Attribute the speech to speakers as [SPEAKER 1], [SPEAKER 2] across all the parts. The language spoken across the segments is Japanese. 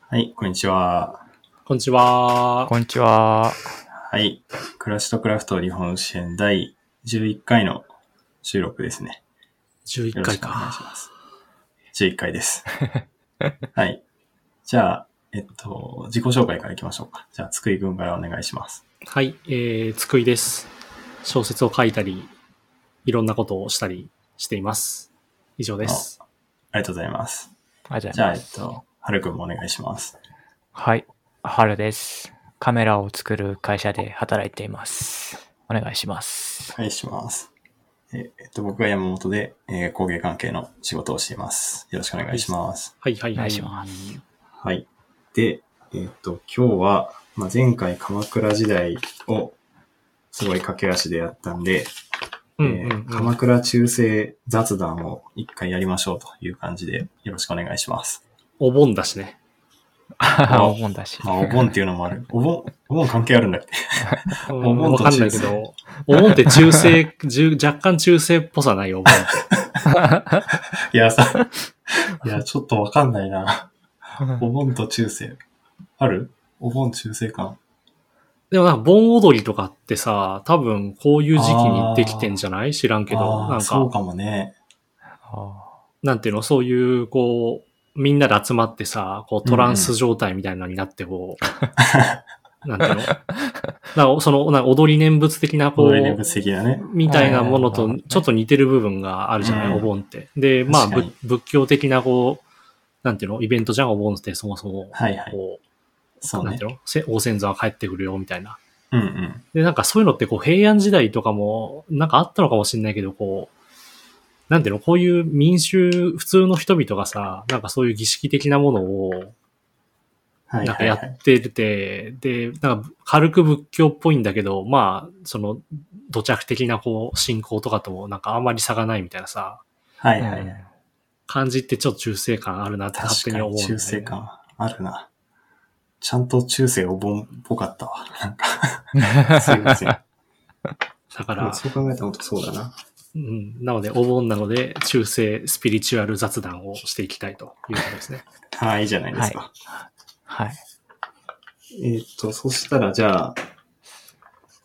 [SPEAKER 1] はい、こんにちは。
[SPEAKER 2] こんにちは。
[SPEAKER 3] こんにちは。
[SPEAKER 1] はい、暮らしとクラフト日本支援第11回の収録ですね。
[SPEAKER 2] 11
[SPEAKER 1] よろ
[SPEAKER 2] 回
[SPEAKER 1] しくお願いし
[SPEAKER 2] か。
[SPEAKER 1] ます。11回です。 はい。じゃあ、えっと、自己紹介からいきましょうか。じゃあ、つくい君からお願いします。
[SPEAKER 2] はい、えー、つくいです。小説を書いたり、いろんなことをしたりしています。以上です。
[SPEAKER 1] ありがとうございます。
[SPEAKER 3] ありがとうご
[SPEAKER 1] じ
[SPEAKER 3] ざ
[SPEAKER 1] ゃ
[SPEAKER 3] い
[SPEAKER 1] あ、
[SPEAKER 3] ま
[SPEAKER 1] えっ
[SPEAKER 3] す。
[SPEAKER 1] と、はるくんもお願いします。
[SPEAKER 3] はい。はるです。カメラを作る会社で働いています。お願いします。
[SPEAKER 1] お願いします。ええっと、僕は山本で、えー工芸関係の仕事をしています。よろしくお願いします。
[SPEAKER 2] はい、はい、はい。
[SPEAKER 3] お願いします。
[SPEAKER 1] はい。で、えっ、と、今日は、まあ、前回鎌倉時代をすごい駆け足でやったんで、
[SPEAKER 2] うん
[SPEAKER 1] え
[SPEAKER 2] うん、うん
[SPEAKER 1] ー鎌倉中世雑談を一回やりましょうという感じでよろしくお願いします。
[SPEAKER 2] お盆だしね。
[SPEAKER 3] お盆だし。
[SPEAKER 1] まあ、お 盆っていうのもある。お盆、お盆関係あるんだっけ
[SPEAKER 2] お
[SPEAKER 1] 盆と
[SPEAKER 2] わかんないけど、お盆って中世、中若干中世っぽさないお 盆って。
[SPEAKER 1] いや、さ、 いや、ちょっとわかんないな。お盆と中世。あるお盆中世感。
[SPEAKER 2] でもなんか盆踊りとかってさ、多分こういう時期にできてんじゃない知らんけど、
[SPEAKER 1] あ
[SPEAKER 2] な
[SPEAKER 1] あ、
[SPEAKER 2] ん
[SPEAKER 1] そう
[SPEAKER 2] か、
[SPEAKER 1] かもね。
[SPEAKER 3] あ
[SPEAKER 2] なんていうの、そういう、こう、みんなで集まってさ、こうトランス状態みたいなのになって、こう、なんていうのなんかその、なんか踊り念仏的な、こ
[SPEAKER 1] これ念
[SPEAKER 2] う、
[SPEAKER 1] 仏的だね。
[SPEAKER 2] みたいなもの
[SPEAKER 3] はい
[SPEAKER 2] と
[SPEAKER 3] はいはい
[SPEAKER 2] ちょっと似てる部分があるじゃない、
[SPEAKER 1] うん
[SPEAKER 2] お盆って。で、まあ、
[SPEAKER 1] 確かに
[SPEAKER 2] ぶ仏教的な、こう、なんていうのイベントじゃん、お盆ってそもそも。
[SPEAKER 1] はいはい。
[SPEAKER 2] こ、
[SPEAKER 1] そうう
[SPEAKER 2] なん
[SPEAKER 1] ね
[SPEAKER 2] てい。うのせ王先祖が帰ってくるよ、みたいな。
[SPEAKER 1] うんうん。
[SPEAKER 2] で、なんかそういうのってこう平安時代とかもなんかあったのかもしれないけど、こう、なんていうの、こういう民衆、普通の人々がさ、なんかそういう儀式的なものを、
[SPEAKER 1] はい
[SPEAKER 2] なん
[SPEAKER 1] は
[SPEAKER 2] か
[SPEAKER 1] い
[SPEAKER 2] や
[SPEAKER 1] はい。
[SPEAKER 2] ってて、で、なんか軽く仏教っぽいんだけど、まあ、その、土着的なこう、信仰とかともなんかあんまり差がないみたいなさ、
[SPEAKER 1] は
[SPEAKER 3] あ
[SPEAKER 1] いはいはい。
[SPEAKER 2] 感じってちょっと中性感あるなって勝
[SPEAKER 1] 確
[SPEAKER 2] 手に
[SPEAKER 1] か
[SPEAKER 2] 思う、
[SPEAKER 1] に中世。感あるな。ちゃんと中世お盆っぽかったわ。なんか、すいません。
[SPEAKER 2] だから、
[SPEAKER 1] そう考えたら本当そうだな。
[SPEAKER 2] うん、なので、お盆なので、中性スピリチュアル雑談をしていきたいということですね。
[SPEAKER 1] はい、いいじゃないですか。
[SPEAKER 3] はい。
[SPEAKER 1] えーっと、そしたらじゃあ、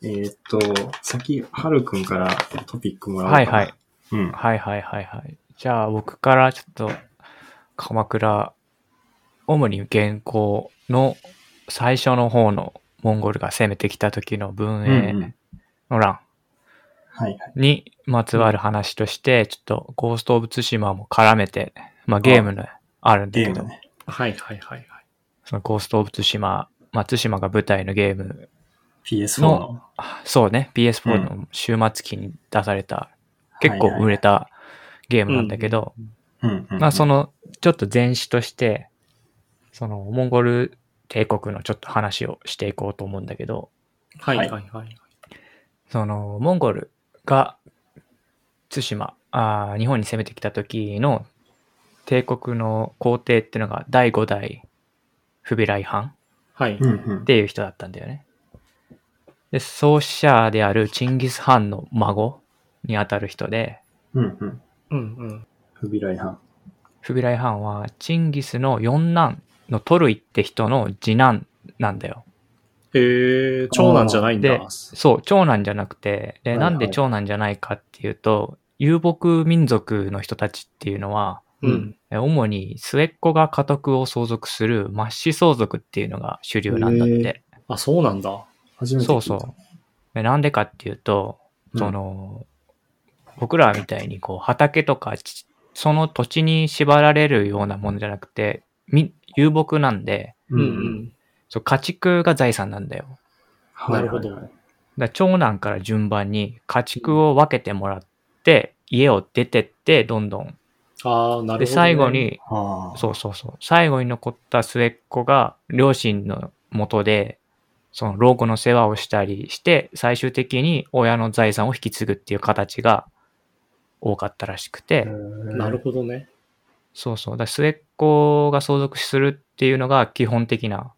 [SPEAKER 1] えーっと、先、はるくんからトピックもらおう
[SPEAKER 3] はい
[SPEAKER 1] かな。
[SPEAKER 3] はい。
[SPEAKER 1] うん。
[SPEAKER 3] はいはいはいはい。じゃあ僕からちょっと鎌倉、主に現行の最初の方のモンゴルが攻めてきた時の
[SPEAKER 1] うん
[SPEAKER 3] 文
[SPEAKER 1] うん
[SPEAKER 3] 英の乱
[SPEAKER 1] はいはい。
[SPEAKER 3] にまつわる話として、ちょっとゴースト・オブ・ツシマも絡めて、まあゲームのあるんだ
[SPEAKER 1] ゲ
[SPEAKER 3] け
[SPEAKER 1] ー
[SPEAKER 3] ど
[SPEAKER 1] ム、ね。
[SPEAKER 2] はいはいはいはい。
[SPEAKER 3] そのゴースト・オブ・ツシマ、まあ対馬が舞台のゲーム
[SPEAKER 1] PS4 の。
[SPEAKER 3] あそうね、PS4 の終末期に出された、結構売れたゲームなんだけど、
[SPEAKER 1] はいはい。うん、うん。
[SPEAKER 3] まあそ
[SPEAKER 1] の、
[SPEAKER 3] のちょっと前史としてそのモンゴル帝国のちょっと話をしていこうと思うんだけど
[SPEAKER 2] はい
[SPEAKER 1] は
[SPEAKER 2] はいいはい。
[SPEAKER 3] そのモンゴルが対馬あー日本に攻めてきた時の帝国の皇帝っていうのが第5代フビライハン
[SPEAKER 2] はい。
[SPEAKER 1] うんうん
[SPEAKER 3] っ。ていう人だったんだよね。で創始者であるチンギス・ハンの孫にあたる人で
[SPEAKER 1] うんうん。
[SPEAKER 2] うんうん。
[SPEAKER 1] 不備来犯。
[SPEAKER 3] フビライハンはチンギスの四男のトルイって人の次男なんだよ。
[SPEAKER 2] えー、長男じゃないんだ。
[SPEAKER 3] で、そう、長男じゃなくて、で、
[SPEAKER 1] はいはい
[SPEAKER 3] なんで長男じゃないかっていうと、遊牧民族の人たちっていうのは、
[SPEAKER 2] うん。
[SPEAKER 3] え主に末っ子が家督を相続する末子相続っていうのが主流なんだって。
[SPEAKER 2] あ、そうなんだ。
[SPEAKER 1] 初めて聞いた。
[SPEAKER 3] そうそう。でなんでかっていうと、
[SPEAKER 1] うん
[SPEAKER 3] その、僕らみたいにこう畑とかち、その土地に縛られるようなものじゃなくて、み遊牧なんで、
[SPEAKER 1] う
[SPEAKER 2] うん
[SPEAKER 1] ん
[SPEAKER 2] う
[SPEAKER 1] うん。
[SPEAKER 2] ん。
[SPEAKER 3] そう家畜が財産なんだよ。
[SPEAKER 1] はいはいはい
[SPEAKER 2] なるほど
[SPEAKER 3] だから長男から順番に家畜を分けてもらって、家を出てってどんどん、
[SPEAKER 2] ああ、なるほど、
[SPEAKER 3] で最後。に
[SPEAKER 1] ああ。
[SPEAKER 3] そうそうそう最後に残った末っ子が両親の元でその老後の世話をしたりして最終的に親の財産を引き継ぐっていう形が多かったらしくて、
[SPEAKER 2] なるほどね。
[SPEAKER 3] そうそうだから末っ子が相続するっていうのが基本的な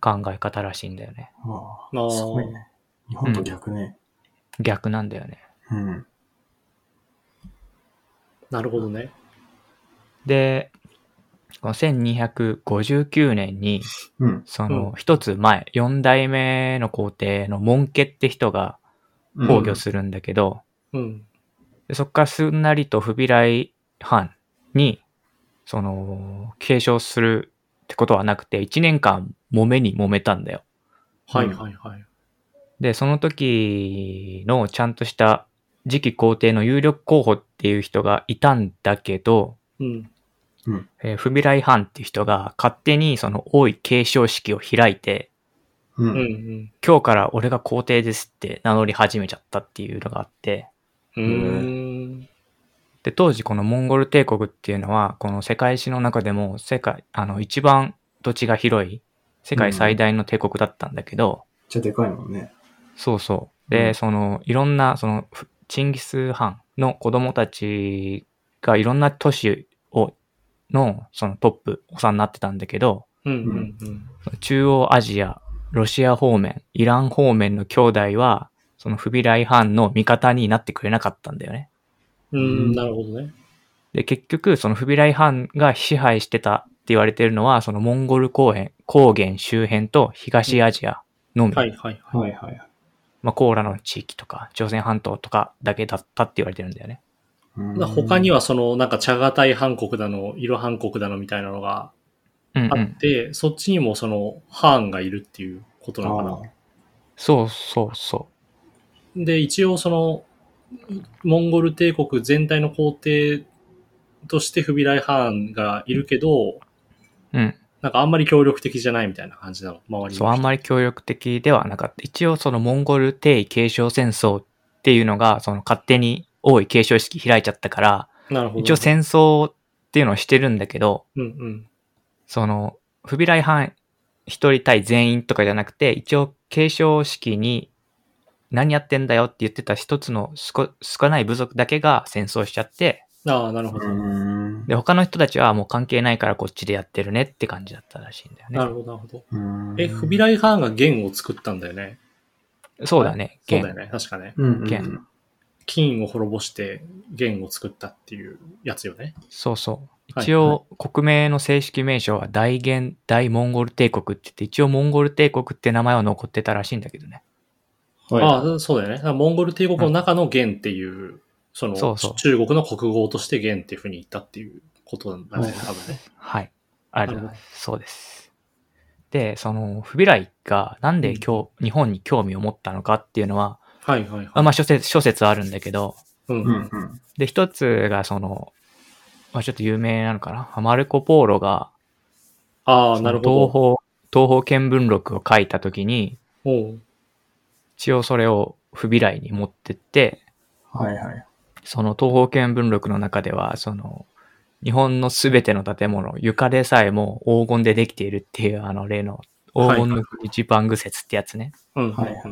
[SPEAKER 3] 考え方らしいんだよね
[SPEAKER 1] ほど。あ
[SPEAKER 2] あ
[SPEAKER 1] あ。
[SPEAKER 2] ー
[SPEAKER 1] すごいね。日本と逆ね。
[SPEAKER 3] 逆なんだよね
[SPEAKER 1] うん。
[SPEAKER 2] なるほどね。
[SPEAKER 3] で、この1259年に、
[SPEAKER 1] うん。
[SPEAKER 3] そうの、一つ前、四代目の皇帝の門家って人が
[SPEAKER 1] うん
[SPEAKER 3] 崩御するんだけど、
[SPEAKER 2] うん。
[SPEAKER 3] でそこからすんなりと不備来藩に、その、継承するってことはなくて、1年間揉めに揉めたんだよ。
[SPEAKER 2] はいはいはい。
[SPEAKER 3] で、その時のちゃんとした次期皇帝の有力候補っていう人がいたんだけど、
[SPEAKER 2] うん。
[SPEAKER 3] えー不備来藩っていう人が勝手にその王位継承式を開いて、
[SPEAKER 1] う。
[SPEAKER 2] うんん。
[SPEAKER 3] 今日から俺が皇帝ですって名乗り始めちゃったっていうのがあって、
[SPEAKER 2] うん。うん。
[SPEAKER 3] で、当時このモンゴル帝国っていうのは、この世界史の中でも世界、あの、一番土地が広い、世界最大の帝国だったんだけど、
[SPEAKER 1] じゃでかいもんね。
[SPEAKER 3] そうそう。
[SPEAKER 1] う
[SPEAKER 3] で、
[SPEAKER 1] ん
[SPEAKER 3] その、いろんな、その、ふチンギス・ハンの子供たちがいろんな都市を、の、そのトップ、おさになってたんだけど、
[SPEAKER 2] うん。うん。
[SPEAKER 3] 中央アジア、ロシア方面、イラン方面の兄弟は、そのフビライ・ハンの味方になってくれなかったんだよね。
[SPEAKER 2] うん。なるほどね。
[SPEAKER 3] で、結局、そのフビライハンが支配してたって言われてるのは、そのモンゴル高原、高原周辺と東アジアのみ、
[SPEAKER 2] はいはいは
[SPEAKER 1] は
[SPEAKER 2] い。
[SPEAKER 1] いはいはい。
[SPEAKER 3] まあ、コーラの地域とか、朝鮮半島とかだけだったって言われてるんだよね。
[SPEAKER 1] うん
[SPEAKER 2] だ他にはその、なんか、チャガタイ韓国だの、イロ韓国だのみたいなのが
[SPEAKER 3] うん、う
[SPEAKER 2] あ
[SPEAKER 3] ん
[SPEAKER 2] っ。て、そっちにもその、ハーンがいるっていうことなのかな。
[SPEAKER 3] そうそうそ
[SPEAKER 2] で、一応その、モンゴル帝国全体の皇帝としてフビライ・ハーンがいるけど、
[SPEAKER 3] う。うん。
[SPEAKER 2] なんかあんまり協力的じゃないみたいな感じなの、周り
[SPEAKER 3] そう、あんまり協力的ではなかった。一応、そのモンゴル帝位継承戦争っていうのが、その勝手に王位継承式開いちゃったから、
[SPEAKER 2] り。なるほど。
[SPEAKER 3] 一応戦争っていうのをしてるんだけど、
[SPEAKER 2] うんうん。
[SPEAKER 3] その、不備来犯一人対全員とかじゃなくて、一応継承式に何やってんだよって言ってた一つの少少ない部族だけが戦争しちゃって、
[SPEAKER 2] ああ、なるほど。
[SPEAKER 1] うん。
[SPEAKER 3] で、他の人たちはもう関係ないからこっちでやってるねって感じだったらしいんだ
[SPEAKER 2] な
[SPEAKER 3] よ
[SPEAKER 2] るほど、なるほど。
[SPEAKER 1] うん
[SPEAKER 2] え、フビライ・ハーンが弦を作ったんだよね。
[SPEAKER 3] ね。そうだね、
[SPEAKER 2] そう
[SPEAKER 3] 現
[SPEAKER 2] だよね、確かね。
[SPEAKER 1] うんうん
[SPEAKER 3] 剣
[SPEAKER 2] 金を滅ぼして弦を作ったっていうやつよね。
[SPEAKER 3] そうそう。
[SPEAKER 2] はい
[SPEAKER 3] 一応、国名の正式名称は大元大モンゴル帝国って言って、一応モンゴル帝国って名前は残ってたらしいんだけどね。
[SPEAKER 1] はい。
[SPEAKER 2] ああ、そうだよね。だからモンゴル帝国の中の元っていう、その
[SPEAKER 3] そうそう
[SPEAKER 2] 中国の国語として元っていうふうに言ったっていうことなんだね、
[SPEAKER 1] はい
[SPEAKER 2] 多分ね。
[SPEAKER 3] はい。あ
[SPEAKER 2] な
[SPEAKER 3] る
[SPEAKER 2] るほど
[SPEAKER 3] そうです。で、その、フビライがなんで今日、日本に興味を持ったのかっていうのは、
[SPEAKER 2] はいはいはい。
[SPEAKER 3] あまあ諸説、諸説あるんだけど、
[SPEAKER 2] うん
[SPEAKER 1] うんうん。
[SPEAKER 3] で、一つがその、まあちょっと有名なのかな、マルコ・ポーロが、
[SPEAKER 2] ああ、
[SPEAKER 3] そ
[SPEAKER 2] なる
[SPEAKER 3] の
[SPEAKER 2] ほ
[SPEAKER 3] 東
[SPEAKER 2] ど。
[SPEAKER 3] 方、東方見聞録を書いたときに、
[SPEAKER 2] おう
[SPEAKER 3] 一応それをフビライに持ってって、
[SPEAKER 1] はいはい。
[SPEAKER 3] その東方見聞録の中では、その、日本のすべての建物、床でさえも黄金でできているっていう、あの例の、黄金の国ジパング説ってやつね。
[SPEAKER 2] うん。
[SPEAKER 1] はいはい。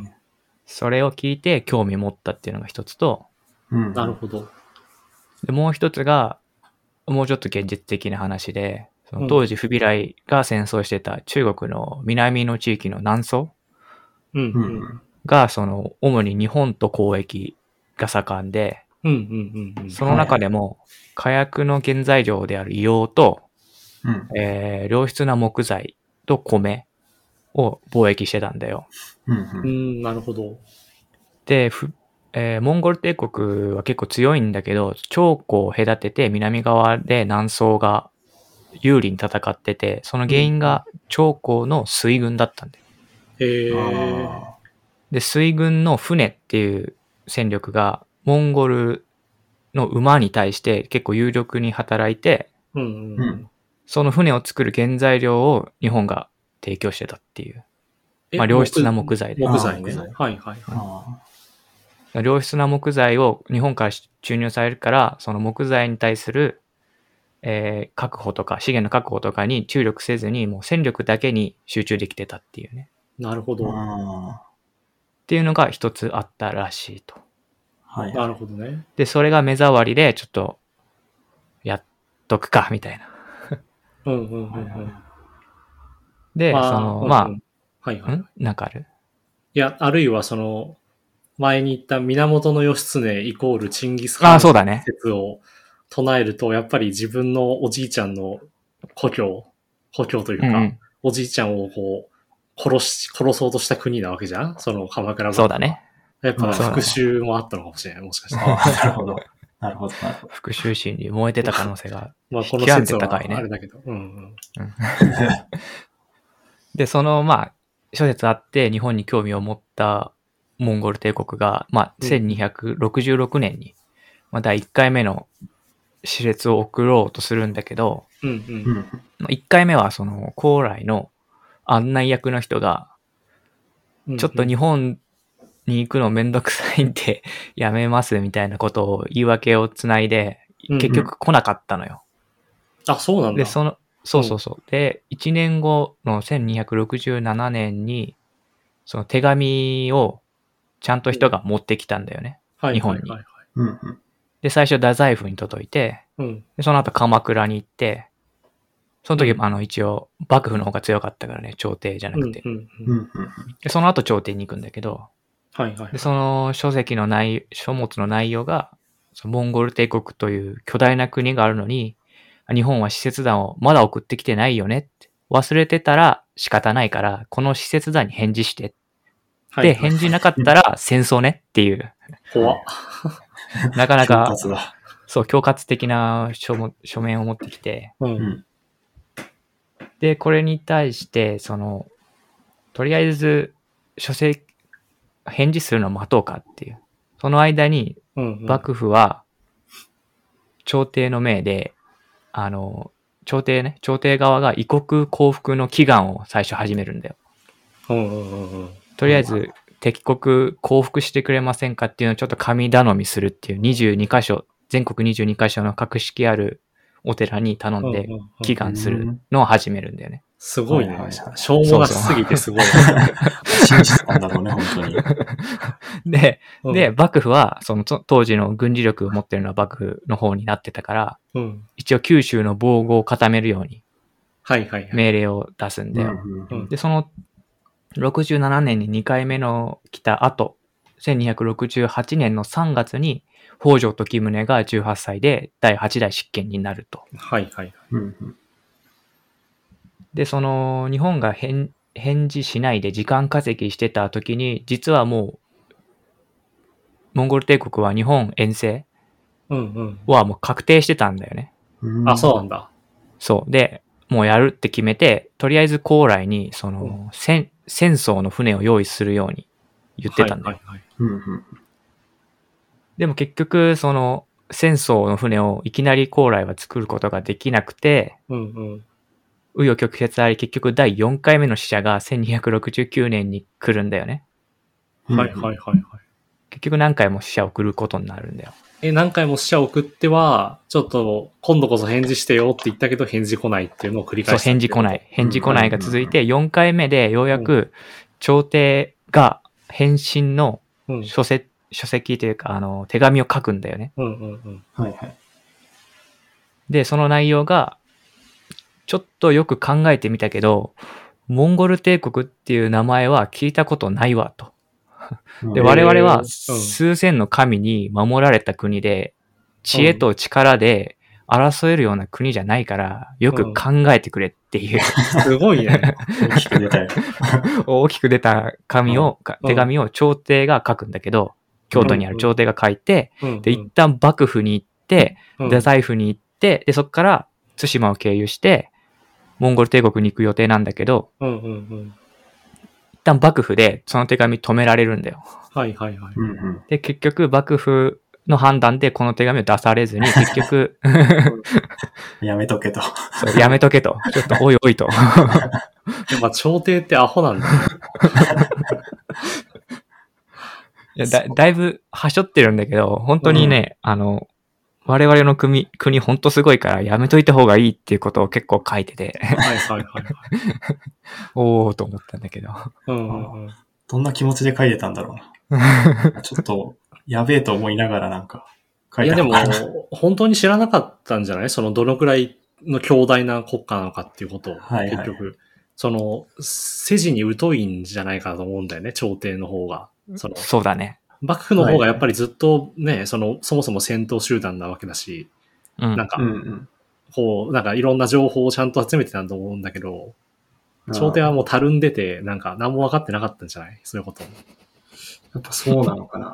[SPEAKER 3] それを聞いて興味持ったっていうのが一つと、
[SPEAKER 1] うん。
[SPEAKER 2] なるほど。
[SPEAKER 3] でもう一つが、もうちょっと現実的な話で、そ
[SPEAKER 2] うん
[SPEAKER 3] の当時フビライが戦争してた中国の南の地域の南宋
[SPEAKER 2] うんう。
[SPEAKER 1] うんん。
[SPEAKER 3] が、その主に日本と交易が盛んで、
[SPEAKER 2] うんうんうんうん。
[SPEAKER 3] その中でも火薬の原材料である硫黄と、
[SPEAKER 1] うん。
[SPEAKER 3] えー良質な木材と米を貿易してたんだよ。
[SPEAKER 1] うん
[SPEAKER 2] う。ん、なるほど。
[SPEAKER 3] で、ふえーモンゴル帝国は結構強いんだけど、長江を隔てて南側で南宋が有利に戦ってて、その原因が長江の水軍だったんだよ。
[SPEAKER 2] ええー。
[SPEAKER 1] あ
[SPEAKER 3] で、水軍の船っていう戦力がモンゴルの馬に対して結構有力に働いて、
[SPEAKER 2] うんうん
[SPEAKER 1] う
[SPEAKER 2] うん
[SPEAKER 1] ん。
[SPEAKER 3] その船を作る原材料を日本が提供してたっていう。
[SPEAKER 2] え
[SPEAKER 3] まあ良質な木材で
[SPEAKER 2] 木材ね。
[SPEAKER 1] あー
[SPEAKER 2] はい
[SPEAKER 1] 木
[SPEAKER 2] はいはい。
[SPEAKER 1] ーあ
[SPEAKER 3] 良質な木材を日本から注入されるから、その木材に対する、えー確保とか、資源の確保とかに注力せずに、もう戦力だけに集中できてたっていうね。
[SPEAKER 2] なるほ
[SPEAKER 1] ー。
[SPEAKER 2] ど。
[SPEAKER 1] あ
[SPEAKER 3] っていうのが一つあったらしいと。
[SPEAKER 1] ーはい。
[SPEAKER 2] なるほどね。
[SPEAKER 3] で、それが目障りで、ちょっと、やっとくか、みたいな。
[SPEAKER 2] うんうんうん
[SPEAKER 1] はいはい
[SPEAKER 2] うん。
[SPEAKER 3] で、
[SPEAKER 2] まあ
[SPEAKER 3] その、ま
[SPEAKER 2] うんはい
[SPEAKER 3] あ、
[SPEAKER 2] はい。い
[SPEAKER 3] んなんかある
[SPEAKER 2] や、あるいはその、前に言った源義経イコールチンギス
[SPEAKER 3] あ
[SPEAKER 2] ハ
[SPEAKER 3] あ、
[SPEAKER 2] ン
[SPEAKER 3] そうだね。
[SPEAKER 2] 説を唱えると、やっぱり自分のおじいちゃんの故郷、故郷という
[SPEAKER 3] う
[SPEAKER 2] か、
[SPEAKER 3] ん、
[SPEAKER 2] おじいちゃんをこう、殺し、殺そうとした国なわけじゃんその鎌倉幕府
[SPEAKER 3] そうだね。。
[SPEAKER 2] やっぱ
[SPEAKER 1] そうだ
[SPEAKER 2] 復讐もあったのかもしれない、もしかしたら。
[SPEAKER 1] あ あ、なるほど。なるほど、なるほど。
[SPEAKER 3] 復讐心に燃えてた可能性が。
[SPEAKER 2] まあ、この
[SPEAKER 3] 極めて
[SPEAKER 2] 説は
[SPEAKER 3] 高いね
[SPEAKER 2] あれだけど。うん
[SPEAKER 3] で、その、まあ、諸説あって日本に興味を持ったモンゴル帝国が、まあ、
[SPEAKER 2] うん
[SPEAKER 3] 1266年に、まあ、第1回目の施設を送ろうとするんだけど、
[SPEAKER 2] うん。うんうん。
[SPEAKER 1] うん。
[SPEAKER 3] 1回目はその、高麗の案内役の人が、
[SPEAKER 2] うんうん
[SPEAKER 3] ちょっと日本に行くのめんどくさいんで、やめますみたいなことを言い訳をつないで、
[SPEAKER 2] うんうん
[SPEAKER 3] 結局来なかったのよ。
[SPEAKER 2] あ、そうなんだ。
[SPEAKER 3] で、その、そうそうそう。で、1年後の1267年に、その手紙をちゃんと人が持ってきたんだよね。
[SPEAKER 2] はい
[SPEAKER 3] 日本に
[SPEAKER 2] はいはい
[SPEAKER 1] うん。うん
[SPEAKER 3] で、最初太宰府に届いて、
[SPEAKER 2] はいうん。
[SPEAKER 3] でその後鎌倉に行って、その時、
[SPEAKER 2] うん
[SPEAKER 3] あの、一応、幕府の方が強かったからね、朝廷じゃな
[SPEAKER 2] う
[SPEAKER 3] く
[SPEAKER 2] ん
[SPEAKER 3] て。
[SPEAKER 2] うんう。
[SPEAKER 1] うんん。うん。
[SPEAKER 3] で、その後朝廷に行くんだけど、
[SPEAKER 2] はいはい
[SPEAKER 3] で、。その書籍の内、書物の内容が、そのモンゴル帝国という巨大な国があるのに、日本は使節団をまだ送ってきてないよねって。忘れてたら仕方ないから、この使節団に返事して。
[SPEAKER 2] はい
[SPEAKER 3] で、返事なかっ たら戦争ねっていう、
[SPEAKER 2] 怖っ
[SPEAKER 3] なかな
[SPEAKER 1] 金
[SPEAKER 3] か、
[SPEAKER 1] 髪だ。
[SPEAKER 3] そう、恐喝的な書も書面を持ってきて、
[SPEAKER 2] う。
[SPEAKER 1] うんん。
[SPEAKER 3] で、これに対して、その、とりあえず、書籍、返事するのを待とうかっていう。その間に、
[SPEAKER 2] うん。
[SPEAKER 3] 幕府は、朝廷の命で、あの、朝廷ね、朝廷側が異国降伏の祈願を最初始めるんだよ。
[SPEAKER 2] うんうんうんうん。
[SPEAKER 3] とりあえず、敵国降伏してくれませんかっていうのをちょっと神頼みするっていう22箇所、全国22箇所の格式あるお寺に頼んで
[SPEAKER 2] うんうんうん
[SPEAKER 3] 祈願するのを始めるんだよね。
[SPEAKER 2] すごいね
[SPEAKER 1] はいはい。はい
[SPEAKER 2] しょうもなしすぎてすごい。
[SPEAKER 1] 真実なんだろうね、本当 に。
[SPEAKER 3] で、
[SPEAKER 2] うん
[SPEAKER 3] で、、幕府は、そのと当時の軍事力を持ってるのは幕府の方になってたから、
[SPEAKER 2] うん。
[SPEAKER 3] 一応九州の防護を固めるように
[SPEAKER 2] はいはいはい。
[SPEAKER 3] 命令を出すんだよ。
[SPEAKER 1] うんうん
[SPEAKER 3] で、その67年に2回目の来た後、1268年の3月に北条時宗が18歳で第8代執権になると。
[SPEAKER 2] はいはい。
[SPEAKER 1] うんうん
[SPEAKER 3] で、その日本が返返事しないで時間稼ぎしてた時に、実はもう、モンゴル帝国は日本遠征
[SPEAKER 2] うんうん。
[SPEAKER 3] はもう確定してたんだよね。
[SPEAKER 1] うん
[SPEAKER 2] あ、そうなんだ。
[SPEAKER 3] そう。で、もうやるって決めて、とりあえず高麗に、その、戦、戦争の船を用意するように言ってたんだよ。
[SPEAKER 2] はいはい
[SPEAKER 1] うんうん
[SPEAKER 3] でも結局、その、戦争の船をいきなり高麗は作ることができなくて、
[SPEAKER 2] はい。うんうん。
[SPEAKER 3] 紆余曲折あり、結局第4回目の死者が1269年に来るんだよね。
[SPEAKER 1] うん
[SPEAKER 2] はいはいはいはい。
[SPEAKER 3] 結局何回も死者を送ることになるんだよ。
[SPEAKER 2] え、何回も死者送っては、ちょっと、今度こそ返事してよって言ったけど、返事来ないっていうのを繰り
[SPEAKER 3] そう、
[SPEAKER 2] 返して。。
[SPEAKER 3] 返事来ないい。返事来ないが続いて、4回目でようやく朝廷が返信の
[SPEAKER 2] うん。
[SPEAKER 3] 書籍、書籍というか、あの、手紙を書くんだよね。
[SPEAKER 2] うんうん
[SPEAKER 1] はいはい。
[SPEAKER 3] で、その内容が、ちょっとよく考えてみたけど、モンゴル帝国っていう名前は聞いたことないわと。
[SPEAKER 1] うん
[SPEAKER 3] で、
[SPEAKER 2] えー
[SPEAKER 3] 我々
[SPEAKER 2] う
[SPEAKER 3] は
[SPEAKER 2] ん
[SPEAKER 3] 数千の神に守られた国で、知恵と力で争えるような国じゃないから、よく考えてくれってい
[SPEAKER 2] う
[SPEAKER 3] う、
[SPEAKER 2] ん。すごいね。
[SPEAKER 1] 大きく出たよ。
[SPEAKER 3] 大きく出た紙を、か
[SPEAKER 2] うん
[SPEAKER 3] 手紙を朝廷が書くんだけど、京都にある朝廷が書いて、
[SPEAKER 2] うん。
[SPEAKER 3] で、一旦幕府に行って、
[SPEAKER 2] うん、
[SPEAKER 3] 太宰府に行って、で、そこから対馬を経由して、モンゴル帝国に行く予定なんだけど、
[SPEAKER 2] うんうんうん。
[SPEAKER 3] 一旦幕府でその手紙止められるんだよ。
[SPEAKER 2] はいはいはい。
[SPEAKER 1] うんうん
[SPEAKER 3] で、結局幕府の判断でこの手紙を出され ずに、結局、
[SPEAKER 1] やめとけと。
[SPEAKER 3] そうやめとけと。ちょっと、おいお いと。
[SPEAKER 2] やっぱ朝廷ってアホなんだね。
[SPEAKER 3] いやだだいぶ、はしょってるんだけど、本当にね、あの、我々の国、国ほんとすごいから、やめといた方がいいっていうことを結構書い てて、
[SPEAKER 2] はいはいはいはい。
[SPEAKER 3] おーと思ったんだけど。
[SPEAKER 2] うんうんうん。
[SPEAKER 1] どんな気持ちで書いてたんだろう な。ちょっと、やべえと思いながらなんか、書
[SPEAKER 2] い
[SPEAKER 1] い
[SPEAKER 2] や
[SPEAKER 1] て
[SPEAKER 2] で
[SPEAKER 1] た
[SPEAKER 2] も
[SPEAKER 1] のかな。、
[SPEAKER 2] 本当に知らなかったんじゃないそのどのくらいの強大な国家なのかっていうことを、
[SPEAKER 1] はいはい
[SPEAKER 2] 結局。その、筋に疎いんじゃないかと思うんだよね、朝廷の方が。その、
[SPEAKER 3] そうだね。
[SPEAKER 2] 幕府の方がやっぱりずっとね、その、そもそも戦闘集団なわけだし、
[SPEAKER 3] うん。
[SPEAKER 2] なん か
[SPEAKER 1] う、んうん。
[SPEAKER 2] こう、なんかいろんな情報をちゃんと集めてたと思うんだけど、朝廷はもうたるんでて、なんか何も分かってなかったんじゃないそういうこと。
[SPEAKER 1] やっぱそうなのかな。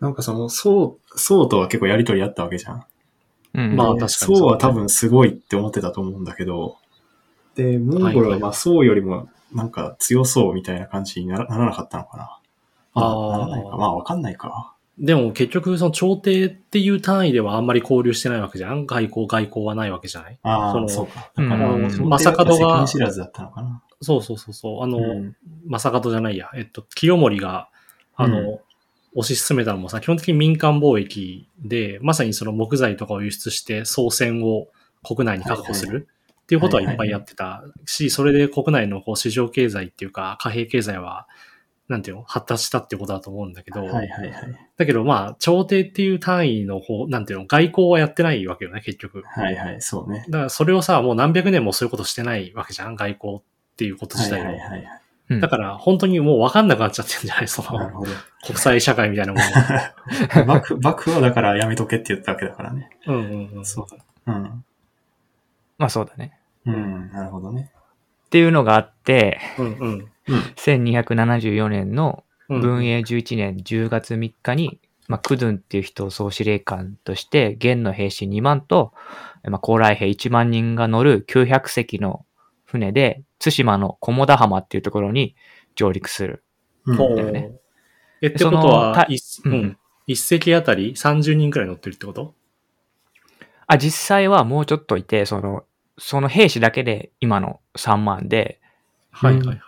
[SPEAKER 1] なんかその、そう、そうとは結構やりとりあったわけじゃん。
[SPEAKER 3] うん。
[SPEAKER 2] まあ
[SPEAKER 1] で
[SPEAKER 2] 確かにそ
[SPEAKER 1] そ
[SPEAKER 2] うだ
[SPEAKER 1] う
[SPEAKER 2] ね
[SPEAKER 1] は多分すごいって思ってたと思うんだけど、で、モンゴル
[SPEAKER 2] は
[SPEAKER 1] はいまあそうよりもなんか強そうみたいな感じにならならなかったのかな。ま
[SPEAKER 2] あー
[SPEAKER 1] ならないか。まあわかんないか。
[SPEAKER 2] でも結局、その朝廷っていう単位ではあんまり交流してないわけじゃん外交、外交はないわけじゃない
[SPEAKER 1] あ
[SPEAKER 2] そ
[SPEAKER 1] あ、
[SPEAKER 2] の
[SPEAKER 1] そうか。
[SPEAKER 3] うん
[SPEAKER 1] だから
[SPEAKER 2] うん
[SPEAKER 1] 朝廷
[SPEAKER 2] 正門が
[SPEAKER 1] 責任知らずだったのかな。
[SPEAKER 2] そうそうそうそう。あの、
[SPEAKER 1] うん
[SPEAKER 2] 正門じゃないや。えっと、清盛が、あの、推し進めたのもさ、基本的に民間貿易で、まさにその木材とかを輸出して、総船を国内に確保す
[SPEAKER 1] はい
[SPEAKER 2] るっていうことはい
[SPEAKER 1] はいはい
[SPEAKER 2] っぱいやってたし、それで国内のこう市場経済っていうか、貨幣経済は、なんていうの、発達したってことだと思うんだけど、
[SPEAKER 1] はいはいはい。
[SPEAKER 2] だけどまあ、朝廷っていう単位のこう、なんていうの、外交はやってないわけよね、結局。
[SPEAKER 1] はいはい、そうね。
[SPEAKER 2] だからそれをさ、もう何百年もそういうことしてないわけじゃん、外交っていうこと
[SPEAKER 1] は
[SPEAKER 2] 自
[SPEAKER 1] い
[SPEAKER 2] 体
[SPEAKER 1] は
[SPEAKER 2] を。
[SPEAKER 1] いはいはい。
[SPEAKER 3] うん
[SPEAKER 2] だから本当にもう分かんなくなっちゃってるんじゃないそ
[SPEAKER 1] なる
[SPEAKER 2] の
[SPEAKER 1] ほど。
[SPEAKER 2] 国際社会みたいなもの が。
[SPEAKER 1] 幕府、幕府はだからやめとけって言ったわけだからね。
[SPEAKER 2] うんうんうん。
[SPEAKER 1] そうだ。うん。
[SPEAKER 3] まあそうだね。
[SPEAKER 1] うん、なるほどね。
[SPEAKER 3] っていうのがあって、
[SPEAKER 2] うんうん
[SPEAKER 1] うん。
[SPEAKER 3] 1274年の
[SPEAKER 2] うん。
[SPEAKER 3] 文永11年10月3日に、まあ、クドゥンっていう人を総司令官として、元の兵士2万と、まあ、高麗兵1万人が乗る900隻の船で、対馬の菰田浜っていうところに上陸する。
[SPEAKER 1] うん
[SPEAKER 2] ほう
[SPEAKER 3] だよね
[SPEAKER 2] え、ってこと
[SPEAKER 3] その
[SPEAKER 2] は
[SPEAKER 3] た、
[SPEAKER 2] 一
[SPEAKER 3] う
[SPEAKER 2] うんん一隻あたり30人くらい乗ってるってこと
[SPEAKER 3] あ、実際はもうちょっといて、その、その兵士だけで今の3万で、
[SPEAKER 2] はいはいはい。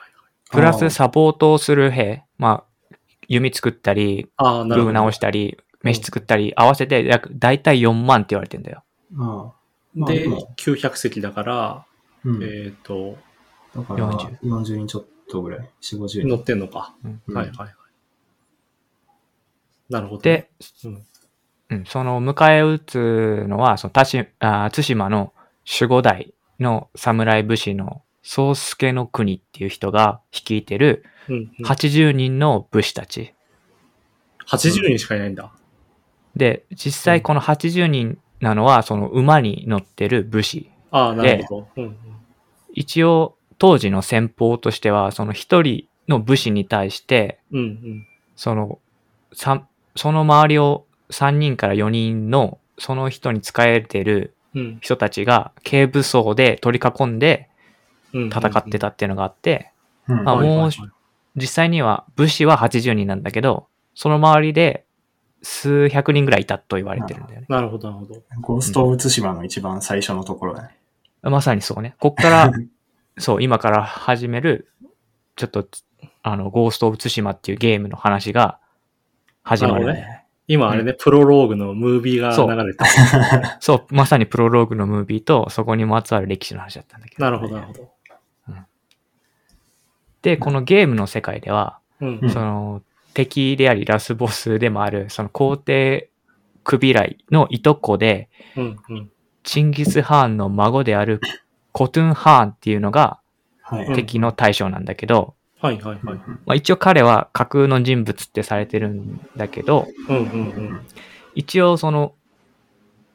[SPEAKER 3] プラス
[SPEAKER 1] あー
[SPEAKER 3] サポートをする兵、まあ、弓作ったり、
[SPEAKER 2] ああ、なる
[SPEAKER 3] ル
[SPEAKER 2] ほど。
[SPEAKER 3] ー直したり、飯作ったり、合わせて約、だいたい4万って言われてんだよ。
[SPEAKER 1] ああ。
[SPEAKER 2] で
[SPEAKER 1] まあ、
[SPEAKER 2] 900隻だから、
[SPEAKER 1] でもうん
[SPEAKER 2] えっと、
[SPEAKER 1] だから
[SPEAKER 3] 40
[SPEAKER 1] 40人ちょっとぐらい、4、50人。
[SPEAKER 2] 乗ってんのか。
[SPEAKER 1] うん
[SPEAKER 2] はいはいはい。なるほど。
[SPEAKER 3] で、、
[SPEAKER 2] うん
[SPEAKER 3] うん、その迎え撃つのは、そのたしあー対馬の守護代の侍武士の宗助の国っていう人が率いてる
[SPEAKER 2] うんうん
[SPEAKER 3] 80人の武士たち。
[SPEAKER 2] 80人しかいないんだ。
[SPEAKER 3] で、実際この80人なのは、その馬に乗ってる武士。
[SPEAKER 2] ああ、なるほど。うんうん
[SPEAKER 3] 一応、当時の戦法としては、その一人の武士に対して、
[SPEAKER 2] うんうん。
[SPEAKER 3] その、三その周りを3人から4人の、その人に仕えてる
[SPEAKER 2] うん
[SPEAKER 3] 人たちが軽武装で取り囲んで
[SPEAKER 2] うん。
[SPEAKER 3] 戦ってたっていうのがあって、
[SPEAKER 1] うん
[SPEAKER 3] あ
[SPEAKER 2] はいはいはい。
[SPEAKER 3] も実際には武士は80人なんだけど、その周りで数百人ぐらいいたと言われてるんだよね。
[SPEAKER 2] なるほど、なるほど。
[SPEAKER 1] ゴースト・オブ・ツシマの一番最初のところだね。
[SPEAKER 3] まさにそうね。こっから、 そう、今から始める、ちょっと、あの、ゴースト・オブ・ツシマっていうゲームの話が始まるんだよね。
[SPEAKER 2] 今あれね、プロローグのムービーが流れて
[SPEAKER 3] そう、まさにプロローグのムービーと、そこにまつわる歴史の話だったんだけど。
[SPEAKER 2] なるほど、なるほど。
[SPEAKER 3] で、このゲームの世界では、
[SPEAKER 2] うん。
[SPEAKER 1] うん
[SPEAKER 3] その敵でありラスボスでもあるその皇帝クビライのいとこで
[SPEAKER 2] うん。うん。
[SPEAKER 3] チンギス・ハーンの孫であるコトゥン・ハーンっていうのが
[SPEAKER 1] はい。
[SPEAKER 2] うん
[SPEAKER 3] 敵の対象なんだけど、
[SPEAKER 2] はいはいはい。
[SPEAKER 3] まあ、一応彼は架空の人物ってされてるんだけど
[SPEAKER 2] うんうんうん。
[SPEAKER 3] 一応その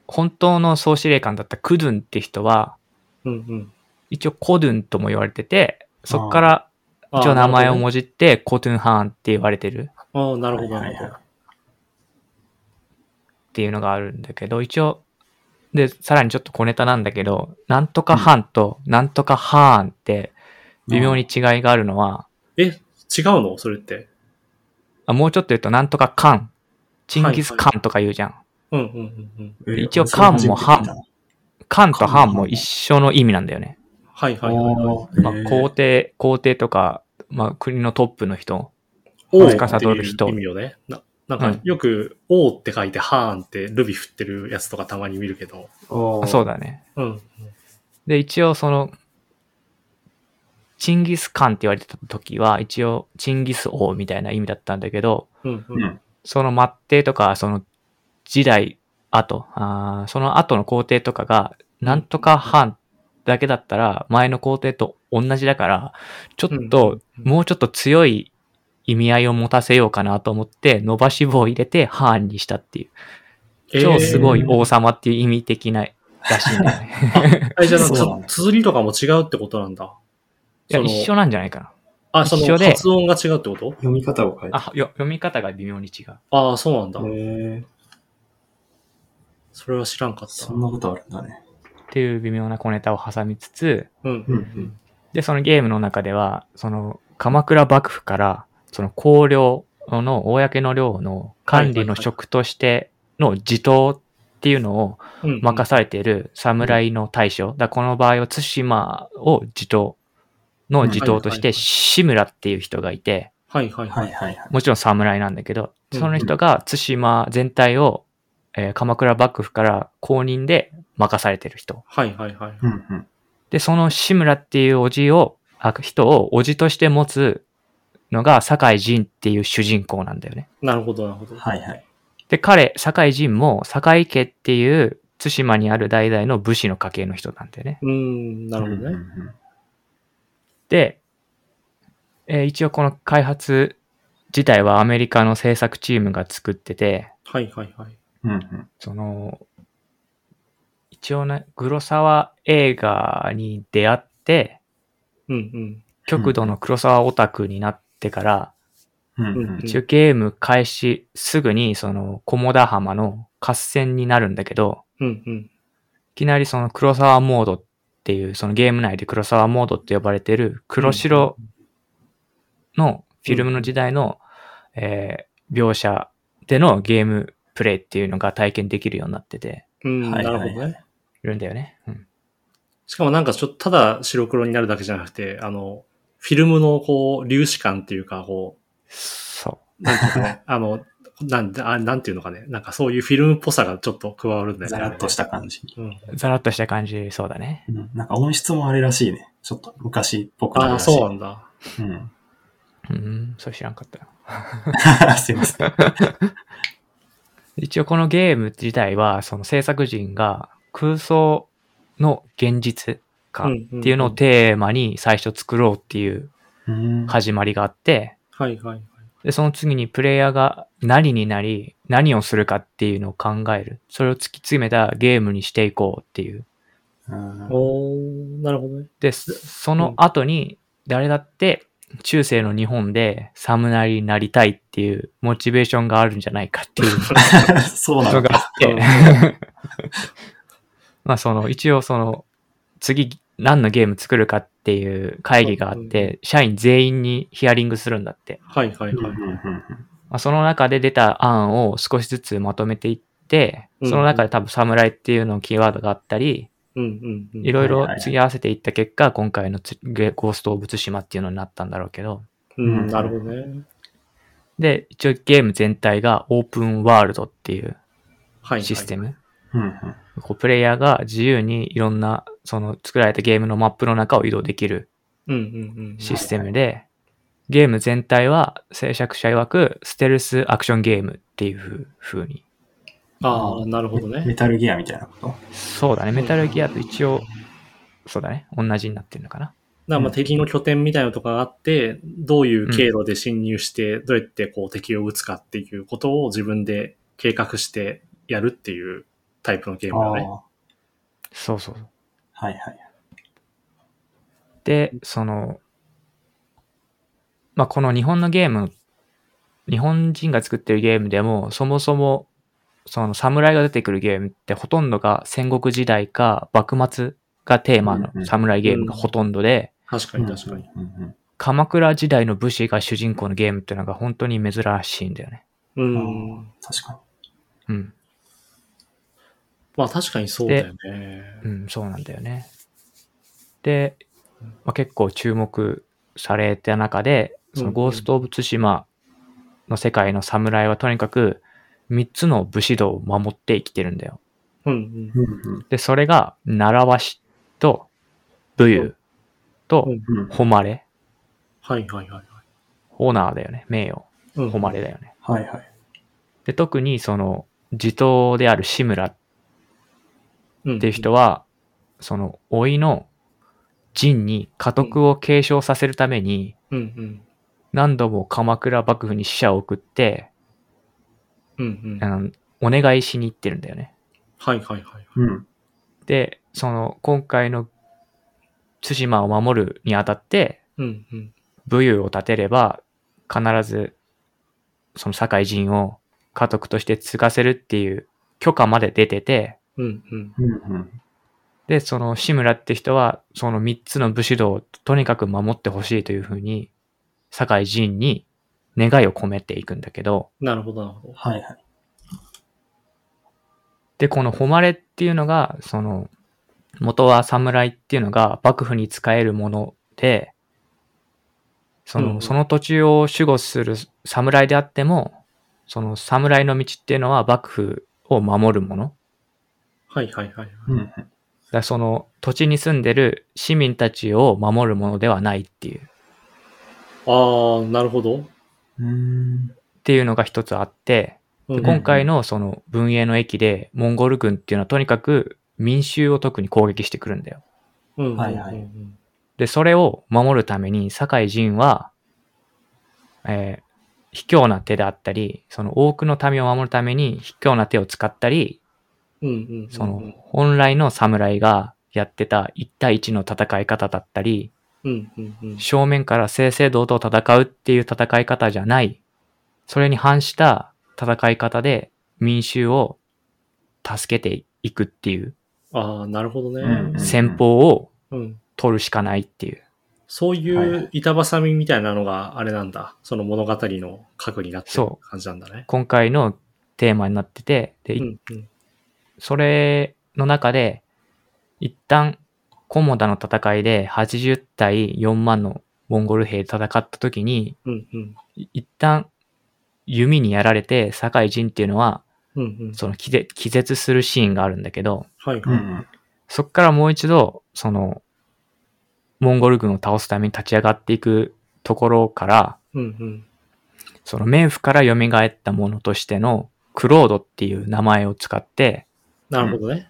[SPEAKER 3] 本当の総司令官だったクドゥンって人は
[SPEAKER 2] うんうん。
[SPEAKER 3] 一応コドゥンとも言われててそっから一応名前をもじってコトゥン・ハーンって言われてる
[SPEAKER 2] ああ、なる
[SPEAKER 1] は
[SPEAKER 2] ほ
[SPEAKER 1] い
[SPEAKER 2] ど、な
[SPEAKER 1] はい
[SPEAKER 2] るほ
[SPEAKER 1] はい
[SPEAKER 2] ど。
[SPEAKER 3] っていうのがあるんだけど、一応、で、さらにちょっと小ネタなんだけど、なんとかハンと、なんとかハーンって、微妙に違いがあるのは、
[SPEAKER 2] え、違うのそれって。
[SPEAKER 3] あもうちょっと言うと、なんとかカン、チンギスカンとか言うじゃん。
[SPEAKER 2] うんうんうんうん。
[SPEAKER 1] うん
[SPEAKER 3] 一応カンもハンもカンとハン
[SPEAKER 1] カン
[SPEAKER 3] も一緒の意味なんだよね。
[SPEAKER 2] はいはいはいはい。
[SPEAKER 1] おー
[SPEAKER 3] まあ、
[SPEAKER 1] へー
[SPEAKER 3] 皇帝、皇帝とか、まあ、国のトップの人。
[SPEAKER 2] 王
[SPEAKER 1] 司
[SPEAKER 2] って
[SPEAKER 3] る
[SPEAKER 2] いう
[SPEAKER 3] 人
[SPEAKER 2] 意味よね。ななん
[SPEAKER 3] う
[SPEAKER 2] か
[SPEAKER 3] ん、
[SPEAKER 2] よく、王って書いて、ハーンってルビ振ってるやつとかたまに見るけど。
[SPEAKER 1] おー
[SPEAKER 3] あそうだね。
[SPEAKER 2] うん。
[SPEAKER 3] で、一応その、チンギスカンって言われてた時は、一応、チンギス王みたいな意味だったんだけど、
[SPEAKER 2] うんう。
[SPEAKER 1] うんん。
[SPEAKER 3] その末帝とか、その時代後、あーその後の皇帝とかが、なんとか藩だけだったら、前の皇帝と同じだから、ちょっと、
[SPEAKER 2] うん
[SPEAKER 3] もうちょっと強い意味合いを持たせようかなと思って、伸ばし棒を入れて藩にしたっていう、超すごい王様っていう意味的ならしいんだよ ね。
[SPEAKER 2] あれじゃあなんか
[SPEAKER 1] そうなんだ
[SPEAKER 2] つ綴りとかも違うってことなんだ。
[SPEAKER 3] いや
[SPEAKER 2] その
[SPEAKER 3] 一緒なんじゃないかな。
[SPEAKER 2] あ、そ
[SPEAKER 3] 一緒
[SPEAKER 2] の
[SPEAKER 3] で
[SPEAKER 2] 発音が違うってこと
[SPEAKER 1] 読み方を変え
[SPEAKER 3] あ、よ読み方が微妙に違う。
[SPEAKER 2] ああ、そうなんだ
[SPEAKER 1] た。。へえ、
[SPEAKER 2] それは知らんかった。
[SPEAKER 1] そんなことあるんだね。
[SPEAKER 3] っていう微妙な小ネタを挟みつつ、
[SPEAKER 2] うん
[SPEAKER 1] う。ん
[SPEAKER 3] で、そのゲームの中では、その鎌倉幕府から、その公領の公の領の管理の職としての地頭っていうのを
[SPEAKER 2] うん。
[SPEAKER 3] 任されている侍の大将。だからこの場合は対馬を地頭の地頭とし
[SPEAKER 2] うんはいはいはい
[SPEAKER 3] て、志村っていう人がいて、
[SPEAKER 2] はいは
[SPEAKER 1] う
[SPEAKER 2] い
[SPEAKER 1] ん。は
[SPEAKER 2] はいい。
[SPEAKER 1] はいはい。
[SPEAKER 3] もちろん侍なんだけど、
[SPEAKER 2] うん
[SPEAKER 3] その人が対馬全体を、えー鎌倉幕府から公認で任されてる人。
[SPEAKER 2] はいはいはい。
[SPEAKER 1] うんうん。
[SPEAKER 3] で、その志村っていうおじを、あ人をおじとして持つのが酒井仁っていう主人公なんだよね。
[SPEAKER 2] なるほどなるほど。
[SPEAKER 1] はいはい。
[SPEAKER 3] で、彼、酒井仁も酒井家っていう対馬にある代々の武士の家系の人なんだよね。
[SPEAKER 2] うーん、なるほど
[SPEAKER 1] うんう
[SPEAKER 2] ね。
[SPEAKER 1] ん
[SPEAKER 3] で、えー一応この開発自体はアメリカの制作チームが作ってて、
[SPEAKER 2] はいはいはい。
[SPEAKER 1] うん。うん
[SPEAKER 3] その、一応ね、グロサワ映画に出会って、
[SPEAKER 2] うん
[SPEAKER 3] 極度の黒沢オタクになってから、
[SPEAKER 1] うん。うん
[SPEAKER 2] うん
[SPEAKER 3] 一応ゲーム開始すぐに、その、菰田浜の合戦になるんだけど、
[SPEAKER 2] うん。うんうん。
[SPEAKER 3] いきなりその黒沢モードっていう、そのゲーム内で黒沢モードって呼ばれてる黒白のフィルムの時代の、えー描写でのゲームプレイっていうのが体験できるようになってて、
[SPEAKER 2] うん、
[SPEAKER 1] はい
[SPEAKER 2] な
[SPEAKER 1] はい
[SPEAKER 2] る
[SPEAKER 1] はい
[SPEAKER 2] ほどね。
[SPEAKER 3] いるんだよね。うん。
[SPEAKER 2] しかもなんかちょっとただ白黒になるだけじゃなくて、あの、フィルムのこう、粒子感っていうか、こ、
[SPEAKER 3] そう
[SPEAKER 2] なんていうかね、あの、なんあなんていうのかね、なんかそういうフィルムっぽさがちょっと加わるんだよね。
[SPEAKER 1] ざらっとした感じ。
[SPEAKER 2] うん。
[SPEAKER 3] う。ざらっとした感じ、そうだね。
[SPEAKER 1] うんなんか音質もあれらしいね。ちょっと昔っぽくなる
[SPEAKER 2] ああ、
[SPEAKER 1] らしい。
[SPEAKER 2] そうなんだ。
[SPEAKER 1] う。ん。
[SPEAKER 3] うん、そう知らんかった。
[SPEAKER 1] すいません。
[SPEAKER 3] 一応このゲーム自体は、その制作人が空想の現実化
[SPEAKER 2] う
[SPEAKER 3] っ
[SPEAKER 2] んうんうん
[SPEAKER 3] ていうのをテーマに最初作ろうっていう
[SPEAKER 1] うん。
[SPEAKER 3] 始まりがあって、
[SPEAKER 2] はいはいはい。
[SPEAKER 3] で、その次にプレイヤーが何になり、何をするかっていうのを考える。それを突き詰めたゲームにしていこうっていう。
[SPEAKER 1] うん
[SPEAKER 2] おー、なるほどね。
[SPEAKER 3] で、そその後に誰だって中世の日本で侍になりたいっていうモチベーションがあるんじゃないか っていう
[SPEAKER 1] そうな
[SPEAKER 3] の
[SPEAKER 1] んだ。
[SPEAKER 3] があって、 まあその一応その次何のゲーム作るかっていう会議があって、社員全員にヒアリングするんだって。
[SPEAKER 2] はいはいはい。
[SPEAKER 1] うんうんうん
[SPEAKER 3] まあ、その中で出た案を少しずつまとめていって、
[SPEAKER 2] うん
[SPEAKER 3] その中で多分侍っていうのキーワードがあったり、
[SPEAKER 2] うんうんうん。
[SPEAKER 3] いろいろ
[SPEAKER 1] はいはいはい
[SPEAKER 3] 次合わせていった結果、今回のつゲゴースト・オブ・ツシマっていうのになったんだろうけど、
[SPEAKER 2] うん、なるほどね。
[SPEAKER 3] で、一応ゲーム全体がオープンワールドっていう
[SPEAKER 2] はい、はい。
[SPEAKER 3] システム。
[SPEAKER 1] うんうん
[SPEAKER 3] こうプレイヤーが自由にいろんな、その作られたゲームのマップの中を移動できる
[SPEAKER 2] うんうんうん。
[SPEAKER 3] システムで、ゲーム全体は制作者曰くステルスアクションゲームっていう風に。
[SPEAKER 2] ああ、なるほど
[SPEAKER 1] メ
[SPEAKER 2] ね。
[SPEAKER 1] タルギアみたいなこと
[SPEAKER 3] そうだね、メタルギアと一応、そうだね、同じになってるのかな。
[SPEAKER 2] なんかまあ敵の拠点みたいなとかがあって、どういう経路で侵入して、どうやってこう敵を撃つかっていうことを自分で計画してやるっていうタイプのゲーム
[SPEAKER 1] ああ
[SPEAKER 2] だ
[SPEAKER 1] ー
[SPEAKER 2] ね。。
[SPEAKER 3] そうそう。
[SPEAKER 1] はいはい。
[SPEAKER 3] で、その、まあ、この日本のゲーム、日本人が作ってるゲームでも、そもそも、その侍が出てくるゲームってほとんどが戦国時代か幕末がテーマ
[SPEAKER 1] うんうん
[SPEAKER 3] の侍ゲームがほとんどで、
[SPEAKER 2] 確かに確かに。
[SPEAKER 1] うんうん
[SPEAKER 3] 鎌倉時代の武士が主人公のゲームっていうのが本当に珍しいんだよね。
[SPEAKER 2] う。
[SPEAKER 1] うんん。確か
[SPEAKER 3] うん。
[SPEAKER 2] まあ確かにそうだよね。
[SPEAKER 3] うん、そうなんだよね。で、まあ、結構注目された中で、そ
[SPEAKER 2] うんう
[SPEAKER 3] の
[SPEAKER 2] ん
[SPEAKER 3] ゴースト・オブ・ツシマの世界の侍はとにかく3つの武士道を守って生きてるんだよ。
[SPEAKER 2] うんうん。
[SPEAKER 1] に。うんうん
[SPEAKER 3] で、それが、習わしと武勇
[SPEAKER 2] う
[SPEAKER 3] と
[SPEAKER 2] ん
[SPEAKER 1] うん。
[SPEAKER 3] 誉れ、
[SPEAKER 2] はいはいはい。
[SPEAKER 3] オーナーだよね、名誉、
[SPEAKER 2] うん、
[SPEAKER 3] 誉れだよね。
[SPEAKER 1] はいはい。
[SPEAKER 3] で、特にその、地頭である志村っ
[SPEAKER 2] れ
[SPEAKER 3] っていう人は、その、老いの陣に家督を継承させるために、
[SPEAKER 2] うんうん。
[SPEAKER 3] 何度も鎌倉幕府に使者を送って、
[SPEAKER 2] うんうん。
[SPEAKER 3] あのお願いしに行ってるんだよね。
[SPEAKER 2] はいはいはい。
[SPEAKER 1] うん。
[SPEAKER 3] で、その、今回の対馬を守るにあたって、
[SPEAKER 2] うん、うん。
[SPEAKER 3] 武勇を立てれば、必ず、その堺人を家督として継がせるっていう許可まで出てて、
[SPEAKER 2] うん、うん。
[SPEAKER 1] うんうん。
[SPEAKER 3] で、その志村って人は、その三つの武士道をとにかく守ってほしいというふうに、堺人に願いを込めていくんだけど、
[SPEAKER 2] なるほど、なるほど。
[SPEAKER 1] はいはい。
[SPEAKER 3] で、この誉れっていうのが、その、元は侍っていうのが幕府に仕えるもので、そ
[SPEAKER 2] うんう
[SPEAKER 3] の、
[SPEAKER 2] ん
[SPEAKER 3] その土地を守護する侍であっても、その侍の道っていうのは幕府を守るもの。
[SPEAKER 2] はい、はい、はい。
[SPEAKER 1] うんうん。
[SPEAKER 3] だからその土地に住んでる市民たちを守るものではないっていう。
[SPEAKER 2] ああ、なるほど。
[SPEAKER 1] うーん。
[SPEAKER 3] っていうのが一つあって、
[SPEAKER 2] う
[SPEAKER 3] で
[SPEAKER 2] ん、
[SPEAKER 3] 今回のその文英の駅でモンゴル軍っていうのはとにかく民衆を特に攻撃してくるんだよ。
[SPEAKER 2] うんうんうんうん
[SPEAKER 1] はいはい
[SPEAKER 3] で、それを守るために堺人は、えー卑怯な手であったり、その多くの民を守るために卑怯な手を使ったり、
[SPEAKER 2] うんうんうん。
[SPEAKER 3] その本来の侍がやってた1対1の戦い方だったり、
[SPEAKER 2] うんうんうん。
[SPEAKER 3] 正面から正々堂々戦うっていう戦い方じゃない、それに反した戦い方で民衆を助けていくっていう
[SPEAKER 2] ああ、なるほど
[SPEAKER 1] うん
[SPEAKER 2] ね。
[SPEAKER 3] 戦法を
[SPEAKER 2] うん。
[SPEAKER 3] 取るしかないっていう。
[SPEAKER 2] そう
[SPEAKER 1] はい
[SPEAKER 2] い
[SPEAKER 1] は
[SPEAKER 2] う板挟みみたいなのがあれなんだ。その物語の核になってる
[SPEAKER 3] そう
[SPEAKER 2] 感じなんだね。
[SPEAKER 3] 今回のテーマになってて、で、い
[SPEAKER 2] うんうん。
[SPEAKER 3] それの中で、一旦、コモダの戦いで80対4万のモンゴル兵で戦った時に、
[SPEAKER 2] うんうん。
[SPEAKER 3] い一旦、弓にやられて、堺人っていうのは、
[SPEAKER 2] うんうん。
[SPEAKER 3] その気絶気絶するシーンがあるんだけど、
[SPEAKER 2] はい
[SPEAKER 1] うん
[SPEAKER 2] は
[SPEAKER 1] う
[SPEAKER 2] い。
[SPEAKER 1] ん。
[SPEAKER 3] そっからもう一度、その、モンゴル軍を倒すために立ち上がっていくところから、
[SPEAKER 2] うんうん。
[SPEAKER 3] その冥府から蘇ったものとしてのクロードっていう名前を使って、
[SPEAKER 2] なるほどね。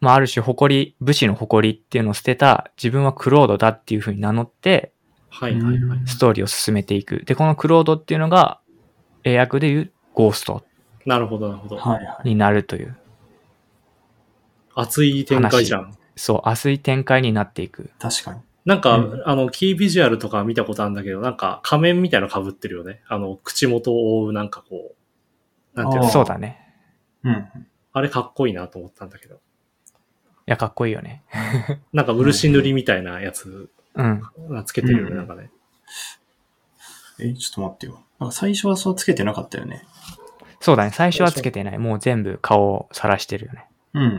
[SPEAKER 3] まあある種誇り、武士の誇りっていうのを捨てた自分はクロードだっていうふうに名乗って
[SPEAKER 2] はいはいはい。
[SPEAKER 3] ストーリーを進めていく。で、このクロードっていうのが英訳で言うゴースト
[SPEAKER 2] なるほどなるほど。
[SPEAKER 1] はいはい。
[SPEAKER 3] になるという、
[SPEAKER 2] 熱い展開じゃん。
[SPEAKER 3] そう、熱い展開になっていく。
[SPEAKER 1] 確かに。
[SPEAKER 2] なんか、
[SPEAKER 1] うん
[SPEAKER 2] あの、キービジュアルとか見たことあるんだけど、なんか仮面みたいなの被ってるよね。あの、口元を覆うなんかこう、なんていう
[SPEAKER 1] あ
[SPEAKER 2] の
[SPEAKER 1] ー
[SPEAKER 3] そうだね。
[SPEAKER 1] うん。
[SPEAKER 2] あれかっこいいなと思ったんだけど。
[SPEAKER 3] いや、かっこいいよね。
[SPEAKER 2] なんか漆塗りみたいなやつ、
[SPEAKER 3] うん。
[SPEAKER 2] つけてるよ
[SPEAKER 1] う
[SPEAKER 2] ね、
[SPEAKER 1] ん
[SPEAKER 2] なんかね。
[SPEAKER 1] え、ちょっと待ってよ。なんか最初はそうつけてなかったよね。
[SPEAKER 3] そうだね。最初はつけてない。もう全部顔を晒してるよね。
[SPEAKER 1] うん
[SPEAKER 2] う
[SPEAKER 1] うん。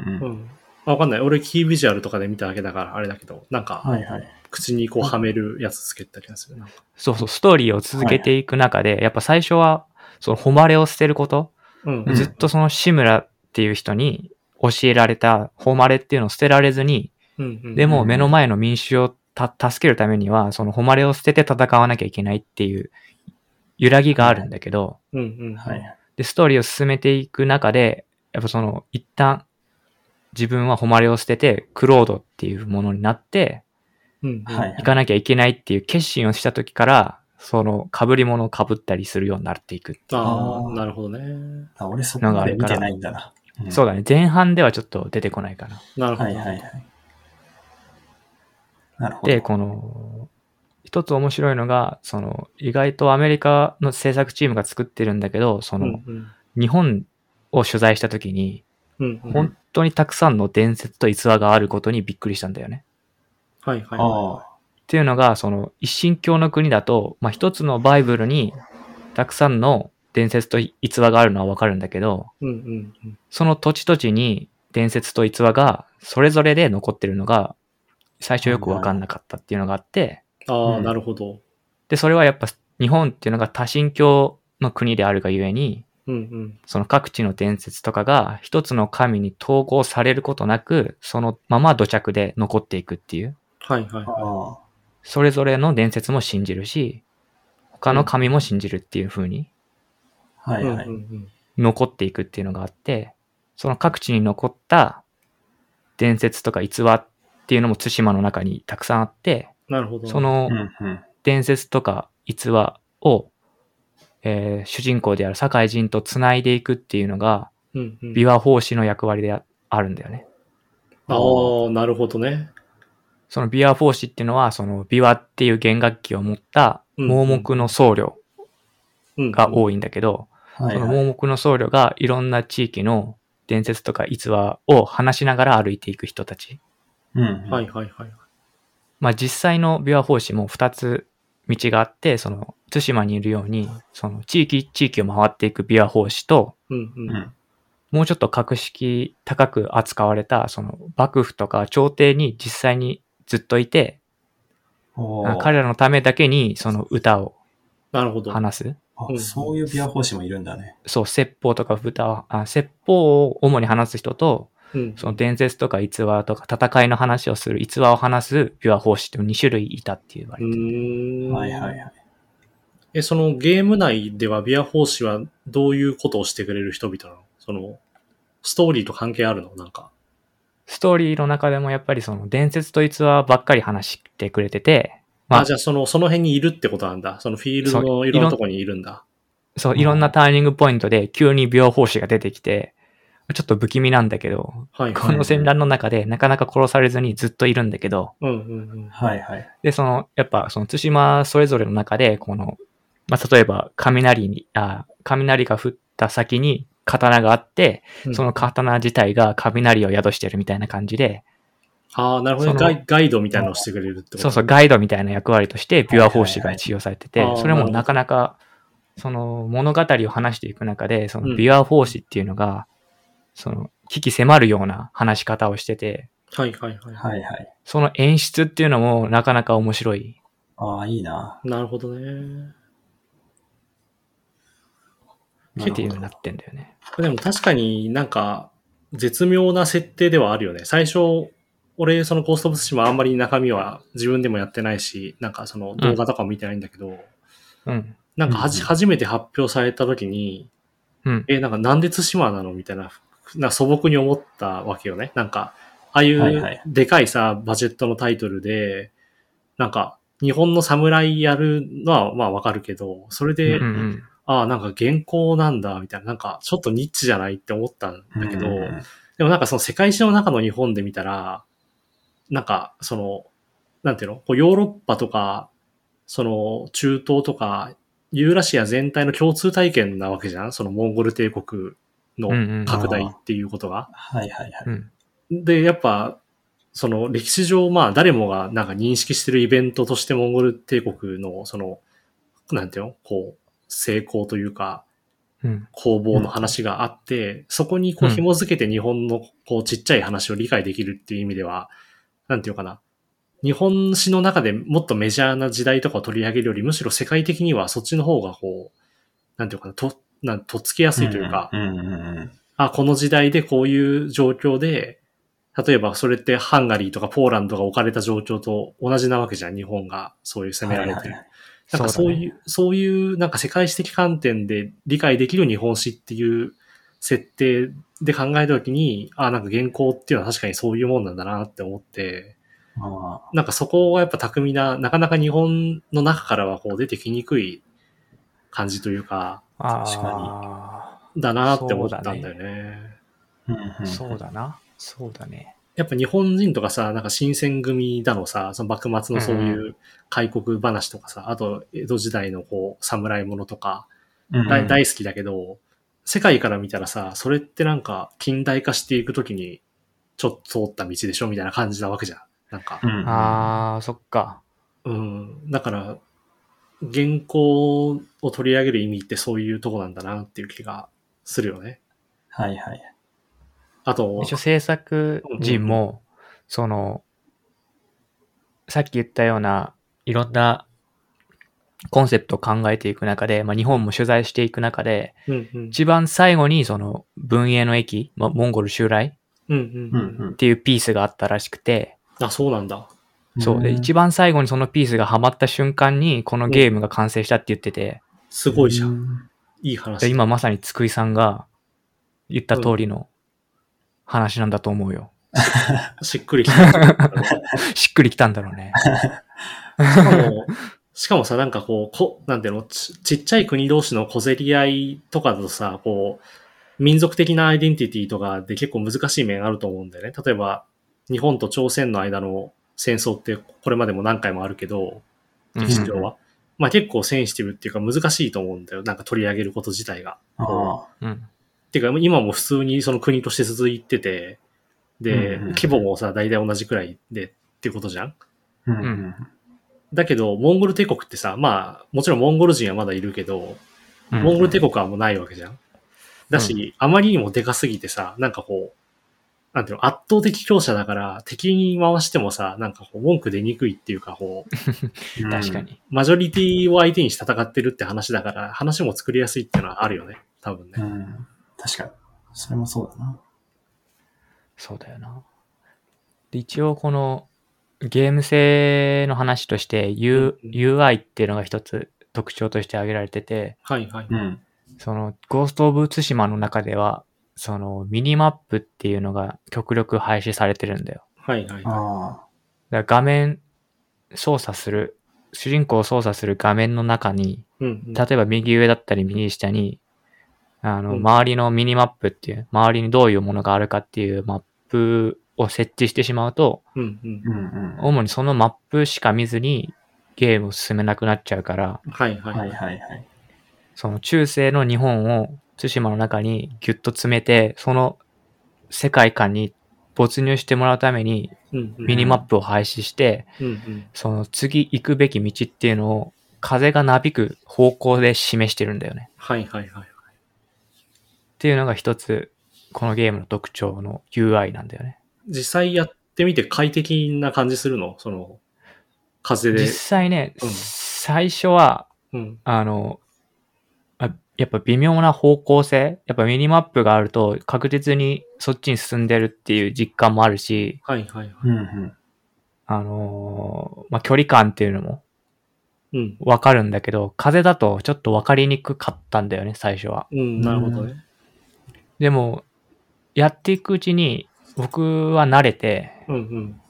[SPEAKER 2] ん。あわかんない。俺、キービジュアルとかで見ただけだから、あれだけど、なんか、
[SPEAKER 1] はいはい。
[SPEAKER 2] 口にこうはめるやつつけたりする。なんか
[SPEAKER 3] そうそう、ストーリーを続けていく中で、やっぱ最初は、その、誉れを捨てること、
[SPEAKER 2] うん。
[SPEAKER 1] うん
[SPEAKER 3] ずっとその志村っていう人に教えられた誉れっていうのを捨てられずに、
[SPEAKER 2] うんうん。
[SPEAKER 3] で
[SPEAKER 1] うん
[SPEAKER 3] も目の前の民衆をた助けるためには、その誉れを捨てて戦わなきゃいけないっていう揺らぎがあるんだけど、
[SPEAKER 2] うんうん。
[SPEAKER 1] はいはい。
[SPEAKER 3] で、ストーリーを進めていく中で、やっぱその、一旦、自分は誉れを捨てて、クロードっていうものになって、
[SPEAKER 2] うんうん。
[SPEAKER 1] はいはい
[SPEAKER 3] 行かなきゃいけないっていう決心をした時から、その被り物を被ったりするようになっていく。
[SPEAKER 1] あ
[SPEAKER 2] あ
[SPEAKER 1] ー
[SPEAKER 2] あ、なるほどね。
[SPEAKER 1] あ俺そこまで見てないんだな。うん
[SPEAKER 3] そうだね。前半ではちょっと出てこないかな。
[SPEAKER 2] なるほ
[SPEAKER 1] は
[SPEAKER 2] ど。
[SPEAKER 1] いはいはい。なるほど。
[SPEAKER 3] で、この、一つ面白いのが、その、意外とアメリカの制作チームが作ってるんだけど、そ
[SPEAKER 2] うん
[SPEAKER 3] の、日本を取材した時に、
[SPEAKER 2] うん。うんうん。
[SPEAKER 3] 本当にたくさんの伝説と逸話があることにびっくりしたんだよね。
[SPEAKER 2] はいはいは
[SPEAKER 1] ああ。
[SPEAKER 3] っていうのが、その、一神教の国だと、まあ、一つのバイブルに、たくさんの伝説と逸話があるのはわかるんだけど、
[SPEAKER 2] い。うんうんうん。
[SPEAKER 3] その土地土地に伝説と逸話がそれぞれで残ってるのが最初よくわかんなかったっていうのがあって、
[SPEAKER 2] あ
[SPEAKER 1] う
[SPEAKER 2] あ、
[SPEAKER 1] ん
[SPEAKER 2] なるほど。
[SPEAKER 3] で、それはやっぱ日本っていうのが多神教の国であるがゆえに、
[SPEAKER 2] うんうん。
[SPEAKER 3] その各地の伝説とかが一つの神に統合されることなく、そのまま土着で残っていくっていう、
[SPEAKER 2] はいはい。
[SPEAKER 1] ああ。
[SPEAKER 3] それぞれの伝説も信じるし、他の神も信じるっていう風に
[SPEAKER 1] はい
[SPEAKER 2] うんうん
[SPEAKER 1] はい。
[SPEAKER 2] うん
[SPEAKER 3] 残っていくっていうのがあって、その各地に残った伝説とか逸話っていうのも対馬の中にたくさんあって、
[SPEAKER 2] なるほど。
[SPEAKER 3] そ、の
[SPEAKER 1] うんうん。
[SPEAKER 3] 伝説とか逸話を、えー主人公である堺人と繋いでいくっていうのが、
[SPEAKER 2] うんうん。
[SPEAKER 3] 琵琶法師の役割でああるんだよね。
[SPEAKER 2] ああ、なるほどね。
[SPEAKER 3] その琵琶法師っていうのは、その琵琶っていう弦楽器を持った
[SPEAKER 2] うん
[SPEAKER 3] 盲目の僧侶
[SPEAKER 2] うん。
[SPEAKER 3] が
[SPEAKER 2] い。
[SPEAKER 3] 多いんだけど、
[SPEAKER 1] は
[SPEAKER 3] そ
[SPEAKER 1] いは
[SPEAKER 3] の
[SPEAKER 1] い。
[SPEAKER 3] 盲目の僧侶がいろんな地域の伝説とか逸話を話しながら歩いていく人たち。
[SPEAKER 1] うん。
[SPEAKER 2] はいはいはい。
[SPEAKER 3] まあ実際の琵琶法師も2つ道があって、その対馬にいるように、その地域地域を回っていく琵琶法師と、
[SPEAKER 2] うんう。
[SPEAKER 1] うんん。
[SPEAKER 3] もうちょっと格式高く扱われた、その幕府とか朝廷に実際にずっといて、
[SPEAKER 1] お
[SPEAKER 3] あ
[SPEAKER 1] ー
[SPEAKER 3] 彼らのためだけにその歌を
[SPEAKER 2] なるほど。
[SPEAKER 3] 話す。
[SPEAKER 1] あ
[SPEAKER 2] うん
[SPEAKER 1] そういうビア法師もいるんだね。
[SPEAKER 3] そう、説法とか歌を、あ説法を主に話す人と、
[SPEAKER 2] うん。
[SPEAKER 3] その伝説とか逸話とか戦いの話をする逸話を話す琵琶法師って2種類いたって言わ
[SPEAKER 2] う
[SPEAKER 3] れてる。
[SPEAKER 2] ーん。
[SPEAKER 1] はいはいはい。
[SPEAKER 2] え、そのゲーム内ではビア法師はどういうことをしてくれる人々なのその、ストーリーと関係あるのなんか。
[SPEAKER 3] ストーリーの中でもやっぱりその伝説と逸話ばっかり話してくれてて、まあ
[SPEAKER 2] あ、じゃあその、その辺にいるってことなんだ。そのフィールド
[SPEAKER 3] そ
[SPEAKER 2] の
[SPEAKER 3] う
[SPEAKER 2] いろんなとこにいるんだ。
[SPEAKER 3] そう、いろんなターニングポイントで急に病法師が出てきて、ちょっと不気味なんだけど、
[SPEAKER 2] はい
[SPEAKER 3] こ
[SPEAKER 2] はい。
[SPEAKER 3] の戦乱の中でなかなか殺されずにずっといるんだけど、
[SPEAKER 2] うんうんうん。
[SPEAKER 1] はいはい。
[SPEAKER 3] で、その、やっぱその対馬それぞれの中で、この、まあ、例えば雷に、あ、雷が降った先に刀があって、
[SPEAKER 2] うん
[SPEAKER 3] その刀自体が雷を宿してるみたいな感じで、
[SPEAKER 2] ああ、なるほどね。
[SPEAKER 3] その
[SPEAKER 2] ガイガイドみたいなのをしてくれるってこと
[SPEAKER 3] そうそう、ガイドみたいな役割として、琵琶法師が使用されてて、
[SPEAKER 2] はいはいはいあー
[SPEAKER 3] それもなかなか、その物語を話していく中で、その
[SPEAKER 2] うん
[SPEAKER 3] 琵琶法師っていうのが、その、危機迫るような話し方をしてて、
[SPEAKER 2] はいはいはい。
[SPEAKER 1] はいはい。
[SPEAKER 3] その演出っていうのもなかなか面白い。
[SPEAKER 1] ああ、いいな。
[SPEAKER 2] なるほどね。
[SPEAKER 1] な
[SPEAKER 3] っ
[SPEAKER 1] る
[SPEAKER 3] て
[SPEAKER 1] ほ
[SPEAKER 3] いうよう
[SPEAKER 1] ど
[SPEAKER 3] になってんだよね。
[SPEAKER 2] でも確かになんか、絶妙な設定ではあるよね。最初、俺、そのコーストオブスシもあんまり中身は自分でもやってないし、なんかその動画とかも見てないんだけど、
[SPEAKER 3] うん。
[SPEAKER 2] なんかはじ、
[SPEAKER 1] うんうん
[SPEAKER 2] 初めて発表された時に、
[SPEAKER 3] うん。
[SPEAKER 2] え、なんかなんで対馬なのみたいな、な素朴に思ったわけよね。なんか、ああい
[SPEAKER 1] はいはいう
[SPEAKER 2] でかいさ、バジェットのタイトルで、なんか、日本の侍やるのはまあわかるけど、それで、
[SPEAKER 3] うんうん。
[SPEAKER 2] ああ、なんか原稿なんだ、みたいな、なんかちょっとニッチじゃないって思ったんだけど、
[SPEAKER 1] うんうん
[SPEAKER 2] でもなんかその世界史の中の日本で見たら、なんかその、なんていうのこうヨーロッパとか、その中東とか、ユーラシア全体の共通体験なわけじゃんそのモンゴル帝国
[SPEAKER 3] うん
[SPEAKER 2] の
[SPEAKER 3] うん
[SPEAKER 2] 拡大っていうことが。
[SPEAKER 1] はいはいはい。
[SPEAKER 3] うん。
[SPEAKER 2] で、やっぱ、その歴史上、まあ誰もがなんか認識してるイベントとしてモンゴル帝国の、その、なんていうのこう、成功というか、
[SPEAKER 3] うん。
[SPEAKER 2] 工房の話があって、そこにこう
[SPEAKER 3] うん
[SPEAKER 2] 紐づけて日本のこうちっちゃい話を理解できるっていう意味では、なんていうかな。日本史の中でもっとメジャーな時代とかを取り上げるより、むしろ世界的にはそっちの方がこう、なんていうかな、と、なんとっつきやすいというか、
[SPEAKER 1] うんうんうんうん。
[SPEAKER 2] あ、この時代でこういう状況で、例えばそれってハンガリーとかポーランドが置かれた状況と同じなわけじゃん、日本がそういう攻められてる。
[SPEAKER 1] はいはいはい
[SPEAKER 2] なんかそう
[SPEAKER 3] だ
[SPEAKER 2] い
[SPEAKER 3] ね
[SPEAKER 2] う、そういうなんか世界史的観点で理解できる日本史っていう設定で考えたときに、あなんか原稿っていうのは確かにそういうもんなんだなって思って、
[SPEAKER 1] ああ、
[SPEAKER 2] なんかそこはやっぱ巧みな、なかなか日本の中からはこう出てきにくい感じというか、
[SPEAKER 3] あ
[SPEAKER 1] 確かに
[SPEAKER 3] あ
[SPEAKER 2] だなって思ったんだよ
[SPEAKER 3] そう
[SPEAKER 2] ね。
[SPEAKER 1] うんうん
[SPEAKER 3] そうだな。そうだね。
[SPEAKER 2] やっぱ日本人とかさ、なんか新選組だのさ、その幕末のそういう開国話とかさ、あと江戸時代のこう侍物とか、
[SPEAKER 1] うん
[SPEAKER 2] 大
[SPEAKER 3] うん
[SPEAKER 2] 大好きだけど、世界から見たらさ、それってなんか近代化していくときに、ちょっと通った道でしょみたいな感じなわけじゃん。なんか
[SPEAKER 1] う、ん
[SPEAKER 3] ああ、そっか。
[SPEAKER 2] うん。だから、原稿を取り上げる意味ってそういうとこなんだなっていう気がするよね。
[SPEAKER 1] はいはい。
[SPEAKER 2] あと、
[SPEAKER 3] 一応制作陣も、その、さっき言ったような、いろんなコンセプトを考えていく中で、まあ、日本も取材していく中で、
[SPEAKER 2] うんうん。
[SPEAKER 3] 一番最後にその文英の駅、まあ、モンゴル襲来
[SPEAKER 2] うん
[SPEAKER 1] う
[SPEAKER 2] うんんうん。
[SPEAKER 3] っていうピースがあったらしくて、
[SPEAKER 2] あ、そうなんだ。
[SPEAKER 1] うん。
[SPEAKER 3] そう。で、一番最後にそのピースがハマった瞬間に、このゲームが完成したって言ってて、
[SPEAKER 2] すごいじゃん。
[SPEAKER 1] ん。
[SPEAKER 2] いい話
[SPEAKER 3] で
[SPEAKER 2] だ。
[SPEAKER 3] 今まさにつくいさんが言った通りの話なんだと思うよ。
[SPEAKER 2] しっくりきた。
[SPEAKER 3] しっくりきたんだろうね。
[SPEAKER 2] しかも、 しかもさ、なんかこう、こ、なんていうの、ちちっちゃい国同士の小競り合いとかだとさ、こう、民族的なアイデンティティとかで結構難しい面あると思うんだよね。例えば、日本と朝鮮の間の戦争ってこれまでも何回もあるけど、
[SPEAKER 3] うん
[SPEAKER 2] 歴史上は。まあ結構センシティブっていうか難しいと思うんだよ。なんか取り上げること自体が。
[SPEAKER 1] ああ。
[SPEAKER 3] うん。
[SPEAKER 2] てか今も普通にその国として続いてて、で、
[SPEAKER 1] うんうん
[SPEAKER 2] 規模もさ、大体同じくらいでってことじゃん
[SPEAKER 1] うんうん。
[SPEAKER 2] だけど、モンゴル帝国ってさ、まあ、もちろんモンゴル人はまだいるけど、
[SPEAKER 3] うん
[SPEAKER 2] モンゴル帝国はもうないわけじゃん。だし、あまりにもでかすぎてさ、なんかこう、なんていうの、圧倒的強者だから、敵に回してもさ、なんかこう、文句出にくいっていうか、こう、
[SPEAKER 1] うん
[SPEAKER 3] 確か。に。
[SPEAKER 2] マジョリティを相手にして戦ってるって話だから、話も作りやすいっていうのはあるよね。多分
[SPEAKER 1] う
[SPEAKER 2] ね。
[SPEAKER 1] ん。確かに。それもそうだな。
[SPEAKER 3] そうだよな。で一応このゲーム性の話として、U
[SPEAKER 2] うんうん
[SPEAKER 3] UI っていうのが一つ特徴として挙げられてて、
[SPEAKER 2] はいはい。
[SPEAKER 1] うん。
[SPEAKER 3] そのゴースト・オブ・ツシマの中では、そのミニマップっていうのが極力廃止されてるんだよ。
[SPEAKER 2] はいはい。
[SPEAKER 1] あ
[SPEAKER 3] だから画面操作する、主人公を操作する画面の中に、
[SPEAKER 2] うん、うん。
[SPEAKER 3] 例えば右上だったり右下に、あの、
[SPEAKER 2] うん
[SPEAKER 3] 周りのミニマップっていう、周りにどういうものがあるかっていうマップを設置してしまうと、
[SPEAKER 2] うんうん
[SPEAKER 1] あ。う。んうん。
[SPEAKER 3] 主にそのマップしか見ずにゲームを進めなくなっちゃうから、
[SPEAKER 2] はいはい。
[SPEAKER 1] はいはいはい。
[SPEAKER 3] その中世の日本を対馬の中にギュッと詰めて、その世界観に没入してもらうために
[SPEAKER 2] うんうん。
[SPEAKER 3] ミニマップを廃止して、
[SPEAKER 2] うんうん。
[SPEAKER 3] その次行くべき道っていうのを風がなびく方向で示してるんだよね。
[SPEAKER 2] はいはいはい。
[SPEAKER 3] っていうのが一つ、このゲームの特徴の UI なんだよね。
[SPEAKER 2] 実際やってみて快適な感じするのその、風で
[SPEAKER 3] 実。際ね、
[SPEAKER 2] うん
[SPEAKER 3] 最初は、
[SPEAKER 2] うん。
[SPEAKER 3] あの、あやっぱ微妙な方向性、やっぱミニマップがあると確実にそっちに進んでるっていう実感もあるし、
[SPEAKER 2] はいはいはい。
[SPEAKER 1] うんうん。
[SPEAKER 3] あのーまあ、距離感っていうのも
[SPEAKER 2] うん。
[SPEAKER 3] わかるんだけど、風だとちょっとわかりにくかったんだよね、最初は。
[SPEAKER 2] うん、なるほどね。
[SPEAKER 3] でも、やっていくうちに僕は慣れて、
[SPEAKER 2] うんうん。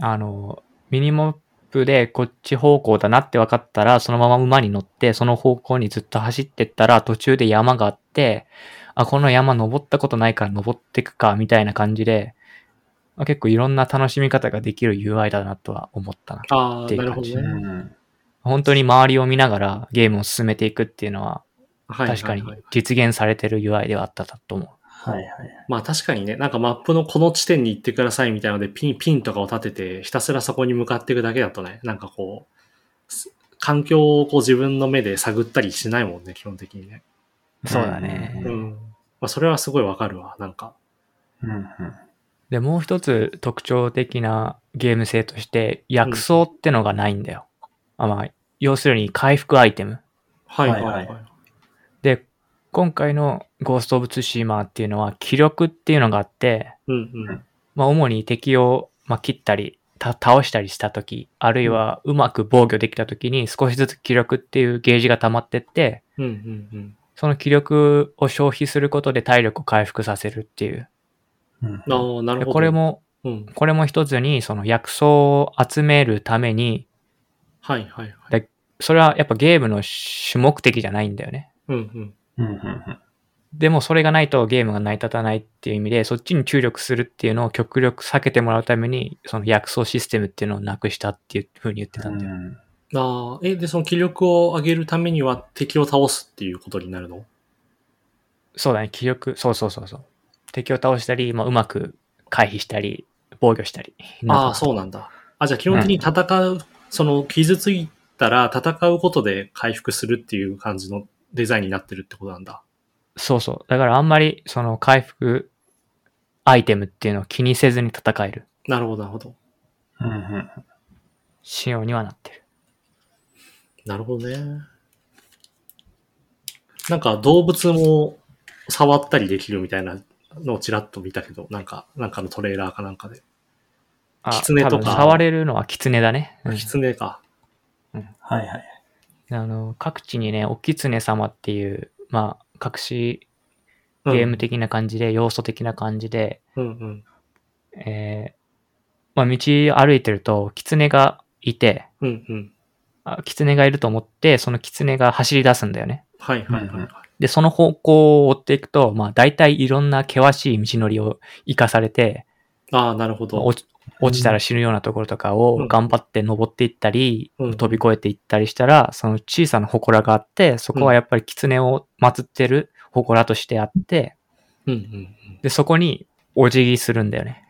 [SPEAKER 3] あの、ミニマップでこっち方向だなって分かったら、そのまま馬に乗って、その方向にずっと走ってったら、途中で山があって、あ、この山登ったことないから登ってくか、みたいな感じで、まあ結構いろんな楽しみ方ができる UI だなとは思ったな。
[SPEAKER 2] あ
[SPEAKER 3] っ
[SPEAKER 2] あ、
[SPEAKER 3] ていう
[SPEAKER 2] なるほど
[SPEAKER 1] う
[SPEAKER 2] ね。
[SPEAKER 1] ん
[SPEAKER 3] 本当に周りを見ながらゲームを進めていくっていうのは、
[SPEAKER 2] はいはい
[SPEAKER 3] 確か
[SPEAKER 2] はい
[SPEAKER 3] に実現されてる UI ではあったと思う。
[SPEAKER 1] はいはい。
[SPEAKER 2] まあ確かにね、なんかマップのこの地点に行ってくださいみたいので、ピン、ピンとかを立てて、ひたすらそこに向かっていくだけだとね、なんかこう、す環境をこう自分の目で探ったりしないもんね、基本的にね。
[SPEAKER 3] そうだね。
[SPEAKER 1] う
[SPEAKER 2] うんん。まあそれはすごいわかるわ、なんか。
[SPEAKER 1] うんうん。
[SPEAKER 3] で、もう一つ特徴的なゲーム性として、薬草ってのがないんだよ。あまあ、要するに回復アイテム。
[SPEAKER 2] はいはい
[SPEAKER 1] は
[SPEAKER 2] はいい。
[SPEAKER 1] は
[SPEAKER 3] で、今回のゴースト・オブ・ツシーマーっていうのは、気力っていうのがあって、
[SPEAKER 2] うんうん。
[SPEAKER 3] まあ、主に敵を、まあ、切ったり、た倒したりした時あるいはうまく防御できた時に少しずつ気力っていうゲージが溜まってって、
[SPEAKER 2] うんうんうん。
[SPEAKER 3] その気力を消費することで体力を回復させるっていう。
[SPEAKER 1] うん
[SPEAKER 2] ああ、なる
[SPEAKER 3] で
[SPEAKER 2] ほど。
[SPEAKER 3] これ、も、
[SPEAKER 2] うん。
[SPEAKER 3] これも一つに、その薬草を集めるために、
[SPEAKER 2] はいはいはい。
[SPEAKER 3] でそれはやっぱゲームの主目的じゃないんだよね。
[SPEAKER 2] うんうん。
[SPEAKER 1] うんうん
[SPEAKER 3] でもそれがないとゲームが成り立たないっていう意味で、そっちに注力するっていうのを極力避けてもらうために、その薬草システムっていうのをなくしたっていうふうに言ってたんだよ。
[SPEAKER 1] うん。
[SPEAKER 2] ああ、え、で、その気力を上げるためには敵を倒すっていうことになるの
[SPEAKER 3] そうだね、気力、そうそうそうそう。敵を倒したり、まあ、うまく回避したり、防御したり。
[SPEAKER 2] ああ、そうなんだ。あ、じゃあ基本的に戦う、その傷ついたら戦うことで回復するっていう感じのデザインになってるってことなんだ。
[SPEAKER 3] そうそう。だからあんまりその回復アイテムっていうのを気にせずに戦える
[SPEAKER 2] なるほど、なるほど。
[SPEAKER 1] うんうん。
[SPEAKER 3] 仕様にはなってる。
[SPEAKER 2] なるほどね。なんか動物も触ったりできるみたいなのをちらっと見たけど、なんか、なんかのトレーラーかなんかで。
[SPEAKER 3] あ
[SPEAKER 2] 狐とか
[SPEAKER 3] 多分触れるのは狐だね。うん
[SPEAKER 2] キツネか。
[SPEAKER 1] はいはい。
[SPEAKER 3] あの、各地にね、お狐様っていう、まあ、隠し
[SPEAKER 2] う
[SPEAKER 3] ゲ
[SPEAKER 2] ん
[SPEAKER 3] ーム的な感じで、要素的な感じで、
[SPEAKER 2] うんうん。
[SPEAKER 3] えーまあ、道歩いてると、狐がいて、
[SPEAKER 2] うんうん。
[SPEAKER 3] あ狐がいると思って、その狐が走り出すんだよね。
[SPEAKER 2] はいはいはいはい。
[SPEAKER 3] で、その方向を追っていくと、まあ、大体いろんな険しい道のりを生かされて、
[SPEAKER 2] ああ、なるほど。
[SPEAKER 3] 落ち落ちたら死ぬようなところとか
[SPEAKER 2] う
[SPEAKER 3] を
[SPEAKER 2] ん
[SPEAKER 3] 頑張って登っていったり、
[SPEAKER 2] うん
[SPEAKER 3] 飛び越えていったりしたら、その小さな祠があって、そこはやっぱり狐を祀ってる祠としてあって、
[SPEAKER 2] うんうん
[SPEAKER 3] で、そこにお辞儀するんだよね。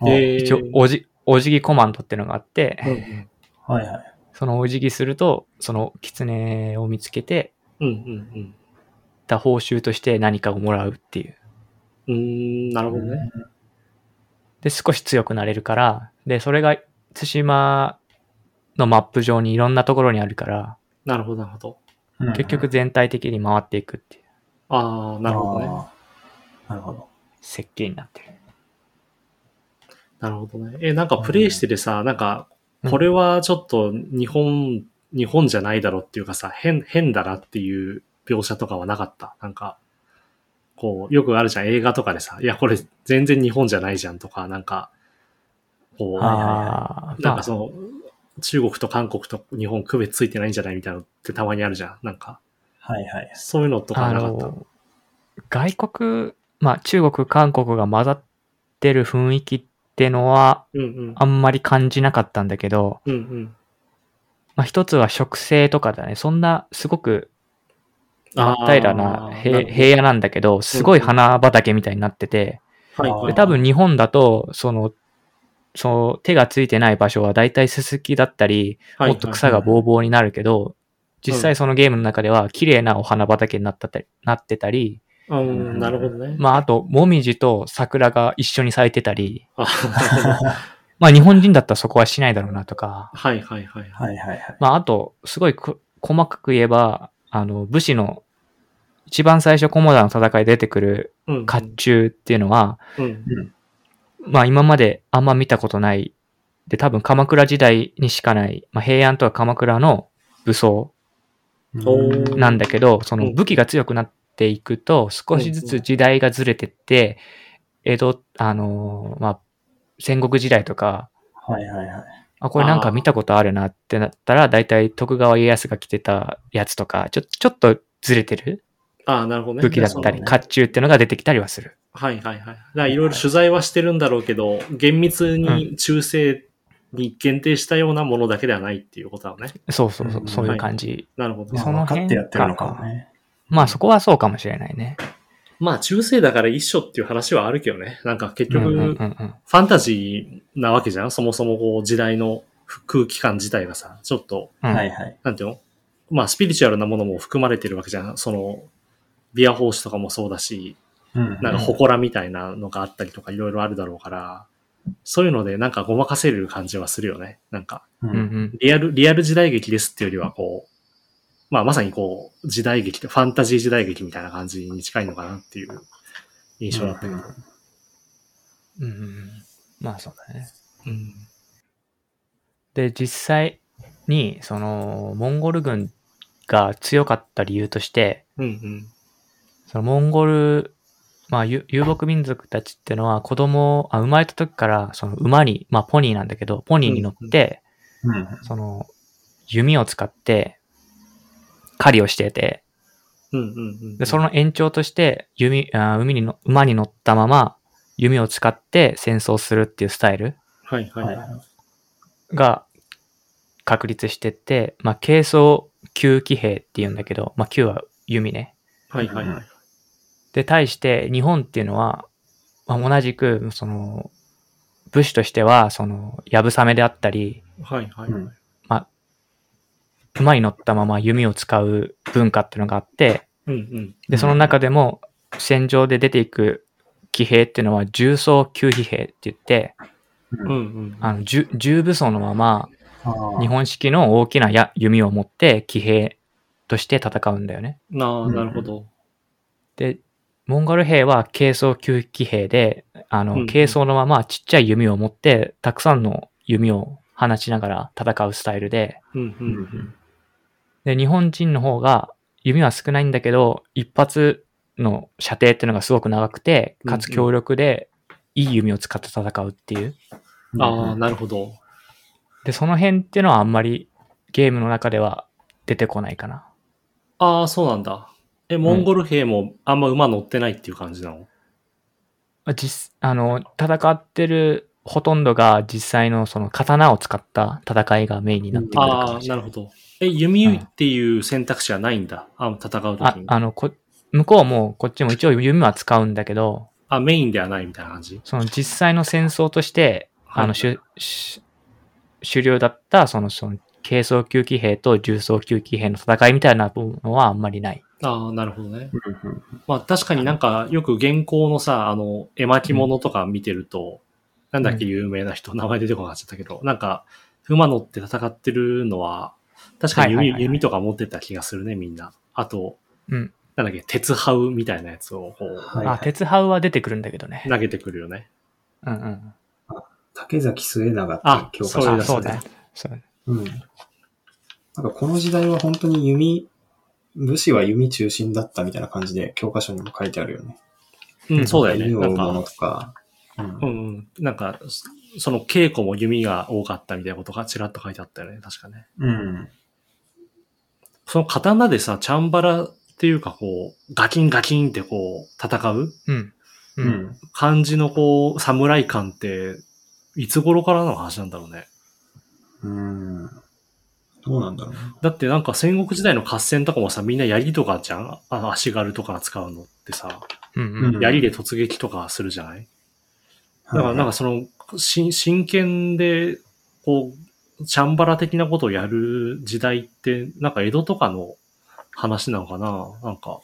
[SPEAKER 2] うん。えー
[SPEAKER 3] 一応、おじ、お辞儀コマンドってのがあって、
[SPEAKER 2] うんうん
[SPEAKER 1] あはいはい。
[SPEAKER 3] そのお辞儀すると、その狐を見つけて、
[SPEAKER 2] うんうん
[SPEAKER 3] た報酬として何かをもらうっていう。
[SPEAKER 2] うん。うーん、なるほどね。
[SPEAKER 3] で、少し強くなれるから、で、それが対馬のマップ上にいろんなところにあるから、
[SPEAKER 2] なるほど、なるほど。
[SPEAKER 1] うん
[SPEAKER 3] 結局、全体的に回っていくっていう
[SPEAKER 2] ああ、なるほどね。
[SPEAKER 1] あーなるほど。
[SPEAKER 3] 設計になってる。
[SPEAKER 2] なるほどね。え、なんかプレイしててさ、なんか、これはちょっと日本、日本じゃないだろっていうかさ、変、変だなっていう描写とかはなかった。なんか、こう、よくあるじゃん、映画とかでさ、いや、これ全然日本じゃないじゃんとか、なんか、こう、
[SPEAKER 3] ああ、
[SPEAKER 2] なん
[SPEAKER 3] ま
[SPEAKER 2] か
[SPEAKER 3] あ
[SPEAKER 2] その、中国と韓国と日本区別ついてないんじゃないみたいなのってたまにあるじゃん。なんか、
[SPEAKER 1] はいはい。
[SPEAKER 2] そういうのとか
[SPEAKER 3] あ
[SPEAKER 2] なかった。
[SPEAKER 3] の、外国、まあ中国、韓国が混ざってる雰囲気ってのは
[SPEAKER 2] うんうん。
[SPEAKER 3] あんまり感じなかったんだけど、
[SPEAKER 2] うんうん。
[SPEAKER 3] まあ一つは植生とかだね。そんなすごく
[SPEAKER 2] あー
[SPEAKER 3] 平らなへ
[SPEAKER 2] るほど
[SPEAKER 3] 平野なんだけど、すごい花畑みたいになってて、
[SPEAKER 2] はいはい
[SPEAKER 3] で多分日本だと、その、そう手がついてない場所はだいたいススキだったり、もっと草がボーボーになるけど、実際そのゲームの中では綺麗なお花畑になったたりなってたり、
[SPEAKER 2] はいはいはいうん、なるほどね。
[SPEAKER 3] まあ、あと、もみじと桜が一緒に咲いてたり、
[SPEAKER 2] あ、 なるほど
[SPEAKER 3] まあ、日本人だったらそこはしないだろうなとか、
[SPEAKER 2] はいはいはいはい。
[SPEAKER 1] はいはいはい。
[SPEAKER 3] まあ、あと、すごいこ細かく言えば、あの、武士の、一番最初、コモダの戦いで出てくる
[SPEAKER 2] うんうん。
[SPEAKER 3] 甲冑っていうのは、
[SPEAKER 2] うん。
[SPEAKER 3] まあ、今まであんま見たことない、で、多分、鎌倉時代にしかない、まあ、平安とは鎌倉の武装
[SPEAKER 2] おー
[SPEAKER 3] なんだけど、その
[SPEAKER 2] うん
[SPEAKER 3] 武器が強くなっていくと、少しずつ時代がずれてって、江戸、あのーまあ、戦国時代とか、
[SPEAKER 1] はいはいはい。
[SPEAKER 3] あ、これなんか見たことあるなってなったら、だいたい徳川家康が着てたやつとか、ちょ、ちょっとずれてる
[SPEAKER 2] ああ、なるほどね。
[SPEAKER 3] 武器だったり、
[SPEAKER 2] そう
[SPEAKER 3] 甲冑っていうのが出てきたりはする。
[SPEAKER 2] はいはいはい。だからいろいろ取材はしてるんだろうけど、厳密に中世に限定したようなものだけではないっていうことだね。
[SPEAKER 3] そうそうそうう、
[SPEAKER 1] ん
[SPEAKER 3] そういう感じ。
[SPEAKER 2] なるほど
[SPEAKER 1] まあ、。
[SPEAKER 3] その
[SPEAKER 1] 分か
[SPEAKER 3] 辺
[SPEAKER 1] ってやってるのかもね。
[SPEAKER 3] まあそこはそうかもしれないね。
[SPEAKER 2] まあ中世だから一緒っていう話はあるけどね。なんか結
[SPEAKER 3] うんうん
[SPEAKER 2] 局、
[SPEAKER 3] うんうん。
[SPEAKER 2] ファンタジーなわけじゃんそもそもこう時代の空気感自体がさ、ちょっと、
[SPEAKER 3] うん
[SPEAKER 1] はいはい。
[SPEAKER 2] なんていうのまあスピリチュアルなものも含まれてるわけじゃんその、ビア法師とかもそうだし、
[SPEAKER 1] うん
[SPEAKER 2] なんか祠みたいなのがあったりとかいろいろあるだろうから、そういうのでなんかごまかせる感じはするよね。なんか、
[SPEAKER 1] う
[SPEAKER 3] うんうんん。
[SPEAKER 2] リアル、リアル時代劇ですっていうよりはこう、まあまさにこう、時代劇って、ファンタジー時代劇みたいな感じに近いのかなっていう印象だったけど。
[SPEAKER 3] うんうんうん。まあそうだね。
[SPEAKER 2] うん。
[SPEAKER 3] で、実際に、その、モンゴル軍が強かった理由として、
[SPEAKER 2] うんうん。
[SPEAKER 3] そのモンゴル、まあ、遊遊牧民族たちってのは子供を、あ生まれた時から、その馬に、まあ、ポニーなんだけど、ポニーに乗って、
[SPEAKER 1] うん
[SPEAKER 3] その、弓を使って、狩りをしてて、
[SPEAKER 2] うんうんうん。
[SPEAKER 3] で、その延長として、弓、あ海にの、馬に乗ったまま、弓を使って戦争するっていうスタイル
[SPEAKER 2] はいはいは。
[SPEAKER 1] はいい
[SPEAKER 3] が確立してって、まあ、軽装旧騎兵って言うんだけど、まあ、旧は弓ね。
[SPEAKER 2] はいはいはい。
[SPEAKER 3] で、対して日本っていうのは、まあ、同じく、その、武士としては、その、やぶさめであったり、
[SPEAKER 2] はいはいはい。
[SPEAKER 3] 馬に乗ったまま弓を使う文化っていうのがあって、
[SPEAKER 2] うんうん。
[SPEAKER 3] で、その中でも、戦場で出ていく騎兵っていうのは、重装旧騎兵って言って、
[SPEAKER 2] うんうん。
[SPEAKER 3] あの、重重武装のまま、
[SPEAKER 1] あ
[SPEAKER 3] 日本式の大きなや弓を持って騎兵として戦うんだよね。
[SPEAKER 2] なあ、なるほど。
[SPEAKER 3] で、モンゴル兵は軽装旧騎兵で、あ
[SPEAKER 2] うんう
[SPEAKER 3] の、
[SPEAKER 2] ん
[SPEAKER 3] 軽装のままちっちゃい弓を持って、たくさんの弓を放ちながら戦うスタイルで、
[SPEAKER 2] うんう
[SPEAKER 1] ー
[SPEAKER 2] ん。
[SPEAKER 3] で、日本人の方が弓は少ないんだけど、一発の射程っていうのがすごく長くて、かつ
[SPEAKER 2] うんうん
[SPEAKER 3] 強力で、いい弓を使って戦うっていう。
[SPEAKER 2] ああ、なるほど。
[SPEAKER 3] で、その辺っていうのはあんまりゲームの中では出てこないかな。
[SPEAKER 2] ああ、そうなんだ。え、モンゴル兵もあんま馬乗ってないっていう感じなの、
[SPEAKER 3] えまあ実、あの、戦ってるほとんどが実際のその刀を使った戦いがメインになってくるか
[SPEAKER 2] あ
[SPEAKER 3] も
[SPEAKER 2] あ、
[SPEAKER 3] しれ
[SPEAKER 2] な
[SPEAKER 3] な
[SPEAKER 2] る
[SPEAKER 3] い。
[SPEAKER 2] ほど。え、弓っていう選択肢はないんだ。あ戦うと
[SPEAKER 3] あ
[SPEAKER 2] きに。あ
[SPEAKER 3] あのこ、向こうもこっちも一応弓は使うんだけど、
[SPEAKER 2] メインではないみたいな感じ。
[SPEAKER 3] その実際の戦争として、
[SPEAKER 2] はい
[SPEAKER 3] あの、主、主主流だった、その、その、軽装級騎兵と重装級騎兵の戦いみたいなのはあんまりない。
[SPEAKER 2] ああ、なるほどね。
[SPEAKER 1] うんうん
[SPEAKER 2] まあ確かになんかよく原稿のさ、あの、絵巻物とか見てると、なんだっけ有名な人、名前出てこなかっちゃったけど、なんか、馬乗って戦ってるのは、確かに
[SPEAKER 3] はい
[SPEAKER 2] 弓,、
[SPEAKER 3] はいはいはい
[SPEAKER 2] 弓とか持ってた気がするね、みんな。あと、
[SPEAKER 3] うん。
[SPEAKER 2] なんだっけ、鉄ハウみたいなやつをこう、
[SPEAKER 1] はいは
[SPEAKER 3] あ、
[SPEAKER 1] い。
[SPEAKER 3] 鉄ハウは出てくるんだけどね。
[SPEAKER 2] 投げてくるよね。
[SPEAKER 3] うんうん。
[SPEAKER 1] 竹崎末永
[SPEAKER 2] あ
[SPEAKER 1] っていう教科
[SPEAKER 2] それ
[SPEAKER 1] 書
[SPEAKER 2] だ
[SPEAKER 3] あ、
[SPEAKER 1] です
[SPEAKER 3] そう
[SPEAKER 1] ね
[SPEAKER 3] だよ。そう
[SPEAKER 1] うん。なんかこの時代は本当に弓、武士は弓中心だったみたいな感じで教科書にも書いてあるよね。
[SPEAKER 2] うん、そうだよね。
[SPEAKER 1] 弓を
[SPEAKER 2] な
[SPEAKER 1] 追
[SPEAKER 2] ん
[SPEAKER 1] うもの
[SPEAKER 2] か、
[SPEAKER 1] とか。うん
[SPEAKER 2] うんうん、なんか、そその稽古も弓が多かったみたいなことがちらっと書いてあったよね、確かね。
[SPEAKER 1] うん。
[SPEAKER 2] その刀でさ、チャンバラっていうかこう、ガキンガキンってこう、戦う
[SPEAKER 3] うん。う。
[SPEAKER 1] うんん。
[SPEAKER 2] 感じのこう、侍感って、いつ頃からの話なんだろうね。
[SPEAKER 1] うん。どうなんだろうね。
[SPEAKER 2] だってなんか戦国時代の合戦とかもさ、みんな槍とかじゃんあの足軽とか使うのってさ、
[SPEAKER 3] うん。
[SPEAKER 1] う
[SPEAKER 3] うんん。
[SPEAKER 2] 槍で突撃とかするじゃないだからなんかその、し真剣で、こう、チャンバラ的なことをやる時代って、なんか江戸とかの話なのかななんか、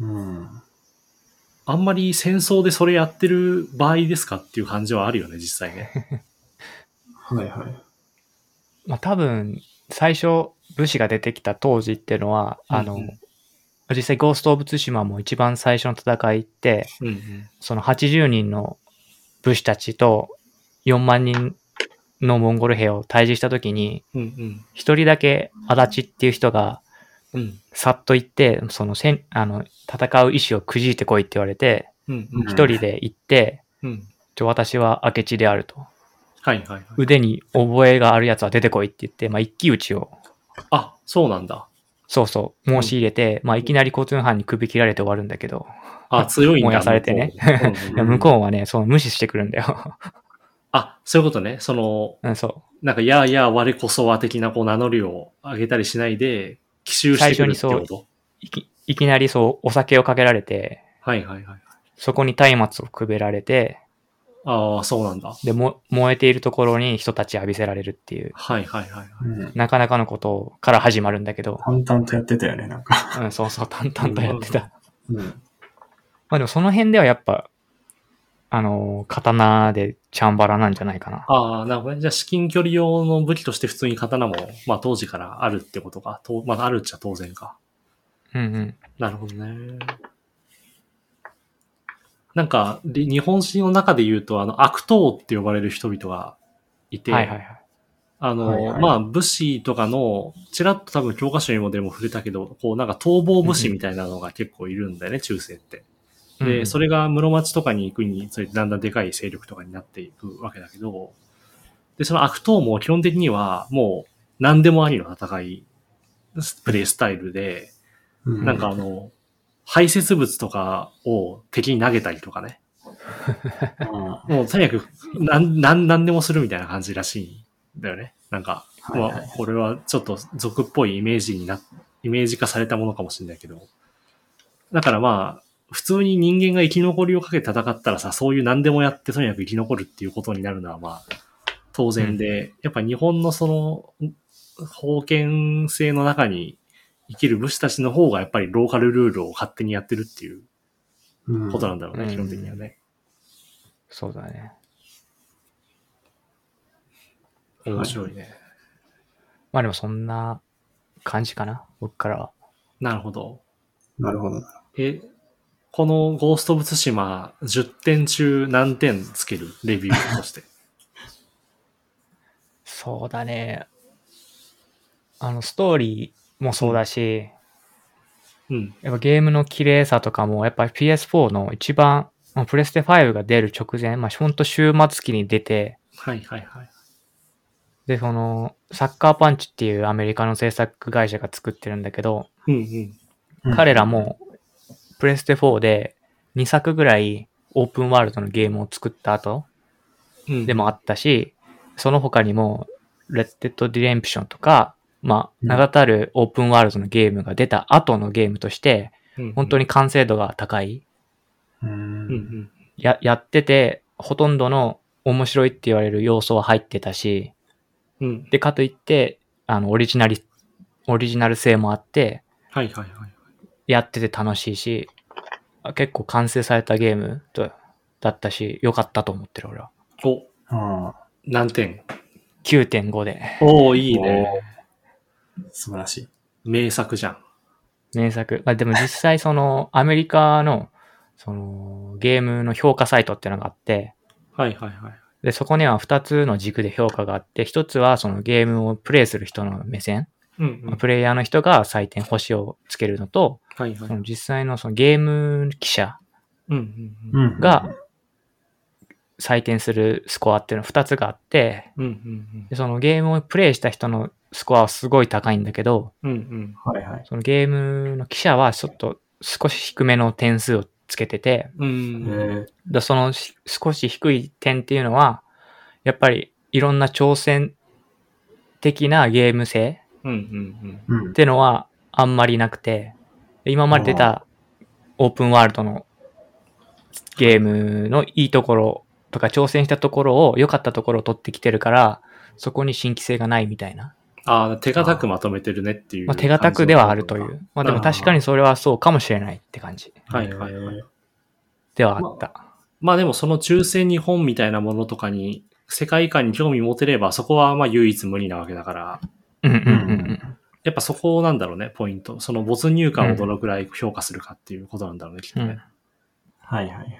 [SPEAKER 1] うん。
[SPEAKER 2] あんまり戦争でそれやってる場合ですかっていう感じはあるよね、実際 ね。
[SPEAKER 1] はいはい。
[SPEAKER 3] まあ多分、最初、武士が出てきた当時っていうのは、あ
[SPEAKER 2] う
[SPEAKER 3] の
[SPEAKER 2] ん、
[SPEAKER 3] 実際ゴースト・オブ・ツシマも一番最初の戦いって、
[SPEAKER 2] うんうん。
[SPEAKER 3] その80人の武士たちと4万人のモンゴル兵を退治したときに、
[SPEAKER 2] うんうん。
[SPEAKER 3] 一人だけ足立っていう人が、
[SPEAKER 2] うん
[SPEAKER 3] さっと行って、その戦、あの、戦う意志をくじいてこいって言われて、
[SPEAKER 2] うん
[SPEAKER 1] うん
[SPEAKER 3] 一人で行って、
[SPEAKER 2] うん。うん。
[SPEAKER 3] ちょ、私は明智であると。
[SPEAKER 2] はいはいはい。
[SPEAKER 3] 腕に覚えがあるやつは出てこいって言って、まあ、一騎打ちを、
[SPEAKER 2] あ、そうなんだ。
[SPEAKER 3] そうそう、申し入れて、まあ、いきなり交通犯に首切られて終わるんだけど、
[SPEAKER 2] あ、強いんだ。
[SPEAKER 3] 燃やされてね
[SPEAKER 2] 向こう
[SPEAKER 3] い
[SPEAKER 2] うんう
[SPEAKER 3] や
[SPEAKER 2] ん
[SPEAKER 3] 向こうはね、その無視してくるんだよ。
[SPEAKER 2] あ、そういうことね。その、
[SPEAKER 3] うん、そう。
[SPEAKER 2] なんか、やあやあ我こそは的なこう名乗りを上げたりしないで、奇襲してくるって
[SPEAKER 3] 最初
[SPEAKER 2] こ
[SPEAKER 3] に
[SPEAKER 2] と
[SPEAKER 3] いきいきなりそう、お酒をかけられて、
[SPEAKER 2] はいはいはい。
[SPEAKER 3] そこに松明をくべられて、
[SPEAKER 2] ああ、そうなんだ。
[SPEAKER 3] で、も燃えているところに人たち浴びせられるっていう、
[SPEAKER 2] はいはいはいはい。
[SPEAKER 1] うん。
[SPEAKER 3] なかなかのことから始まるんだけど、
[SPEAKER 1] 淡々とやってたよね、なんか。
[SPEAKER 3] うん、そうそう、淡々とやってた。
[SPEAKER 1] う
[SPEAKER 3] ま
[SPEAKER 1] ん。
[SPEAKER 3] あでもその辺ではやっぱ、あのー、刀でチャンバラなんじゃないかな。
[SPEAKER 2] ああ、なるほどね。じゃあ、至近距離用の武器として普通に刀も、まあ当時からあるってことか。とまああるっちゃ当然か。
[SPEAKER 3] うんうん。
[SPEAKER 2] なるほどね。なんか、り日本史の中で言うと、あの、悪党って呼ばれる人々がいて、
[SPEAKER 3] はいはいはい。
[SPEAKER 2] あの、
[SPEAKER 1] はいはい
[SPEAKER 2] まあ、武士とかの、ちらっと多分教科書にもでも触れたけど、こう、なんか逃亡武士みたいなのが結構いるんだよね、中世って。
[SPEAKER 3] う
[SPEAKER 2] で、
[SPEAKER 3] ん
[SPEAKER 2] それが室町とかに行くにつれて、だんだんでかい勢力とかになっていくわけだけど、で、その悪党も基本的には、もう、何でもありの戦い、プレイスタイルで、
[SPEAKER 1] う
[SPEAKER 2] なんかあ、の、排泄物とかを敵に投げたりとかね。
[SPEAKER 1] うん
[SPEAKER 2] もうとにかく、なん、なん、なんでもするみたいな感じらしいんだよね。なんか、
[SPEAKER 1] はいはい
[SPEAKER 2] まあ、これはちょっと俗っぽいイメージにな、イメージ化されたものかもしれないけど。だからまあ、普通に人間が生き残りをかけて戦ったらさ、そういう何でもやってとにかく生き残るっていうことになるのはまあ、当然で、やっぱ日本のその、封建性の中に生きる武士たちの方がやっぱりローカルルールを勝手にやってるっていう
[SPEAKER 1] うん
[SPEAKER 2] ことなんだろうね、
[SPEAKER 3] うん
[SPEAKER 2] 基本的にはね。
[SPEAKER 3] そうだね。
[SPEAKER 1] ん
[SPEAKER 2] 面白いね。
[SPEAKER 3] まあでもそんな感じかな、僕からは。
[SPEAKER 2] なるほど。
[SPEAKER 1] なるほど。
[SPEAKER 2] え、このゴースト・オブ・ツシマ、10点中何点つけるレビューと して。
[SPEAKER 3] そうだね。あの、ストーリーもそうだし、
[SPEAKER 2] うん。
[SPEAKER 3] やっぱゲームの綺麗さとかも、やっぱり PS4 の一番、まあプレステ5が出る直前、まあ、ほんと終末期に出て、
[SPEAKER 2] はいはいはい。
[SPEAKER 3] で、その、サッカーパンチっていうアメリカの制作会社が作ってるんだけど、
[SPEAKER 2] うんうん。
[SPEAKER 1] うん
[SPEAKER 3] 彼らも、プレステ4で2作ぐらい、オープンワールドのゲームを作った後
[SPEAKER 2] うん
[SPEAKER 3] でもあったし、その他にも、レッテッドディレンプションとか、まあ、
[SPEAKER 1] うん
[SPEAKER 3] 名だたるオープンワールドのゲームが出た後のゲームとして、本当
[SPEAKER 2] に、
[SPEAKER 3] に完成度が高い。
[SPEAKER 1] う。
[SPEAKER 2] うんうんん
[SPEAKER 3] や、やってて、ほとんどの面白いって言われる要素は入ってたし、
[SPEAKER 2] うんうん、
[SPEAKER 3] で、かといって、あの、オリジナリ、オリジナル性もあって、
[SPEAKER 2] はいはいはい。
[SPEAKER 3] やってて楽しいし、あ結構完成されたゲームとだったし、良かったと思ってる俺は。
[SPEAKER 2] お、
[SPEAKER 1] ああ
[SPEAKER 2] 何点
[SPEAKER 3] 9.5で。
[SPEAKER 2] おおいいね。
[SPEAKER 1] 素晴らしい。
[SPEAKER 2] 名作じゃん。
[SPEAKER 3] 名作。まあでも実際その、アメリカの、その、ゲームの評価サイトっていうのがあって、
[SPEAKER 2] はいはいはい。
[SPEAKER 3] で、そこには2つの軸で評価があって、1つはそのゲームをプレイする人の目線、
[SPEAKER 2] うん、う
[SPEAKER 3] まあ
[SPEAKER 2] ん。
[SPEAKER 3] プレイヤーの人が採点星をつけるのと、
[SPEAKER 2] はいはい。
[SPEAKER 3] そ
[SPEAKER 2] うん
[SPEAKER 3] の実際のそのゲーム記者
[SPEAKER 2] うんう。
[SPEAKER 1] うんん。
[SPEAKER 3] が、採点するスコアっていうの2つがあって、
[SPEAKER 2] うんうん
[SPEAKER 3] でそのゲームをプレイした人のスコアはすごい高いんだけど、
[SPEAKER 2] うん。うんうん。
[SPEAKER 1] はいはい。
[SPEAKER 3] そのゲームの記者はちょっと少し低めの点数をつけてて、
[SPEAKER 2] う
[SPEAKER 1] え
[SPEAKER 2] ん。
[SPEAKER 1] ー、
[SPEAKER 3] でそのし少し低い点っていうのは、やっぱりいろんな挑戦的なゲーム性
[SPEAKER 2] うんうん
[SPEAKER 1] うん
[SPEAKER 3] っ。ていうのはあんまりなくて、で今まで出たオープンワールドのゲームのいいところとか挑戦したところを良かったところを取ってきてるから、そこに新規性がないみたいな。
[SPEAKER 2] ああ、手堅くまとめてるねっていう。
[SPEAKER 3] まあ、手堅くではあるとい。う。まあでも
[SPEAKER 2] あー
[SPEAKER 3] 確かにそれはそうかもしれないって感じ
[SPEAKER 2] はいはいはい。
[SPEAKER 3] ではあった。
[SPEAKER 2] まあでもその中世日本みたいなものとかに、世界観に興味持てれば、そこはまあ唯一無二なわけだから、
[SPEAKER 3] うんうんうん
[SPEAKER 1] うん
[SPEAKER 2] やっぱそこなんだろうね、ポイント。その没入感をどのくらい評価するかっていうことなんだろうね、きっと
[SPEAKER 3] うん。う
[SPEAKER 2] ね。
[SPEAKER 3] ん
[SPEAKER 1] はいはい。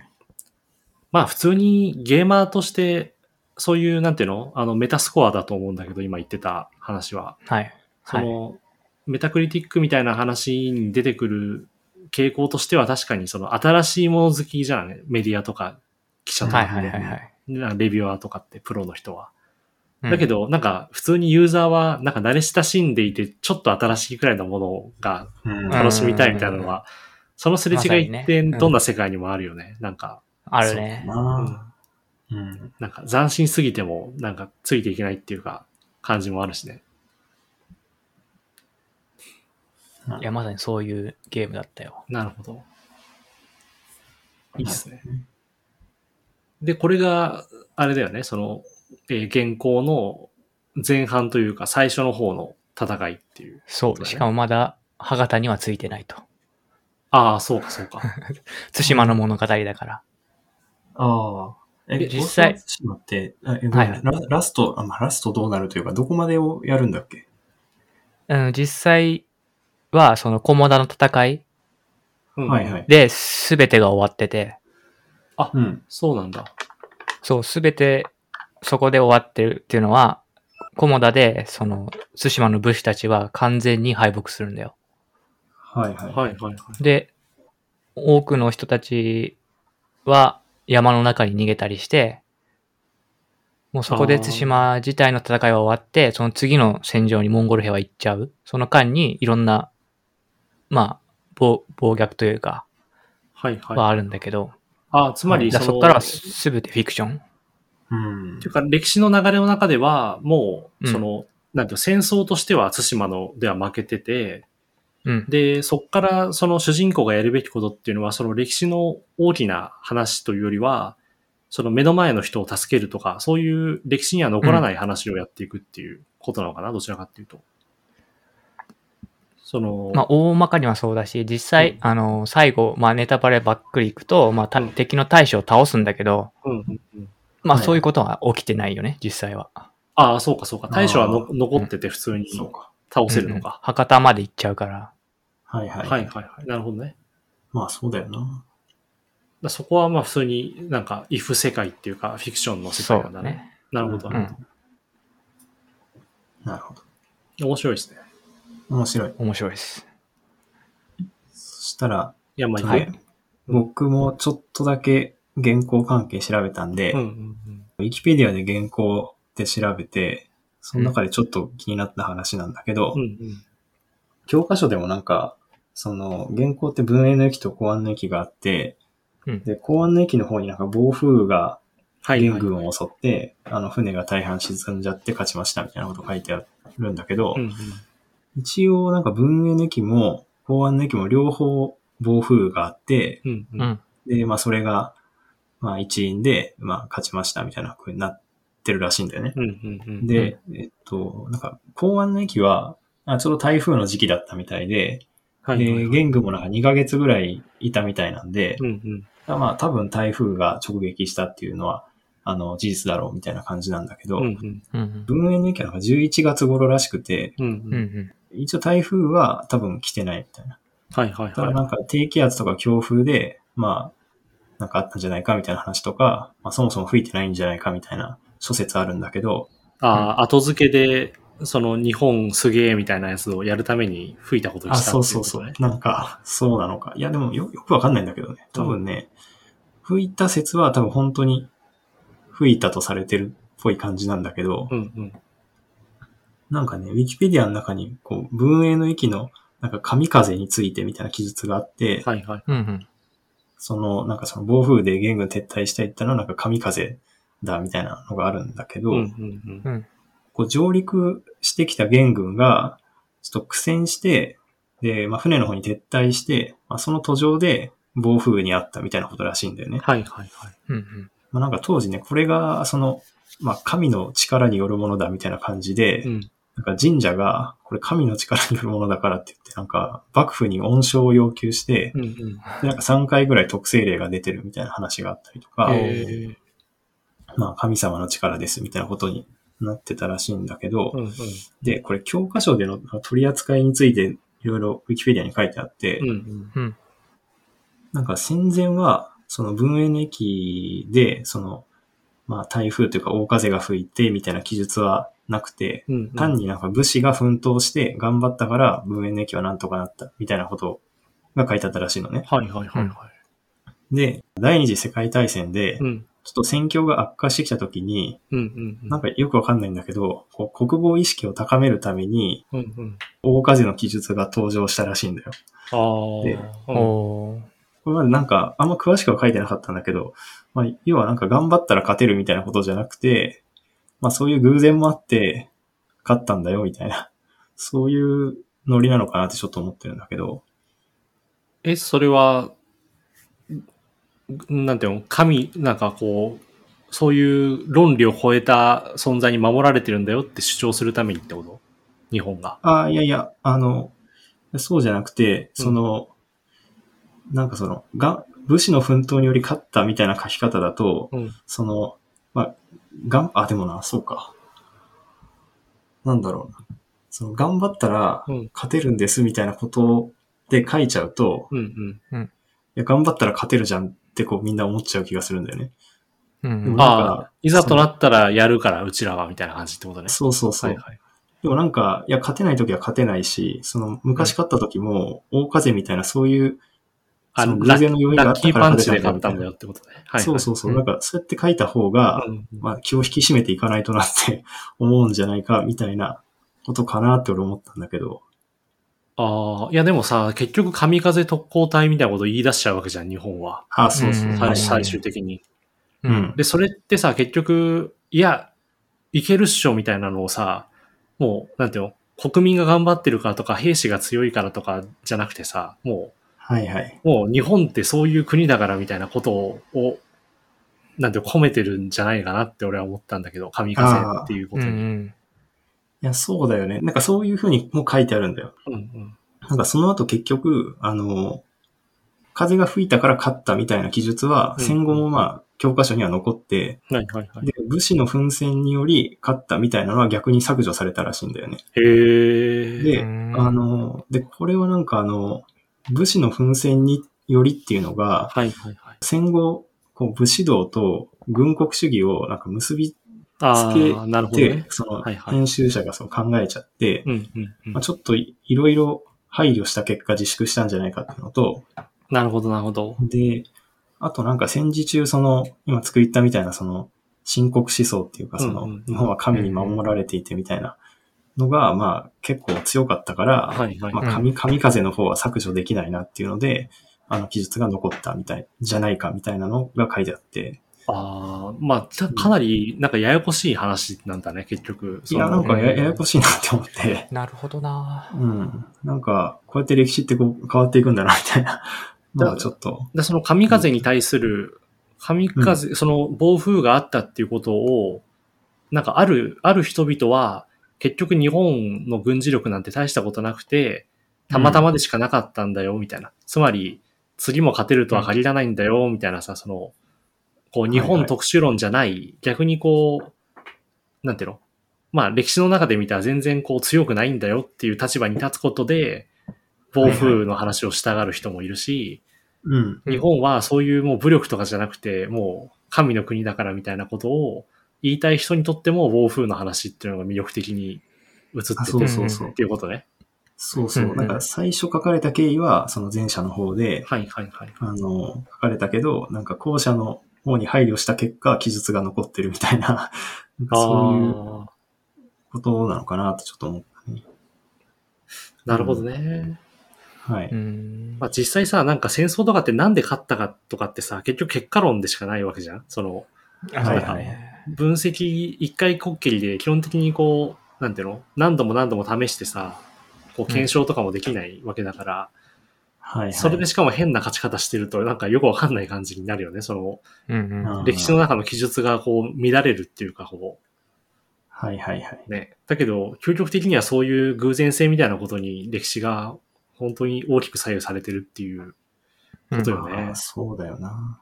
[SPEAKER 2] まあ普通にゲーマーとして、そういう、なんていうのあの、メタスコアだと思うんだけど、今言ってた話は。
[SPEAKER 3] はい。
[SPEAKER 2] そ
[SPEAKER 3] はい。
[SPEAKER 2] の、メタクリティックみたいな話に出てくる傾向としては確かにその新しいもの好きじゃんね。メディアとか記者とか、
[SPEAKER 3] はいはいはいはい。
[SPEAKER 2] なレビュアーとかってプロの人は。
[SPEAKER 3] うん
[SPEAKER 2] だけ、ど、なんか普通にユーザーはなんか慣れ親しんでいて、ちょっと新しいくらいのものが
[SPEAKER 1] うん。
[SPEAKER 2] 楽しみたいみたいなのは、そのすれ違い
[SPEAKER 3] ま
[SPEAKER 2] っ
[SPEAKER 3] さ
[SPEAKER 2] て
[SPEAKER 3] にねうん
[SPEAKER 2] どんな世界にもあるよね。なんか、
[SPEAKER 3] あるね。
[SPEAKER 1] なあ。うん。
[SPEAKER 2] なんか斬新すぎてもなんかついていけないっていうか感じもあるしね。
[SPEAKER 3] いや、まさにそういうゲームだったよ。
[SPEAKER 2] なるほど。いいっすね。で、これが、あれだよね、その、えー現行の前半というか最初の方の戦いっていう。そ
[SPEAKER 3] そ
[SPEAKER 2] うだ
[SPEAKER 3] う。
[SPEAKER 2] ね
[SPEAKER 3] しかもまだ、歯型にはついてないと。
[SPEAKER 2] ああ、そうかそうか。
[SPEAKER 3] 対馬の物語だから。
[SPEAKER 1] ああ。え、
[SPEAKER 3] で実
[SPEAKER 1] 実
[SPEAKER 3] 際
[SPEAKER 1] 際。ちょっと待って、あえ
[SPEAKER 3] はいはい
[SPEAKER 1] ララスト、あまあラストどうなるというか、どこまでをやるんだっけ
[SPEAKER 3] うん、実際は、その、菰田の戦い
[SPEAKER 2] うん
[SPEAKER 1] はいはい。
[SPEAKER 3] で、すべてが終わってて、
[SPEAKER 1] うん。
[SPEAKER 2] そうなんだ。
[SPEAKER 3] そう、すべて、そこで終わってるっていうのは、菰田で、その、対馬の武士たちは完全に敗北するんだよ。
[SPEAKER 1] はいはい。
[SPEAKER 2] はいはいはい。
[SPEAKER 3] で、多くの人たちは山の中に逃げたりして、もうそこで
[SPEAKER 2] あー
[SPEAKER 3] 対馬自体の戦いは終わって、その次の戦場にモンゴル兵は行っちゃう。その間にいろんな、まあ、暴暴虐というか、
[SPEAKER 2] はいはい。
[SPEAKER 3] はあるんだけど、
[SPEAKER 2] ああ、つまり
[SPEAKER 3] だ
[SPEAKER 2] そ
[SPEAKER 3] から
[SPEAKER 2] の、
[SPEAKER 3] そっからは
[SPEAKER 2] っ
[SPEAKER 3] すべてフィクション。
[SPEAKER 1] うん
[SPEAKER 2] ていうか歴史の流れの中では、も
[SPEAKER 3] う
[SPEAKER 2] う、
[SPEAKER 3] ん
[SPEAKER 2] その、なんていうの戦争としては対馬のでは負けてて、
[SPEAKER 3] うん。
[SPEAKER 2] で、そっからその主人公がやるべきことっていうのは、その歴史の大きな話というよりは、その目の前の人を助けるとか、そういう歴史には残らない話をやっていくっていうことなのかな、どちらかっていうと。その、
[SPEAKER 3] まあ、大まかにはそうだし、実際、
[SPEAKER 2] うん
[SPEAKER 3] あの、最後、まあ、ネタバレばっくりいくと、まあ、た
[SPEAKER 2] うん
[SPEAKER 3] 敵の大将を倒すんだけど、
[SPEAKER 2] うんうんうん
[SPEAKER 3] まあ、
[SPEAKER 1] はい
[SPEAKER 3] そういうことは起きてないよね、実際は。
[SPEAKER 2] ああ、そうかそうか。大将はの
[SPEAKER 1] あ
[SPEAKER 2] 残ってて普通に
[SPEAKER 1] そうか。
[SPEAKER 2] 倒せる
[SPEAKER 3] うんう
[SPEAKER 2] の
[SPEAKER 3] ん
[SPEAKER 2] か。
[SPEAKER 3] 博多まで行っちゃうから。
[SPEAKER 1] はいはい。
[SPEAKER 2] はいはいはい。なるほどね。
[SPEAKER 1] まあそうだよな。
[SPEAKER 2] だそこはまあ普通になんか、イフ世界っていうか、フィクションの世
[SPEAKER 3] そ
[SPEAKER 2] 界な
[SPEAKER 3] う
[SPEAKER 2] ん
[SPEAKER 3] だ
[SPEAKER 2] だ
[SPEAKER 3] ね
[SPEAKER 2] ね。。なるほど、
[SPEAKER 3] うん。
[SPEAKER 1] なるほど。
[SPEAKER 2] 面白いですね。
[SPEAKER 1] 面白い。
[SPEAKER 3] 面白いです。
[SPEAKER 1] そしたら、
[SPEAKER 2] いや、まあ、
[SPEAKER 1] はい
[SPEAKER 2] い、
[SPEAKER 1] 僕もちょっとだけ原稿関係調べたんで、
[SPEAKER 2] うんう
[SPEAKER 1] ウ
[SPEAKER 2] んうん。
[SPEAKER 1] ィキペディアで原稿って調べて、その中でちょっと気になった話なんだけど、
[SPEAKER 2] うんうん。
[SPEAKER 1] 教科書でもなんか、その、原稿って文英の域と公安の域があって、
[SPEAKER 3] うん
[SPEAKER 1] で、公安の駅の方になんか暴風が
[SPEAKER 2] はい、
[SPEAKER 1] 元
[SPEAKER 2] はい。
[SPEAKER 1] 軍を襲って、あの、船が大半沈んじゃって勝ちましたみたいなこと書いてあるんだけど、
[SPEAKER 2] うんうん
[SPEAKER 1] 一応なんか文英の駅も公安の駅も両方暴風があって、
[SPEAKER 2] うんうん
[SPEAKER 3] うん。
[SPEAKER 1] で、まあそれが、まあ一因で、まあ勝ちましたみたいな風になってるらしいんだよね。
[SPEAKER 2] うんうんうん
[SPEAKER 1] で、えっと、なんか、港湾の駅は、あちょうど台風の時期だったみたいで、
[SPEAKER 2] はいはいはい
[SPEAKER 1] で、言語もなんか2ヶ月ぐらいいたみたいなんで、
[SPEAKER 2] うんうん
[SPEAKER 1] まあ多分台風が直撃したっていうのは、あの、事実だろうみたいな感じなんだけど、
[SPEAKER 2] うんうん
[SPEAKER 3] うん。
[SPEAKER 1] 文園の駅はなんか11月頃らしくて、
[SPEAKER 2] うん
[SPEAKER 3] う
[SPEAKER 2] うん
[SPEAKER 3] うんん。
[SPEAKER 1] 一応台風は多分来てないみたいな。
[SPEAKER 2] はいはい
[SPEAKER 1] ただ
[SPEAKER 2] は
[SPEAKER 1] なんか低気圧とか強風で、まあ、なんかあったんじゃないかみたいな話とか、まあそもそも吹いてないんじゃないかみたいな諸説あるんだけど、
[SPEAKER 2] い。ああ、後付けで、その日本すげえみたいなやつをやるために吹いたことに
[SPEAKER 1] あ、
[SPEAKER 2] したってい
[SPEAKER 1] そう
[SPEAKER 2] ことね。
[SPEAKER 1] うそうそう。なんか、そうなのか。いや、でもよよくわかんないんだけどね。多分ね、吹いた説は多分本当に吹いたとされてるっぽい感じなんだけど、
[SPEAKER 2] うんうん。
[SPEAKER 1] なんかね、ウィキペディアの中に、こう、文英の域の、なんか神風についてみたいな記述があって、
[SPEAKER 2] はいはい。
[SPEAKER 3] うんうん。
[SPEAKER 1] その、なんかその暴風で元軍撤退したいったのはなんか神風だみたいなのがあるんだけ
[SPEAKER 2] う
[SPEAKER 1] ど、
[SPEAKER 2] んうんうん。
[SPEAKER 1] こう上陸してきた元軍が、ちょっと苦戦して、で、まあ、船の方に撤退して、まあ、その途上で暴風雨にあったみたいなことらしいんだよね。
[SPEAKER 2] はいはいはい。
[SPEAKER 3] うんうん。
[SPEAKER 1] まあ、なんか当時ね、これが、その、まあ、神の力によるものだみたいな感じで、
[SPEAKER 2] うん。
[SPEAKER 1] なんか神社が、これ神の力によるものだからって言って、なんか幕府に恩賞を要求して、
[SPEAKER 2] うんうん。
[SPEAKER 1] でなんか3回ぐらい特性例が出てるみたいな話があったりとか、
[SPEAKER 2] へえ
[SPEAKER 1] まあ神様の力ですみたいなことになってたらしいんだけど、
[SPEAKER 2] うんうん。
[SPEAKER 1] で、これ教科書での取り扱いについていろいろ Wikipedia に書いてあって、
[SPEAKER 2] うんうん。
[SPEAKER 1] なんか戦前は、その文英の駅で、その、まあ台風というか大風が吹いてみたいな記述はなくて、
[SPEAKER 2] うんうん。
[SPEAKER 1] 単になんか武士が奮闘して頑張ったから文英の駅はなんとかなったみたいなことが書いてあったらしいのね。
[SPEAKER 2] はいはいはいは
[SPEAKER 1] で、第二次世界大戦で
[SPEAKER 2] い。う、ん
[SPEAKER 1] ちょっと戦況が悪化してきた時に、
[SPEAKER 2] うんうんうん。
[SPEAKER 1] なんかよくわかんないんだけど、こう国防意識を高めるために
[SPEAKER 2] うんうん。
[SPEAKER 1] 大風の記述が登場したらしいんだよ。
[SPEAKER 2] あ
[SPEAKER 1] で
[SPEAKER 2] あ。うん
[SPEAKER 3] おー。
[SPEAKER 1] これまでなんか、あんま詳しくは書いてなかったんだけど、まあ、要はなんか頑張ったら勝てるみたいなことじゃなくて、まあそういう偶然もあって、勝ったんだよみたいな、そういうノリなのかなってちょっと思ってるんだけど、
[SPEAKER 2] え、それは、んなんていうの、神、なんかこう、そういう論理を超えた存在に守られてるんだよって主張するためにってこと日本が。
[SPEAKER 1] ああ、いやいや、あの、そうじゃなくて、その、なんかその、が、武士の奮闘により勝ったみたいな書き方だと、
[SPEAKER 2] うん
[SPEAKER 1] その、まあ、がん、あ、でもな、そうか。なんだろうな。その、頑張ったら
[SPEAKER 2] うん、
[SPEAKER 1] 勝てるんですみたいなことで書いちゃうと、
[SPEAKER 2] うんうん。
[SPEAKER 1] いや、頑張ったら勝てるじゃんってこうみんな思っちゃう気がするんだよね。
[SPEAKER 3] うん
[SPEAKER 1] で
[SPEAKER 3] う
[SPEAKER 1] もなん
[SPEAKER 3] ん。
[SPEAKER 1] か
[SPEAKER 2] ああ、いざとなったらやるから、うちらは、みたいな感じってことね。
[SPEAKER 1] そうそうそう。
[SPEAKER 2] はいはい。
[SPEAKER 1] でもなんか、いや、勝てない時は勝てないし、その、昔勝った時も、大風みたいな、そういう、
[SPEAKER 2] あ
[SPEAKER 1] その
[SPEAKER 2] の、
[SPEAKER 1] 偶
[SPEAKER 2] ラ
[SPEAKER 1] 然の要因があ
[SPEAKER 2] ラ
[SPEAKER 1] っ
[SPEAKER 2] ッキ
[SPEAKER 1] た
[SPEAKER 2] ー
[SPEAKER 1] から
[SPEAKER 2] パン
[SPEAKER 1] 勝て
[SPEAKER 2] チ
[SPEAKER 1] た
[SPEAKER 2] で
[SPEAKER 1] んだ
[SPEAKER 2] 勝
[SPEAKER 1] み
[SPEAKER 2] った
[SPEAKER 1] たい
[SPEAKER 2] ん
[SPEAKER 1] な
[SPEAKER 2] だよ。ってことね。はいはい。
[SPEAKER 1] そうそうそう。
[SPEAKER 3] うん
[SPEAKER 1] なんか、そうやって書いた方が、
[SPEAKER 2] うんうん
[SPEAKER 1] まあ、気を引き締めていかないとなって 思うんじゃないか、みたいなことかなって俺思ったんだけど。
[SPEAKER 2] ああ、いやでもさ、結局神風特攻隊みたいなこと言い出しちゃうわけじゃん、日本は。
[SPEAKER 1] あ、そうそう。
[SPEAKER 3] う
[SPEAKER 1] は
[SPEAKER 3] ん
[SPEAKER 1] い
[SPEAKER 2] 最
[SPEAKER 1] はい
[SPEAKER 2] 最終的に。
[SPEAKER 1] う
[SPEAKER 3] うん
[SPEAKER 1] ん。
[SPEAKER 2] で、それってさ、結局、いや、いけるっしょみたいなのをさ、もう、なんていうの、国民が頑張ってるからとか、兵士が強いからとかじゃなくてさ、も
[SPEAKER 1] はいはい。
[SPEAKER 2] う、もう日本ってそういう国だからみたいなことを、をなんていうの込めてるんじゃないかなって俺は思ったんだけど、神風っていうこ
[SPEAKER 3] うん
[SPEAKER 2] と
[SPEAKER 3] う
[SPEAKER 2] に。
[SPEAKER 3] ん。
[SPEAKER 1] いや、そうだよね。なんかそういうふうにもう書いてあるんだよ。
[SPEAKER 2] うん
[SPEAKER 1] なんかその後結局、あの、風が吹いたから勝ったみたいな記述は、
[SPEAKER 2] うん
[SPEAKER 1] 戦後もまあ、教科書には残って、
[SPEAKER 2] うん。はいはいはい。
[SPEAKER 1] で、武士の奮戦により勝ったみたいなのは逆に削除されたらしいんだよね。
[SPEAKER 2] へえ。
[SPEAKER 1] で、
[SPEAKER 3] うん
[SPEAKER 1] あの、で、これはなんかあの、武士の奮戦によりっていうのが、
[SPEAKER 2] はいはいはい。
[SPEAKER 1] 戦後、こう武士道と軍国主義をなんか結び
[SPEAKER 2] あ
[SPEAKER 1] つ
[SPEAKER 2] あ、なるほど
[SPEAKER 1] て、
[SPEAKER 2] ね。
[SPEAKER 1] その
[SPEAKER 2] はいはい
[SPEAKER 1] 編集者がそう考えちゃって、
[SPEAKER 2] うんうんうん
[SPEAKER 1] まあ、。ちょっといいろいろ配慮した結果自粛したんじゃないかっていうのと、
[SPEAKER 2] なるほどなるほど。
[SPEAKER 1] で、あとなんか戦時中その、今作ったみたいなその、深刻思想っていうかその、
[SPEAKER 2] うんうん
[SPEAKER 1] 日本は神に守られていてみたいなのが、まあ結構強かったから、
[SPEAKER 2] はいはい。
[SPEAKER 1] まあ、神神風の方は削除できないなっていうので、あの記述が残ったみたい、じゃないかみたいなのが書いてあって、
[SPEAKER 2] ああ、まあ、じゃかなり、なんかややこしい話なんだね、結局。
[SPEAKER 1] いや、な
[SPEAKER 2] その
[SPEAKER 1] んかやややこしいなって思って、
[SPEAKER 3] なるほどな
[SPEAKER 1] うん。なんか、こうやって歴史ってこう変わっていくんだな、みたいな。
[SPEAKER 2] だ
[SPEAKER 1] のはちょっと、
[SPEAKER 2] で、その神風に対する、神風、その暴風があったっていうことを、なんかある、ある人々は、結局日本の軍事力なんて大したことなくて、たまたまでしかなかったんだよ、みたいな。つまり、次も勝てるとは限らないんだよ、みたいなさ、その、こう、日
[SPEAKER 1] はいは
[SPEAKER 2] 本
[SPEAKER 1] い
[SPEAKER 2] 特殊論じゃない、逆にこう、なんていうのまあ、歴史の中で見たら全然こう強くないんだよっていう立場に立つことで、暴風の話をしたがる人もいるし、
[SPEAKER 1] うん。
[SPEAKER 2] 日本はそういうもう武力とかじゃなくて、もう神の国だからみたいなことを言いたい人にとっても、暴風の話っていうのが魅力的に映って
[SPEAKER 1] あ、
[SPEAKER 2] て
[SPEAKER 1] そうそうそう
[SPEAKER 2] っ。ていうことね。
[SPEAKER 1] そうそうう。
[SPEAKER 3] ん
[SPEAKER 1] なんか最初書かれた経緯は、その前者の方で、
[SPEAKER 2] はいはいはい。
[SPEAKER 1] あの、書かれたけど、なんか後者の方に配慮した結果、記述が残ってるみたいな、なんかそういう
[SPEAKER 2] あ
[SPEAKER 1] ことなのかなとちょっと思ったね。
[SPEAKER 2] ーなるほどね。
[SPEAKER 1] はい。
[SPEAKER 3] うん
[SPEAKER 2] まあ実際さ、なんか戦争とかってなんで勝ったかとかってさ、結局結果論でしかないわけじゃんその、
[SPEAKER 1] あ
[SPEAKER 3] そう
[SPEAKER 1] はい
[SPEAKER 3] だ
[SPEAKER 1] はい
[SPEAKER 3] ね
[SPEAKER 2] 分析一回こっきりで基本的にこう、なんていうの何度も何度も試してさ、こう検証とかもできないわけだから、
[SPEAKER 1] はい、はい。
[SPEAKER 2] それでしかも変な勝ち方してると、なんかよくわかんない感じになるよね。その、
[SPEAKER 3] うんうん
[SPEAKER 1] うん
[SPEAKER 2] 歴史の中の記述がこう乱れるっていうか、こ
[SPEAKER 1] はいはいはい。
[SPEAKER 2] う、ね。だけど、究極的にはそういう偶然性みたいなことに歴史が本当に大きく左右されてるっていうことよ
[SPEAKER 1] あ
[SPEAKER 2] ね
[SPEAKER 1] ー。そうだよな。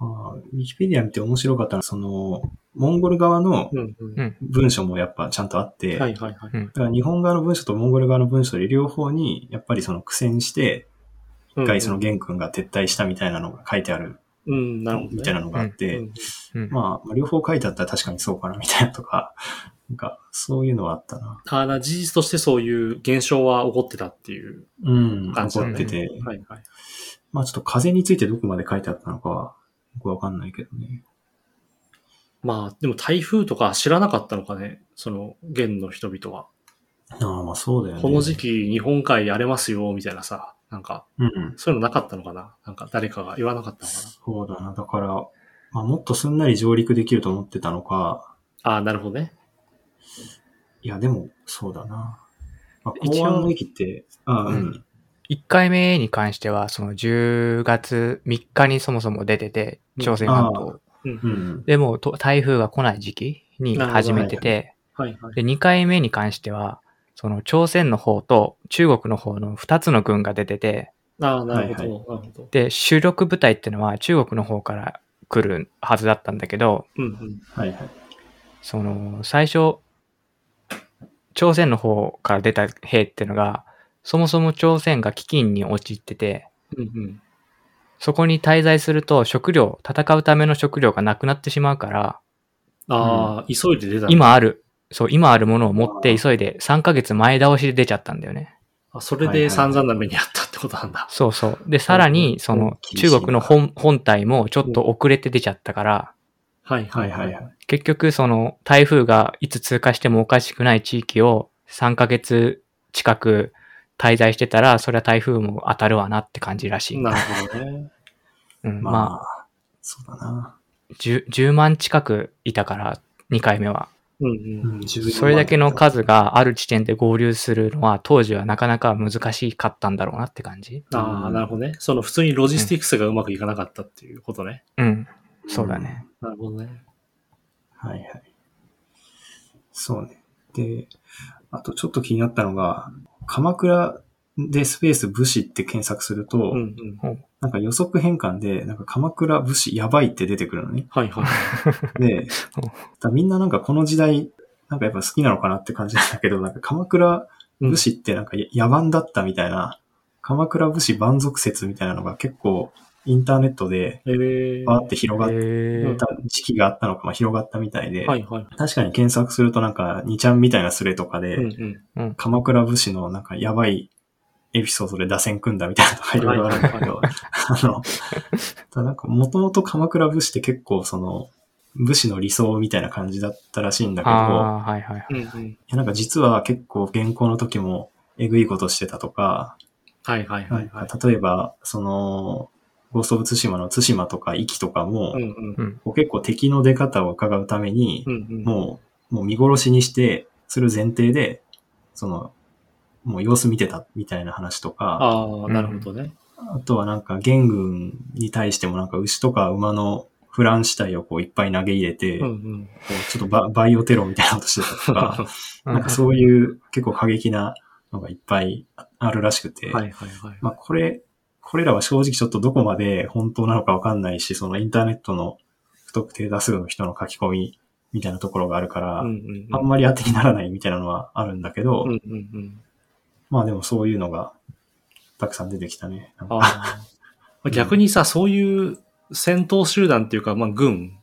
[SPEAKER 1] あーウィキペディア見て面白かったのは、その、モンゴル側の
[SPEAKER 2] うんうん
[SPEAKER 3] うん
[SPEAKER 1] 文書もやっぱちゃんとあって、
[SPEAKER 2] はいはいはい。
[SPEAKER 1] だから日本側の文書とモンゴル側の文書で両方に、やっぱりその苦戦して、
[SPEAKER 2] 一
[SPEAKER 1] 一回その元君が撤退したみたいなのが書いてある、
[SPEAKER 2] うん、うん、なるほど、ね。
[SPEAKER 1] みたいなのがあっ
[SPEAKER 2] う
[SPEAKER 1] て、
[SPEAKER 2] ん
[SPEAKER 3] うん
[SPEAKER 1] まあ、まあ両方書いてあったら確かにそうかな、みたいなとか、 なんか、そういうのはあったな。
[SPEAKER 2] あーな事実としてそういう現象は起こってたっていう。
[SPEAKER 1] うん、
[SPEAKER 2] あそう
[SPEAKER 1] 残
[SPEAKER 2] ね
[SPEAKER 1] ってて。
[SPEAKER 2] はいはい。
[SPEAKER 1] まあちょっと風についてどこまで書いてあったのかは、よくわかんないけどね。
[SPEAKER 2] まあ、でも台風とか知らなかったのかね。その、現の人々は。
[SPEAKER 1] ああ、まあそうだよね。
[SPEAKER 2] この時。期日本海荒れますよ、みたいなさ、なんか、
[SPEAKER 1] うん。
[SPEAKER 2] そういうのなかったのかななんか誰かが言わなかったのか
[SPEAKER 1] そうだな。だから、まあもっとすんなり上陸できると思ってたのか、
[SPEAKER 2] なああ、なるほどね。
[SPEAKER 1] いやでも、そうだな。まあ、
[SPEAKER 3] 一応
[SPEAKER 1] 公安の駅って、ああ、う。
[SPEAKER 3] うん1回目に関しては、その10月3日にそもそも出てて、朝鮮半島。
[SPEAKER 1] うん
[SPEAKER 2] うん。
[SPEAKER 1] うん。
[SPEAKER 3] でもうと台風が来ない時期に始めてて、
[SPEAKER 2] はいはい。
[SPEAKER 3] で、2回目に関しては、その朝鮮の方と中国の方の2つの軍が出てて、
[SPEAKER 2] ああ、なるほ
[SPEAKER 1] はい
[SPEAKER 2] ど、なるほど。
[SPEAKER 3] で、主力部隊ってのは中国の方から来るはずだったんだけど、
[SPEAKER 2] うんうん。
[SPEAKER 1] はいはい。
[SPEAKER 3] その、最初、朝鮮の方から出た兵ってのが、そもそも朝鮮が飢饉に陥ってて、
[SPEAKER 2] うんうん。
[SPEAKER 3] そこに滞在すると食料、戦うための食料がなくなってしまうから、
[SPEAKER 2] ああ、急いで出た。。
[SPEAKER 3] 今ある、そう、今あるものを持って
[SPEAKER 1] あー
[SPEAKER 3] 急いで3ヶ月前倒しで出ちゃったんだよね。
[SPEAKER 2] あ、それ
[SPEAKER 1] はいは
[SPEAKER 2] で
[SPEAKER 1] い
[SPEAKER 2] 散々な目にあったってことなんだ。
[SPEAKER 3] そうそう。で、さらに、その、
[SPEAKER 1] 厳しいな
[SPEAKER 3] 中国の本本体もちょっと遅れて出ちゃったから、
[SPEAKER 2] はいは
[SPEAKER 1] はいい
[SPEAKER 2] は。
[SPEAKER 1] はいいはい。
[SPEAKER 3] 結局、その、台風がいつ通過してもおかしくない地域を3ヶ月近く滞在してたら、それは台風も当たるわなって感じらしい。
[SPEAKER 2] なるほどね。
[SPEAKER 3] うん、
[SPEAKER 1] ま
[SPEAKER 3] ま
[SPEAKER 1] あ、
[SPEAKER 3] あ、
[SPEAKER 1] そうだな。
[SPEAKER 3] 10, 10万近くいたから、2回目は。
[SPEAKER 2] うん
[SPEAKER 1] う
[SPEAKER 2] うん。
[SPEAKER 1] ん、10万
[SPEAKER 3] それだけの数がある地点で合流するのは、当時はなかなか難しかったんだろうなって感じ。
[SPEAKER 2] ああ、なるほどね。その普通にロジスティクスがうまくいかなかったっていうことね。
[SPEAKER 3] うん。そうだね。
[SPEAKER 2] なるほどね。
[SPEAKER 1] はいはい。そうね。で、あとちょっと気になったのが、鎌倉でスペース武士って検索すると、
[SPEAKER 2] うんうん。。
[SPEAKER 1] なんか予測変換で、なんか鎌倉武士やばいって出てくるのね
[SPEAKER 2] はいはい。
[SPEAKER 1] で、だからみんななんかこの時代、なんかやっぱ好きなのかなって感じなんだけど、なんか鎌倉武士ってなんかや野蛮だったみたいな、鎌倉武士万族説みたいなのが結構インターネットで
[SPEAKER 2] ええ。
[SPEAKER 1] バー
[SPEAKER 2] は
[SPEAKER 1] って広がっ
[SPEAKER 3] へー
[SPEAKER 1] た時期があったのか、まあ、広がったみたいで、
[SPEAKER 2] いはい。
[SPEAKER 1] 確かに検索するとなんか、2ちゃんみたいなスレとかで、
[SPEAKER 2] うんうん。
[SPEAKER 1] 鎌倉武士のなんかやばいエピソードで打線組んだみたいなのがいろいろあるんだけど、あの、ただなんか元々鎌倉武士って結構その、武士の理想みたいな感じだったらしいんだけど、い
[SPEAKER 3] ああ、はいはいはい。
[SPEAKER 2] うんうん。
[SPEAKER 1] やなんか実は結構現行の時もえぐいことしてたとか、
[SPEAKER 2] はいはい
[SPEAKER 1] な
[SPEAKER 2] は
[SPEAKER 1] ん
[SPEAKER 2] い、は
[SPEAKER 1] か
[SPEAKER 2] い。
[SPEAKER 1] 例えば、その、ゴースト・オブ・ツシマのツシマとか、イキとかも、
[SPEAKER 2] うんうん。
[SPEAKER 1] こう結構敵の出方を伺うために、
[SPEAKER 2] うんうん。
[SPEAKER 1] もう、もう見殺しにして、する前提で、その、もう様子見てたみたいな話とか、
[SPEAKER 2] ああ、なるほどね。
[SPEAKER 1] あとはなんか元軍に対してもなんか牛とか馬のフラン死体をこういっぱい投げ入れて、
[SPEAKER 2] うんう
[SPEAKER 1] こ
[SPEAKER 2] ん。
[SPEAKER 1] うちょっとババイオテロみたいなことしてたとか、
[SPEAKER 3] う ん
[SPEAKER 1] なんかそういう結構過激なのがいっぱいあるらしくて、
[SPEAKER 2] はいはいはい。
[SPEAKER 1] まあこれ、これらは正直ちょっとどこまで本当なのかわかんないし、そのインターネットの不特定多数の人の書き込みみたいなところがあるから、
[SPEAKER 2] うんうんうん
[SPEAKER 1] あんまり当てにならないみたいなのはあるんだけど、
[SPEAKER 2] うんうんうん。
[SPEAKER 1] まあでもそういうのがたくさん出てきたね。なんか
[SPEAKER 2] ああ。まあ逆にさ、そういう戦闘集団っていうか、まあ、軍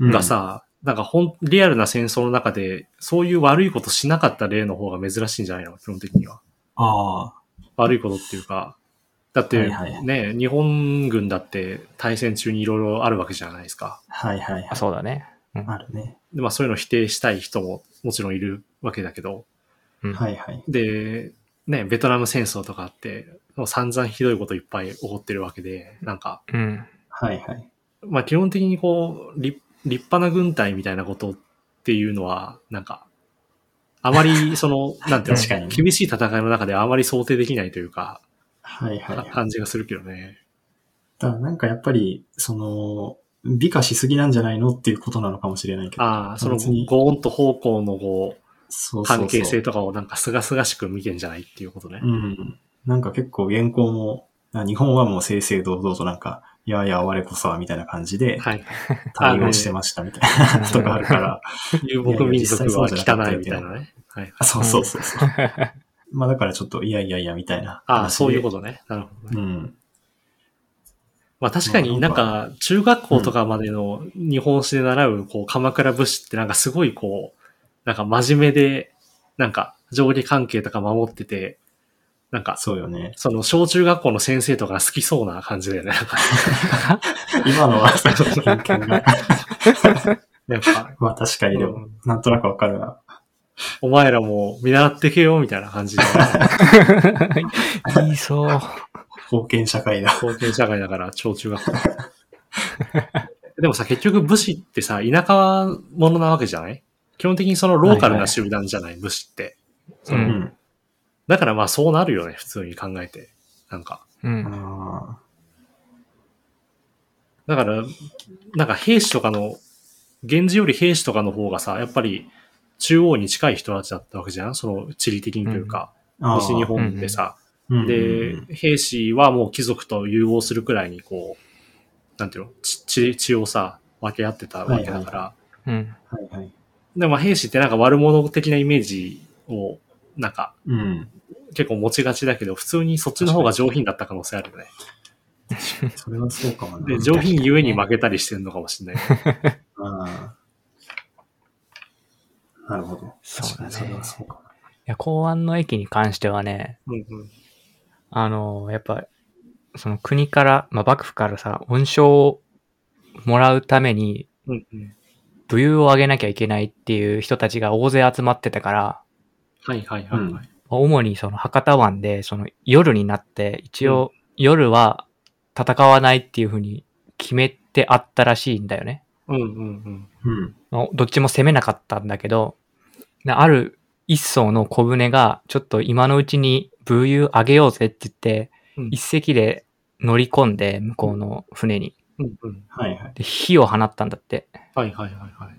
[SPEAKER 2] が、さ、なんかほん、リアルな戦争の中で、そういう悪いことしなかった例の方が珍しいんじゃないの基本的には。
[SPEAKER 1] うんあ
[SPEAKER 2] 悪いことっていうか、だって
[SPEAKER 1] はい
[SPEAKER 2] ね、
[SPEAKER 1] はい
[SPEAKER 2] 日本軍だって対戦中にいろいろあるわけじゃないですか。
[SPEAKER 1] あ、はいはいはい
[SPEAKER 3] あ。そうだね。うん
[SPEAKER 1] あるね。
[SPEAKER 2] で、まあそういうのを否定したい人ももちろんいるわけだけど、
[SPEAKER 3] うん
[SPEAKER 1] はいはい。
[SPEAKER 2] で、ね、ベトナム戦争とかあって、もう散々ひどいこといっぱい起こってるわけで、なんか、
[SPEAKER 3] うん。
[SPEAKER 1] はいはい。
[SPEAKER 2] まあ基本的にこう、立立派な軍隊みたいなことっていうのは、なんか、あまり、その、なんていう
[SPEAKER 1] 確かに
[SPEAKER 2] の、厳しい戦いの中であまり想定できないというか、
[SPEAKER 1] はいはい、はい。
[SPEAKER 2] 感じがするけどね。
[SPEAKER 1] ただなんかやっぱり、その、美化しすぎなんじゃないのっていうことなのかもしれないけど。
[SPEAKER 2] ああ、その、
[SPEAKER 1] 別に
[SPEAKER 2] ゴーンと方向のこう、
[SPEAKER 1] そうそうそう
[SPEAKER 2] 関係性とかをなんかすがすがしく見てんじゃないっていうことね。
[SPEAKER 1] うん。なんか結構原稿も、あ日本はもう正々堂々となんか、いやいや、我れこそはみたいな感じで
[SPEAKER 2] はい。
[SPEAKER 1] 対応してましたみたいなとかあるから、
[SPEAKER 2] 遊牧民族は汚いみたいなね。はい。
[SPEAKER 1] あそうそうそうそう。まあだからちょっと、いやいやいやみたいな。。
[SPEAKER 2] ああ、そういうこととね。なるほど
[SPEAKER 1] う
[SPEAKER 2] ね。
[SPEAKER 1] ん。
[SPEAKER 2] まあ確かになんか中学校とかまでの日本史で習うこう鎌倉武士ってなんかすごいこう、なんか真面目で、なんか上下関係とか守ってて、なんか、
[SPEAKER 1] そうよね。
[SPEAKER 2] その小中学校の先生とかが好きそうな感じだよね。なん か、
[SPEAKER 1] 今の は、偏見が。
[SPEAKER 2] やっぱ、
[SPEAKER 1] まあ確かにでも、
[SPEAKER 2] うん
[SPEAKER 1] なんとなくわかるな。
[SPEAKER 2] お前らも見習ってけよみたいな感じで、
[SPEAKER 3] 言いそう。
[SPEAKER 1] 封建社会だ。
[SPEAKER 2] 貢献社会だから、小中 学校。でもさ、結局武士ってさ、田舎者なわけじゃない基本的にそのローカルな集団じゃない、武士って。
[SPEAKER 3] う。
[SPEAKER 1] うんん。
[SPEAKER 2] だからまあそうなるよね、普通に考えて。なんか。
[SPEAKER 3] うん。
[SPEAKER 1] あ
[SPEAKER 2] だから、なんか兵士とかの、源氏より兵士とかの方がさ、やっぱり中央に近い人たちだったわけじゃんその地理的にというか、
[SPEAKER 1] あ
[SPEAKER 2] 西日本でさ、
[SPEAKER 1] 本
[SPEAKER 2] で、兵士はもう貴族と融合するくらいにこう、なんていうの、ち血血をさ、分け合ってたわけだ
[SPEAKER 1] はいは
[SPEAKER 2] か
[SPEAKER 1] い
[SPEAKER 2] ら、
[SPEAKER 3] うん。
[SPEAKER 1] はいはい。
[SPEAKER 2] でもまあ兵士ってなんか悪者的なイメージを、なんか
[SPEAKER 1] うん。
[SPEAKER 2] 結構持ちがちだけど、普通にそっちの方が上品だった可能性あるよね。
[SPEAKER 1] それはそうかもな。
[SPEAKER 2] で、上品ゆえに負けたりしてるのかもしれないけど。
[SPEAKER 1] ああなるほど。
[SPEAKER 3] そうだね
[SPEAKER 1] 確かにそれはそうかも。
[SPEAKER 3] いや、港湾の駅に関してはね、
[SPEAKER 2] うんうん
[SPEAKER 3] あの、やっぱ、その国から、まあ、幕府からさ、恩賞をもらうために、
[SPEAKER 2] うんうん。
[SPEAKER 3] 武勇を上げなきゃいけないっていう人たちが大勢集まってたから、
[SPEAKER 2] はいはいはいはい。
[SPEAKER 3] まあ主にその博多湾で、その夜になって、一応夜は戦わないっていうふうに決めてあったらしいんだよね。
[SPEAKER 2] うんうん
[SPEAKER 1] うん。
[SPEAKER 3] まあどっちも攻めなかったんだけど、なある一層の小舟が、ちょっと今のうちに武勇上げようぜって言って、
[SPEAKER 2] うん
[SPEAKER 3] 一隻で乗り込んで、向こうの船に。
[SPEAKER 2] うん。うんうん。
[SPEAKER 1] はいはい。
[SPEAKER 3] で、火を放ったんだって。
[SPEAKER 2] はいはいはいはい。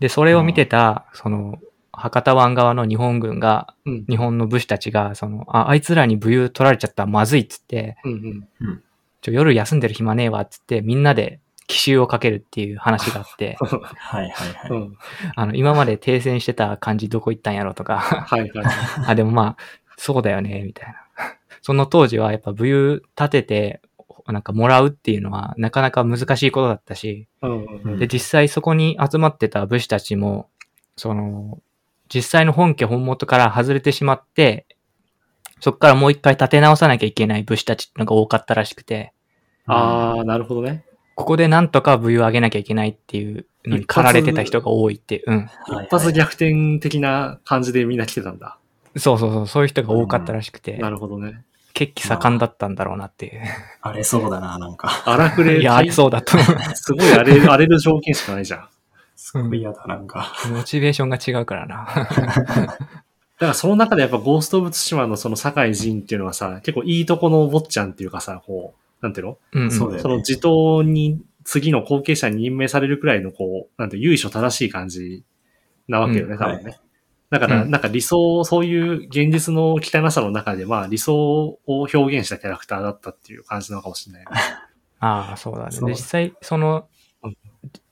[SPEAKER 3] で、それを見てた、その、博多湾側の日本軍が、
[SPEAKER 2] うん
[SPEAKER 3] 日本の武士たちが、その、あ、あいつらに武勇取られちゃったらまずいっつって、
[SPEAKER 2] うんうん。
[SPEAKER 3] ちょ夜休んでる暇ねえわっつって、みんなで奇襲をかけるっていう話があって、
[SPEAKER 1] はいはいは
[SPEAKER 2] う
[SPEAKER 1] い。
[SPEAKER 2] ん。
[SPEAKER 3] あの、今まで停戦してた感じどこ行ったんやろとか、
[SPEAKER 2] はいはいはい。
[SPEAKER 3] あ、でもまあ、そうだよね、みたいな。 その当時はやっぱ武勇立てて、なんかもらうっていうのはなかなか難しいことだったし、
[SPEAKER 2] うんうんうん。
[SPEAKER 3] で、実際そこに集まってた武士たちも、その、実際の本家本元から外れてしまって、そこからもう一回立て直さなきゃいけない武士たちってのが多かったらしくて、
[SPEAKER 2] ああ、なるほどね。
[SPEAKER 3] ここでなんとか武勇上げなきゃいけないっていうのに駆られてた人が多いっていう、うん。
[SPEAKER 1] うんはいはい
[SPEAKER 2] 一発逆転的な感じでみんな来てたんだ。
[SPEAKER 3] そうそうそう、そういう人が多かったらしくて、
[SPEAKER 2] なるほどね。
[SPEAKER 3] 血気盛んだったんだろうなっていう。
[SPEAKER 1] 荒れそうだな、なんか。
[SPEAKER 2] 荒くれ、
[SPEAKER 3] いや、ありそうだと思う。
[SPEAKER 2] すごい荒れ荒 れる条件しかないじゃん。
[SPEAKER 1] すごい嫌だ、なんか。
[SPEAKER 3] モチベーションが違うから な。
[SPEAKER 2] だからその中でやっぱゴースト・オブ・ツシマのその酒井仁っていうのはさ、結構いいとこの坊ちゃんっていうかさ、こう、なんていうの
[SPEAKER 3] うんうん、
[SPEAKER 1] そうだよね
[SPEAKER 2] その自頭に次の後継者に任命されるくらいのこう、なんて由緒正しい感じなわけよね、
[SPEAKER 3] うん
[SPEAKER 2] 多分ね。
[SPEAKER 1] は
[SPEAKER 2] だから、
[SPEAKER 3] うん
[SPEAKER 2] なんか理想、そういう現実の汚さの中で、まあ理想を表現したキャラクターだったっていう感じなのかもしれないね。
[SPEAKER 3] ああ、そうだね。
[SPEAKER 1] そう
[SPEAKER 3] で実際、その
[SPEAKER 2] うん、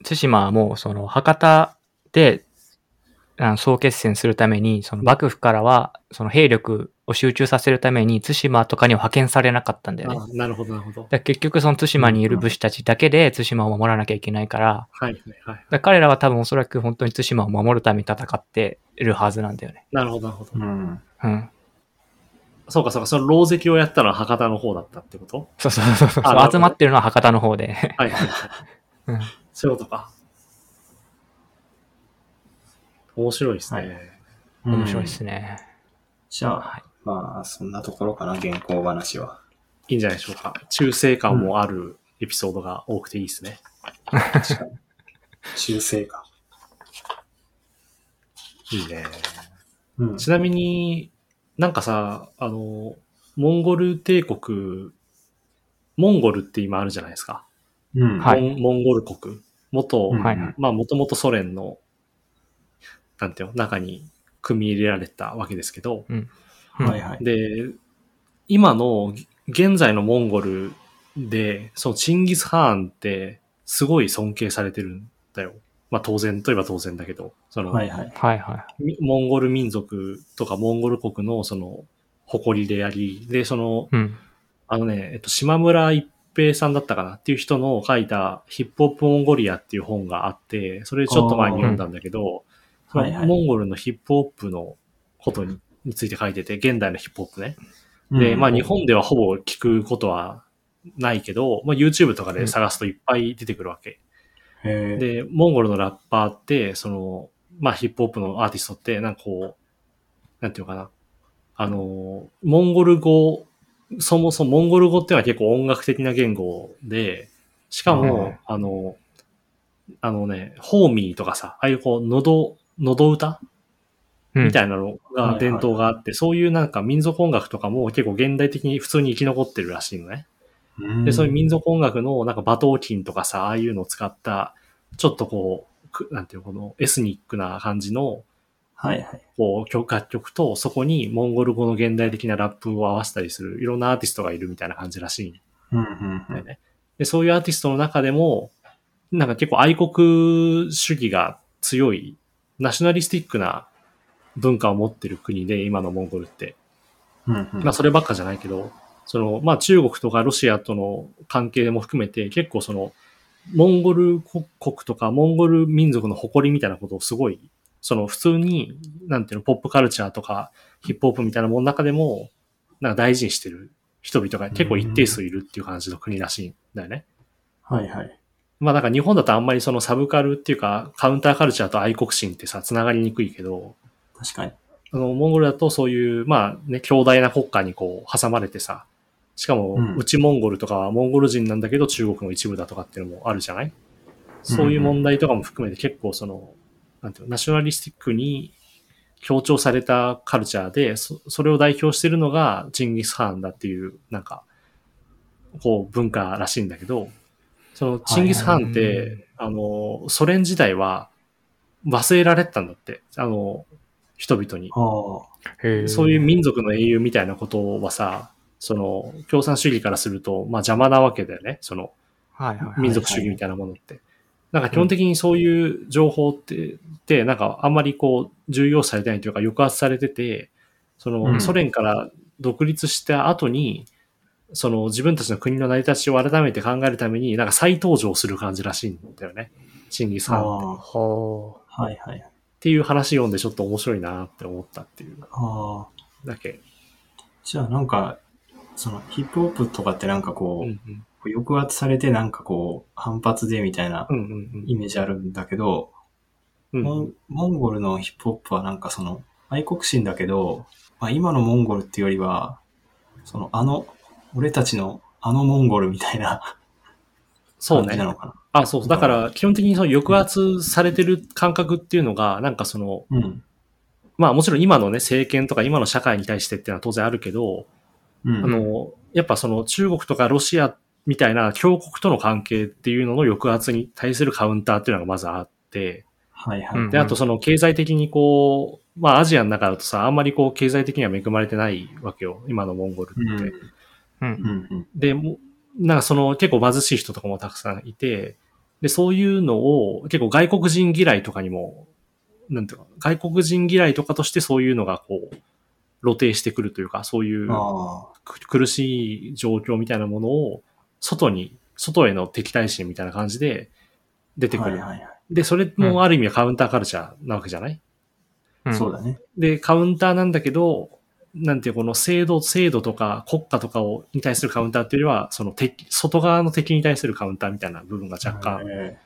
[SPEAKER 3] 対馬はもう、その、博多で、あの総決戦するために、その幕府からは、その兵力を集中させるために、対馬とかには派遣されなかったんだよね。だ
[SPEAKER 2] あなるほど、なるほど。
[SPEAKER 3] から結局、その対馬にいる武士たちだけで、対馬を守らなきゃいけないから、
[SPEAKER 2] はい、はい、はい。
[SPEAKER 3] だから彼らは多分おそらく本当に対馬を守るために戦ってるはずなんだよね。
[SPEAKER 2] なるほど、なるほど。
[SPEAKER 1] うん。
[SPEAKER 3] うん。
[SPEAKER 2] そうか、そうか、その牢石をやったのは博多の方だったってこと
[SPEAKER 3] そうそうそうそう
[SPEAKER 2] あなるほど
[SPEAKER 3] 集まってるのは博多の方で。
[SPEAKER 2] はい、はい、はい。
[SPEAKER 3] うん
[SPEAKER 2] そういうことか。面白いですね。
[SPEAKER 1] は
[SPEAKER 3] 面白いですね。
[SPEAKER 1] じゃ
[SPEAKER 3] は
[SPEAKER 1] あ、
[SPEAKER 3] い
[SPEAKER 1] まあ、そんなところかな、原稿話は。
[SPEAKER 2] いいんじゃないでしょうか。中性感もあるエピソードが多くていいですね。
[SPEAKER 1] 確かに。修正か。
[SPEAKER 2] いいね。
[SPEAKER 1] うん。
[SPEAKER 2] ちなみになんかさ、あの、モンゴル帝国、モンゴルって今あるじゃないですか。
[SPEAKER 1] うん。
[SPEAKER 3] はい
[SPEAKER 2] モンモンゴル国。元、
[SPEAKER 1] うん
[SPEAKER 3] はい
[SPEAKER 2] まあ元々ソ連の、なんていうの、中に組み入れられたわけですけど、
[SPEAKER 3] うん
[SPEAKER 1] はいはい。
[SPEAKER 2] で、今の、ぎ現在のモンゴルで、そのチンギス・ハーンって、すごい尊敬されてるんだよ。まあ当然といえば当然だけど、その、
[SPEAKER 1] はいはい。
[SPEAKER 3] はいはい。
[SPEAKER 2] みモンゴル民族とかモンゴル国のその、誇りであり、で、その、
[SPEAKER 3] うん。
[SPEAKER 2] あのね、えっと、島村一平さんだったかなっていう人の書いたヒップホップモンゴリアっていう本があって、それちょっと前に読んだんだけど、
[SPEAKER 1] あーはいはい
[SPEAKER 2] モンゴルのヒップホップのことにについて書いてて、現代のヒップホップね。で、まあ日本ではほぼ聞くことはないけど、まあ YouTube とかで探すといっぱい出てくるわけ。
[SPEAKER 1] へえ。
[SPEAKER 2] で、モンゴルのラッパーって、その、まあヒップホップのアーティストって、なんかこう、なんていうのかな。あの、モンゴル語、そもそもモンゴル語ってのは結構音楽的な言語で、しか
[SPEAKER 1] う
[SPEAKER 2] も
[SPEAKER 1] ん、
[SPEAKER 2] あの、あのね、ホーミーとかさ、ああいうこう、喉、喉歌みたいなの
[SPEAKER 1] はいは
[SPEAKER 2] が
[SPEAKER 1] い
[SPEAKER 2] 伝統があって、そういうなんか民族音楽とかも結構現代的に普通に生き残ってるらしいのね。で、そういう民族音楽のなんか馬頭琴とかさ、ああいうのを使った、ちょっとこうく、なんていうのこのエスニックな感じの
[SPEAKER 1] はいはい。
[SPEAKER 2] こう曲楽曲と、そこにモンゴル語の現代的なラップを合わせたりする、いろんなアーティストがいるみたいな感じらしい。
[SPEAKER 1] うんうんうん。
[SPEAKER 2] で、そういうアーティストの中でも、なんか結構愛国主義が強い、ナショナリスティックな文化を持ってる国で、今のモンゴルって。
[SPEAKER 1] うんうん
[SPEAKER 2] まあそればっかじゃないけど、その、まあ中国とかロシアとの関係も含めて結構その、モンゴル国とかモンゴル民族の誇りみたいなことをすごい、その普通に、なんていうの、ポップカルチャーとかヒップホップみたいなものの中でも、なんか大事にしてる人々が結構一定数いるっていう感じの国らしいんだよね。
[SPEAKER 1] はいはい。
[SPEAKER 2] まあなんか日本だとあんまりそのサブカルっていうかカウンターカルチャーと愛国心ってさ、つながりにくいけど、
[SPEAKER 1] 確かに。
[SPEAKER 2] あの、モンゴルだとそういう、まあね、強大な国家にこう挟まれてさ、しかも
[SPEAKER 1] うん、
[SPEAKER 2] うちモンゴルとかはモンゴル人なんだけど中国の一部だとかっていうのもあるじゃないそういう問題とかも含めて結構その、なんていうの、ナショナリスティックに強調されたカルチャーで、そそれを代表してるのがジンギス・ハーンだっていう、なんか、こう文化らしいんだけど、そのチンギス・ハーンって、
[SPEAKER 3] はいはい
[SPEAKER 2] あの、ソ連時代は忘れられてたんだって、あの、人々に。
[SPEAKER 1] ああ。
[SPEAKER 2] そういう民族の英雄みたいなことはさ、その、共産主義からすると、まあ邪魔なわけだよね。その、
[SPEAKER 3] はいはいはい
[SPEAKER 2] 民族主義みたいなものって。なんか基本的にそういう情報って、で、なんかあんまりこう、重要視されてないというか、抑圧されてて、その、
[SPEAKER 1] うん
[SPEAKER 2] ソ連から独立した後に、その自分たちの国の成り立ちを改めて考えるために、なんか再登場する感じらしいんだよね。チンギス・ハンっ
[SPEAKER 1] あ
[SPEAKER 3] ほ
[SPEAKER 1] あ。はいはい。
[SPEAKER 2] ていう話読んでちょっと面白いなって思ったっていう
[SPEAKER 1] ああ。
[SPEAKER 2] だけ。
[SPEAKER 1] じゃあなんか、そのヒップホップとかってなんか
[SPEAKER 2] う
[SPEAKER 1] こ
[SPEAKER 2] んうん。
[SPEAKER 1] う、抑圧されてなんかこう、反発でみたいな
[SPEAKER 2] うんうん
[SPEAKER 1] イメージあるんだけど、
[SPEAKER 2] うん。
[SPEAKER 1] モンモンゴルのヒップホップはなんかその、愛国心だけど、まあ今のモンゴルっていうよりは、その、あの、俺たちのあのモンゴルみたいな
[SPEAKER 2] そう
[SPEAKER 1] 感
[SPEAKER 2] ね
[SPEAKER 1] じ。なのか
[SPEAKER 2] あ、そう。だから、基本的にその抑圧されてる感覚っていうのが、なんかその、
[SPEAKER 1] な。うん。
[SPEAKER 2] まあもちろん今のね、政権とか今の社会に対してっていうのは当然あるけど、
[SPEAKER 1] うん。
[SPEAKER 2] あの、やっぱその中国とかロシアみたいな強国との関係っていうのの抑圧に対するカウンターっていうのがまずあって、
[SPEAKER 1] はいはい。
[SPEAKER 3] うん
[SPEAKER 2] で、あとその経済的にこう、まあアジアの中だとさ、あんまりこう経済的には恵まれてないわけよ。今のモンゴルって。
[SPEAKER 1] うん
[SPEAKER 3] うん
[SPEAKER 1] う。ん。
[SPEAKER 2] で、もうなんかその結構貧しい人とかもたくさんいて、で、そういうのを結構外国人嫌いとかにも、なんていうか、外国人嫌いとかとしてそういうのがこう、露呈してくるというか、そういう
[SPEAKER 1] うん。ああ。
[SPEAKER 2] く苦しい状況みたいなものを、外に、外への敵対心みたいな感じで出てく
[SPEAKER 1] は
[SPEAKER 2] る。
[SPEAKER 1] いはいは
[SPEAKER 2] で、それもある意味はカウンターカルチャーなわけじゃない、
[SPEAKER 3] うん
[SPEAKER 1] い。そうだね。
[SPEAKER 2] で、カウンターなんだけど、なんていう、この制度、制度とか国家とかを、に対するカウンターっていうよりは、その敵、外側の敵に対するカウンターみたいな部分が若干
[SPEAKER 1] え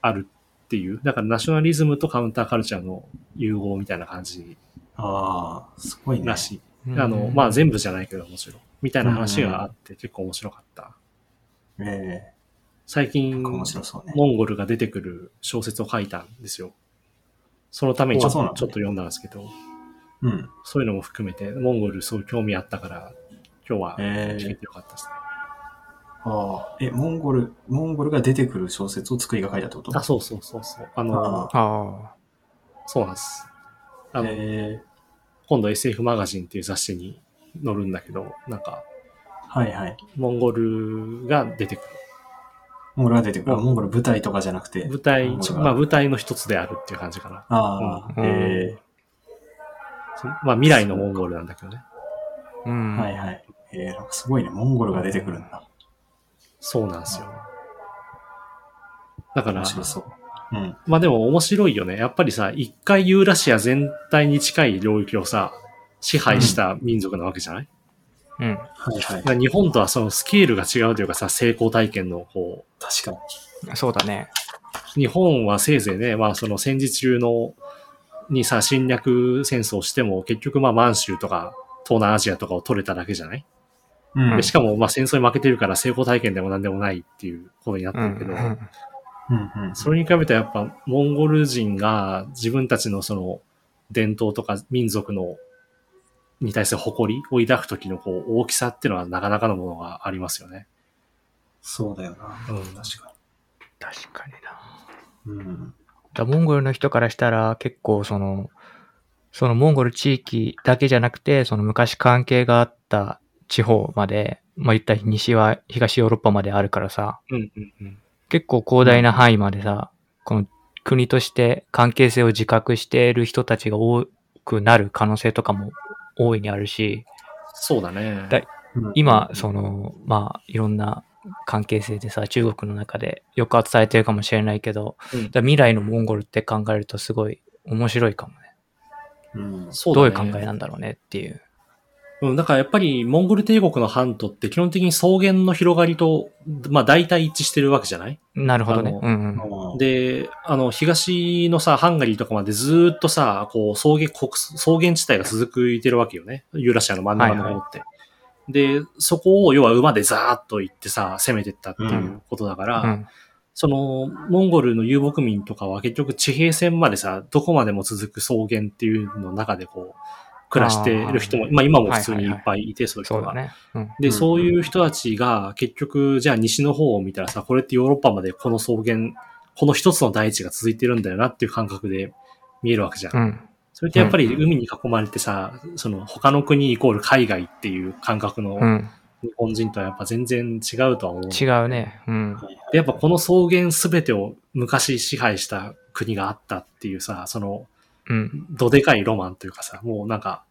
[SPEAKER 2] あるっていう。だからナショナリズムとカウンターカルチャーの融合みたいな感じ
[SPEAKER 1] えああ、すごいね。
[SPEAKER 2] らしい。
[SPEAKER 3] うん
[SPEAKER 2] あの、まあ、全部じゃないけどもちろん。みたいな話があって結構面白かった。
[SPEAKER 1] え
[SPEAKER 2] 最
[SPEAKER 1] え
[SPEAKER 2] 近、
[SPEAKER 1] 面白そうね。
[SPEAKER 2] モンゴルが出てくる小説を書いたんですよ。そのためにちょっと
[SPEAKER 1] お
[SPEAKER 2] ち
[SPEAKER 1] あそうな
[SPEAKER 2] ょっ
[SPEAKER 1] んだ
[SPEAKER 2] と読んだんですけど、
[SPEAKER 1] うん。
[SPEAKER 2] そういうのも含めて、モンゴルそういう興味あったから、今日は
[SPEAKER 1] え
[SPEAKER 2] 聞け
[SPEAKER 1] え
[SPEAKER 2] てよかったですね。
[SPEAKER 1] ああ。え、モンゴル、モンゴルが出てくる小説を作りが書いたってこと
[SPEAKER 2] あ、そうそうそうそう。あの、
[SPEAKER 1] ああ。
[SPEAKER 3] あ
[SPEAKER 2] そうなんです。あの、
[SPEAKER 1] ええ
[SPEAKER 2] 今度 SF マガジンっていう雑誌に載るんだけど、なんか、
[SPEAKER 1] はいはい。
[SPEAKER 2] モンゴルが出てくる。
[SPEAKER 1] モンゴルが出てくる。あ
[SPEAKER 2] うん
[SPEAKER 1] モンゴル舞台とかじゃなくて。
[SPEAKER 2] 舞台、
[SPEAKER 1] モンゴルが
[SPEAKER 2] まあ舞台の一つであるっていう感じかな。
[SPEAKER 1] ああ、
[SPEAKER 3] うん
[SPEAKER 1] え
[SPEAKER 2] そまあ未来のモンゴルなんだけどね。
[SPEAKER 3] あ。う
[SPEAKER 1] え
[SPEAKER 3] ん。
[SPEAKER 1] はいはい。ええなんかすごいね。モンゴルが出てくるんだ。
[SPEAKER 2] そうなんですよ。だから
[SPEAKER 1] 面、白そう。うん。
[SPEAKER 2] まあでも面白いよね。やっぱりさ、一回ユーラシア全体に近い領域をさ、支配した民族なわけじゃない、
[SPEAKER 3] うん。
[SPEAKER 1] はいはい。
[SPEAKER 2] まあ日本とはそのスケールが違うというかさ、成功体験のこう、
[SPEAKER 1] 確かに。
[SPEAKER 3] そうだね。
[SPEAKER 2] 日本はせいぜいね、まあその戦時中の、にさ、侵略戦争しても結局まあ満州とか東南アジアとかを取れただけじゃない、
[SPEAKER 1] うん
[SPEAKER 2] でしかもまあ戦争に負けてるから成功体験でも何でもないっていうことになって
[SPEAKER 3] うん
[SPEAKER 2] るけど、
[SPEAKER 3] うん
[SPEAKER 1] うんうん。
[SPEAKER 2] それに比べてやっぱモンゴル人が自分たちのその伝統とか民族のに対する誇りを抱くときのこう大きさっていうのはなかなかのものがありますよね。
[SPEAKER 1] そうだよな。
[SPEAKER 2] うん
[SPEAKER 1] 確か
[SPEAKER 3] 確かにな。
[SPEAKER 1] に。うん。
[SPEAKER 3] だモンゴルの人からしたら結構その、そのモンゴル地域だけじゃなくて、その昔関係があった地方まで、まあ言ったら西は東ヨーロッパまであるからさ、
[SPEAKER 2] うんうんうん。
[SPEAKER 3] 結構広大な範囲までさ、この国として関係性を自覚している人たちが多くなる可能性とかも大いにあるし、
[SPEAKER 2] そうだね。
[SPEAKER 3] だ
[SPEAKER 1] うん
[SPEAKER 3] 今、その、まあ、いろんな関係性でさ、中国の中で抑圧されてるかもしれないけど、
[SPEAKER 2] うん
[SPEAKER 3] だから未来のモンゴルって考えるとすごい面白いかもね。
[SPEAKER 1] うん。
[SPEAKER 2] そう
[SPEAKER 3] ど
[SPEAKER 2] だ
[SPEAKER 3] うい
[SPEAKER 2] ね
[SPEAKER 3] う考えなんだろうねっていう。
[SPEAKER 2] うん、だからやっぱりモンゴル帝国の半島って基本的に草原の広がりと、まあ大体一致してるわけじゃない
[SPEAKER 3] なるほど
[SPEAKER 2] あ
[SPEAKER 3] ね
[SPEAKER 2] の。
[SPEAKER 3] うんうん。
[SPEAKER 1] うん、
[SPEAKER 2] で、あの、東のさ、ハンガリーとかまでずーっとさ、こう、草原、国草原地帯が続いてるわけよね。ユーラシアの真ん中の方って。で、そこを要は馬でザーッと行ってさ、攻めてったっていうことだから、
[SPEAKER 3] うん
[SPEAKER 2] その、モンゴルの遊牧民とかは結局地平線までさ、どこまでも続く草原っていうの中でこう、暮らしてる人も、
[SPEAKER 3] あー
[SPEAKER 2] まあ今も普通にいっぱいいて、そういう
[SPEAKER 3] そ
[SPEAKER 2] 人
[SPEAKER 3] うだ
[SPEAKER 2] が。
[SPEAKER 3] ね。うん。
[SPEAKER 1] う
[SPEAKER 2] で、
[SPEAKER 1] ん
[SPEAKER 2] そういう人たちが結局、じゃあ西の方を見たらさ、これってヨーロッパまでこの草原、この一つの大地が続いてるんだよなっていう感覚で見えるわけじゃん。
[SPEAKER 3] うん。
[SPEAKER 2] それってやっぱり海に囲まれてさ、その他の国イコール海外っていう感覚
[SPEAKER 3] う
[SPEAKER 2] の
[SPEAKER 3] ん。
[SPEAKER 2] 日本人とはやっぱ全然違うとは思う。
[SPEAKER 3] 違うね。うん。
[SPEAKER 1] はいはい
[SPEAKER 2] で、やっぱこの草原すべてを昔支配した国があったっていうさ、その
[SPEAKER 3] うん。
[SPEAKER 2] どでかいロマンというかさ、もうなんか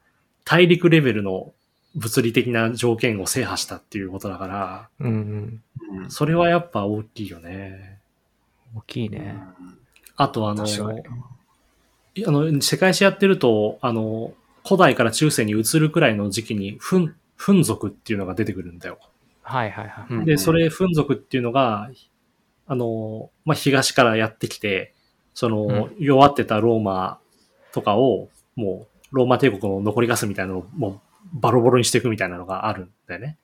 [SPEAKER 2] 大陸レベルの物理的な条件を制覇したっていうことだから、
[SPEAKER 3] うんうん。
[SPEAKER 1] うん
[SPEAKER 2] それはやっぱ大きいよね。
[SPEAKER 3] 大きいね。
[SPEAKER 2] あと
[SPEAKER 1] う
[SPEAKER 2] あ
[SPEAKER 1] ん
[SPEAKER 2] の、
[SPEAKER 1] 確かに。
[SPEAKER 2] あの世界史やってると、あの、古代から中世に移るくらいの時期に、フン、フン族っていうのが出てくるんだよ。
[SPEAKER 3] はいはいはい。うん
[SPEAKER 2] で、それ、フン族っていうのが、あの、まあ、東からやってきて、その、弱ってたローマとかを、もう、ローマ帝国の残りガスみたいなのを、もう、バロボロにしていくみたいなのがあるんだよね。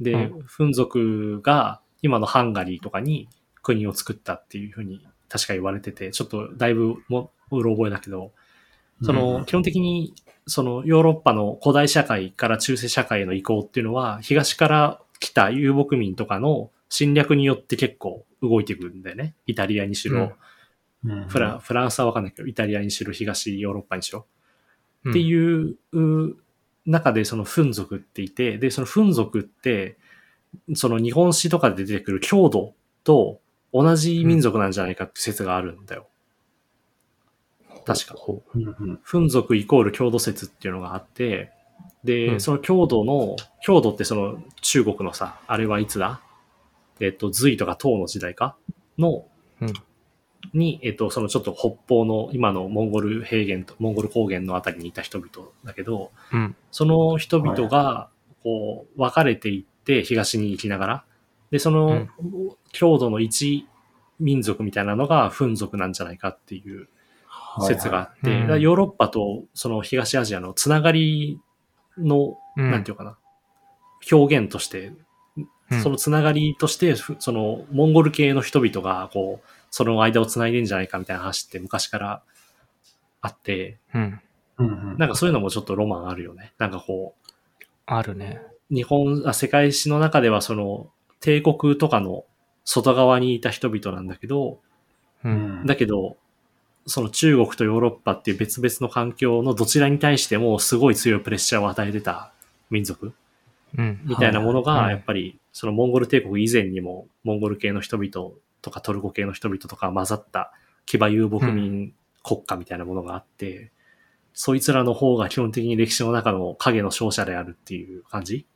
[SPEAKER 2] で、
[SPEAKER 3] う
[SPEAKER 2] フン族が今のハンガリーとかに国を作ったっていうふうに確か言われてて、ちょっとだいぶもうろ覚えだけど、そ
[SPEAKER 1] うん
[SPEAKER 2] の基本的にそのヨーロッパの古代社会から中世社会への移行っていうのは東から来た遊牧民とかの侵略によって結構動いていくんだよね。イタリアにしろ、
[SPEAKER 3] うん
[SPEAKER 1] うん
[SPEAKER 2] フラフランスはわかんないけど、イタリアにしろ東ヨーロッパにしろ。
[SPEAKER 3] う
[SPEAKER 2] っ
[SPEAKER 3] ん
[SPEAKER 2] ていうう中でそのフン族っていて、で、そのフン族って、その日本史とかで出てくる郷土と同じ民族なんじゃないかって説があるんだよ。確か。
[SPEAKER 1] うんうん
[SPEAKER 2] フン族イコール郷土説っていうのがあって、で、
[SPEAKER 3] うん
[SPEAKER 2] その郷土の、郷土ってその中国のさ、あれはいつだえっと、隋とか唐の時代かの、
[SPEAKER 3] うん
[SPEAKER 2] に、えっと、そのちょっと北方の今のモンゴル平原と、モンゴル高原のあたりにいた人々だけど、
[SPEAKER 3] うん。
[SPEAKER 2] その人々が、こう、分かれていって、東に行きながら、で、その、郷土の一民族みたいなのが、フン族なんじゃないかっていう説があって、
[SPEAKER 3] はいはいうん
[SPEAKER 2] だからヨーロッパとその東アジアのつながりの、
[SPEAKER 3] うん
[SPEAKER 2] なんていうかな、表現として、
[SPEAKER 3] うん
[SPEAKER 2] そのつながりとして、ふそのモンゴル系の人々が、こう、その間をつないでんじゃないかみたいな話って昔からあって、
[SPEAKER 3] うん。
[SPEAKER 1] うんうん
[SPEAKER 2] なんかそういうのもちょっとロマンあるよね。なんかこう、
[SPEAKER 3] あるね。
[SPEAKER 2] 日本、あ世界史の中ではその帝国とかの外側にいた人々なんだけど、
[SPEAKER 3] う。
[SPEAKER 1] うんん
[SPEAKER 2] だけど、その中国とヨーロッパっていう別々の環境のどちらに対してもすごい強いプレッシャーを与えてた民族
[SPEAKER 3] うん。
[SPEAKER 2] みたいなもの
[SPEAKER 3] はいは
[SPEAKER 2] が、
[SPEAKER 3] い
[SPEAKER 2] やっぱりそのモンゴル帝国以前にもモンゴル系の人々とかトルコ系の人々とか混ざった騎馬遊牧民国家みたいなものがあって、そいつらの方が基本的に歴史の中の影の勝者であるっていう感じ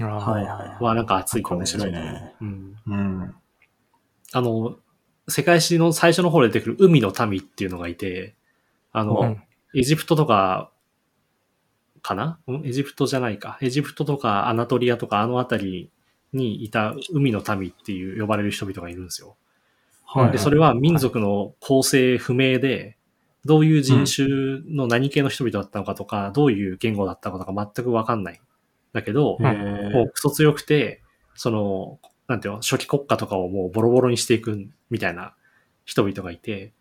[SPEAKER 3] あー
[SPEAKER 1] はいはい。
[SPEAKER 2] はなんか熱いかも
[SPEAKER 1] 面
[SPEAKER 2] しれ
[SPEAKER 1] 白い
[SPEAKER 2] ない。
[SPEAKER 1] ね。
[SPEAKER 2] うん
[SPEAKER 1] うん。
[SPEAKER 2] あの、世界史の最初の方で出てくる海の民っていうのがいて、あの、
[SPEAKER 3] うん
[SPEAKER 2] エジプトとか、かな、うん、エジプトじゃないか。エジプトとかアナトリアとかあの辺りにいた海の民っていう呼ばれる人々がいるんですよ。
[SPEAKER 1] はいはい
[SPEAKER 2] で、それは民族の構成不明で、どういう人種の何系の人々だったのかとか、どういう言語だったのかとか全くわかんない。だけど、
[SPEAKER 1] へ
[SPEAKER 2] もう
[SPEAKER 1] ー
[SPEAKER 2] クソ強くて、その、なんていうの、初期国家とかをもうボロボロにしていくみたいな人々がいて、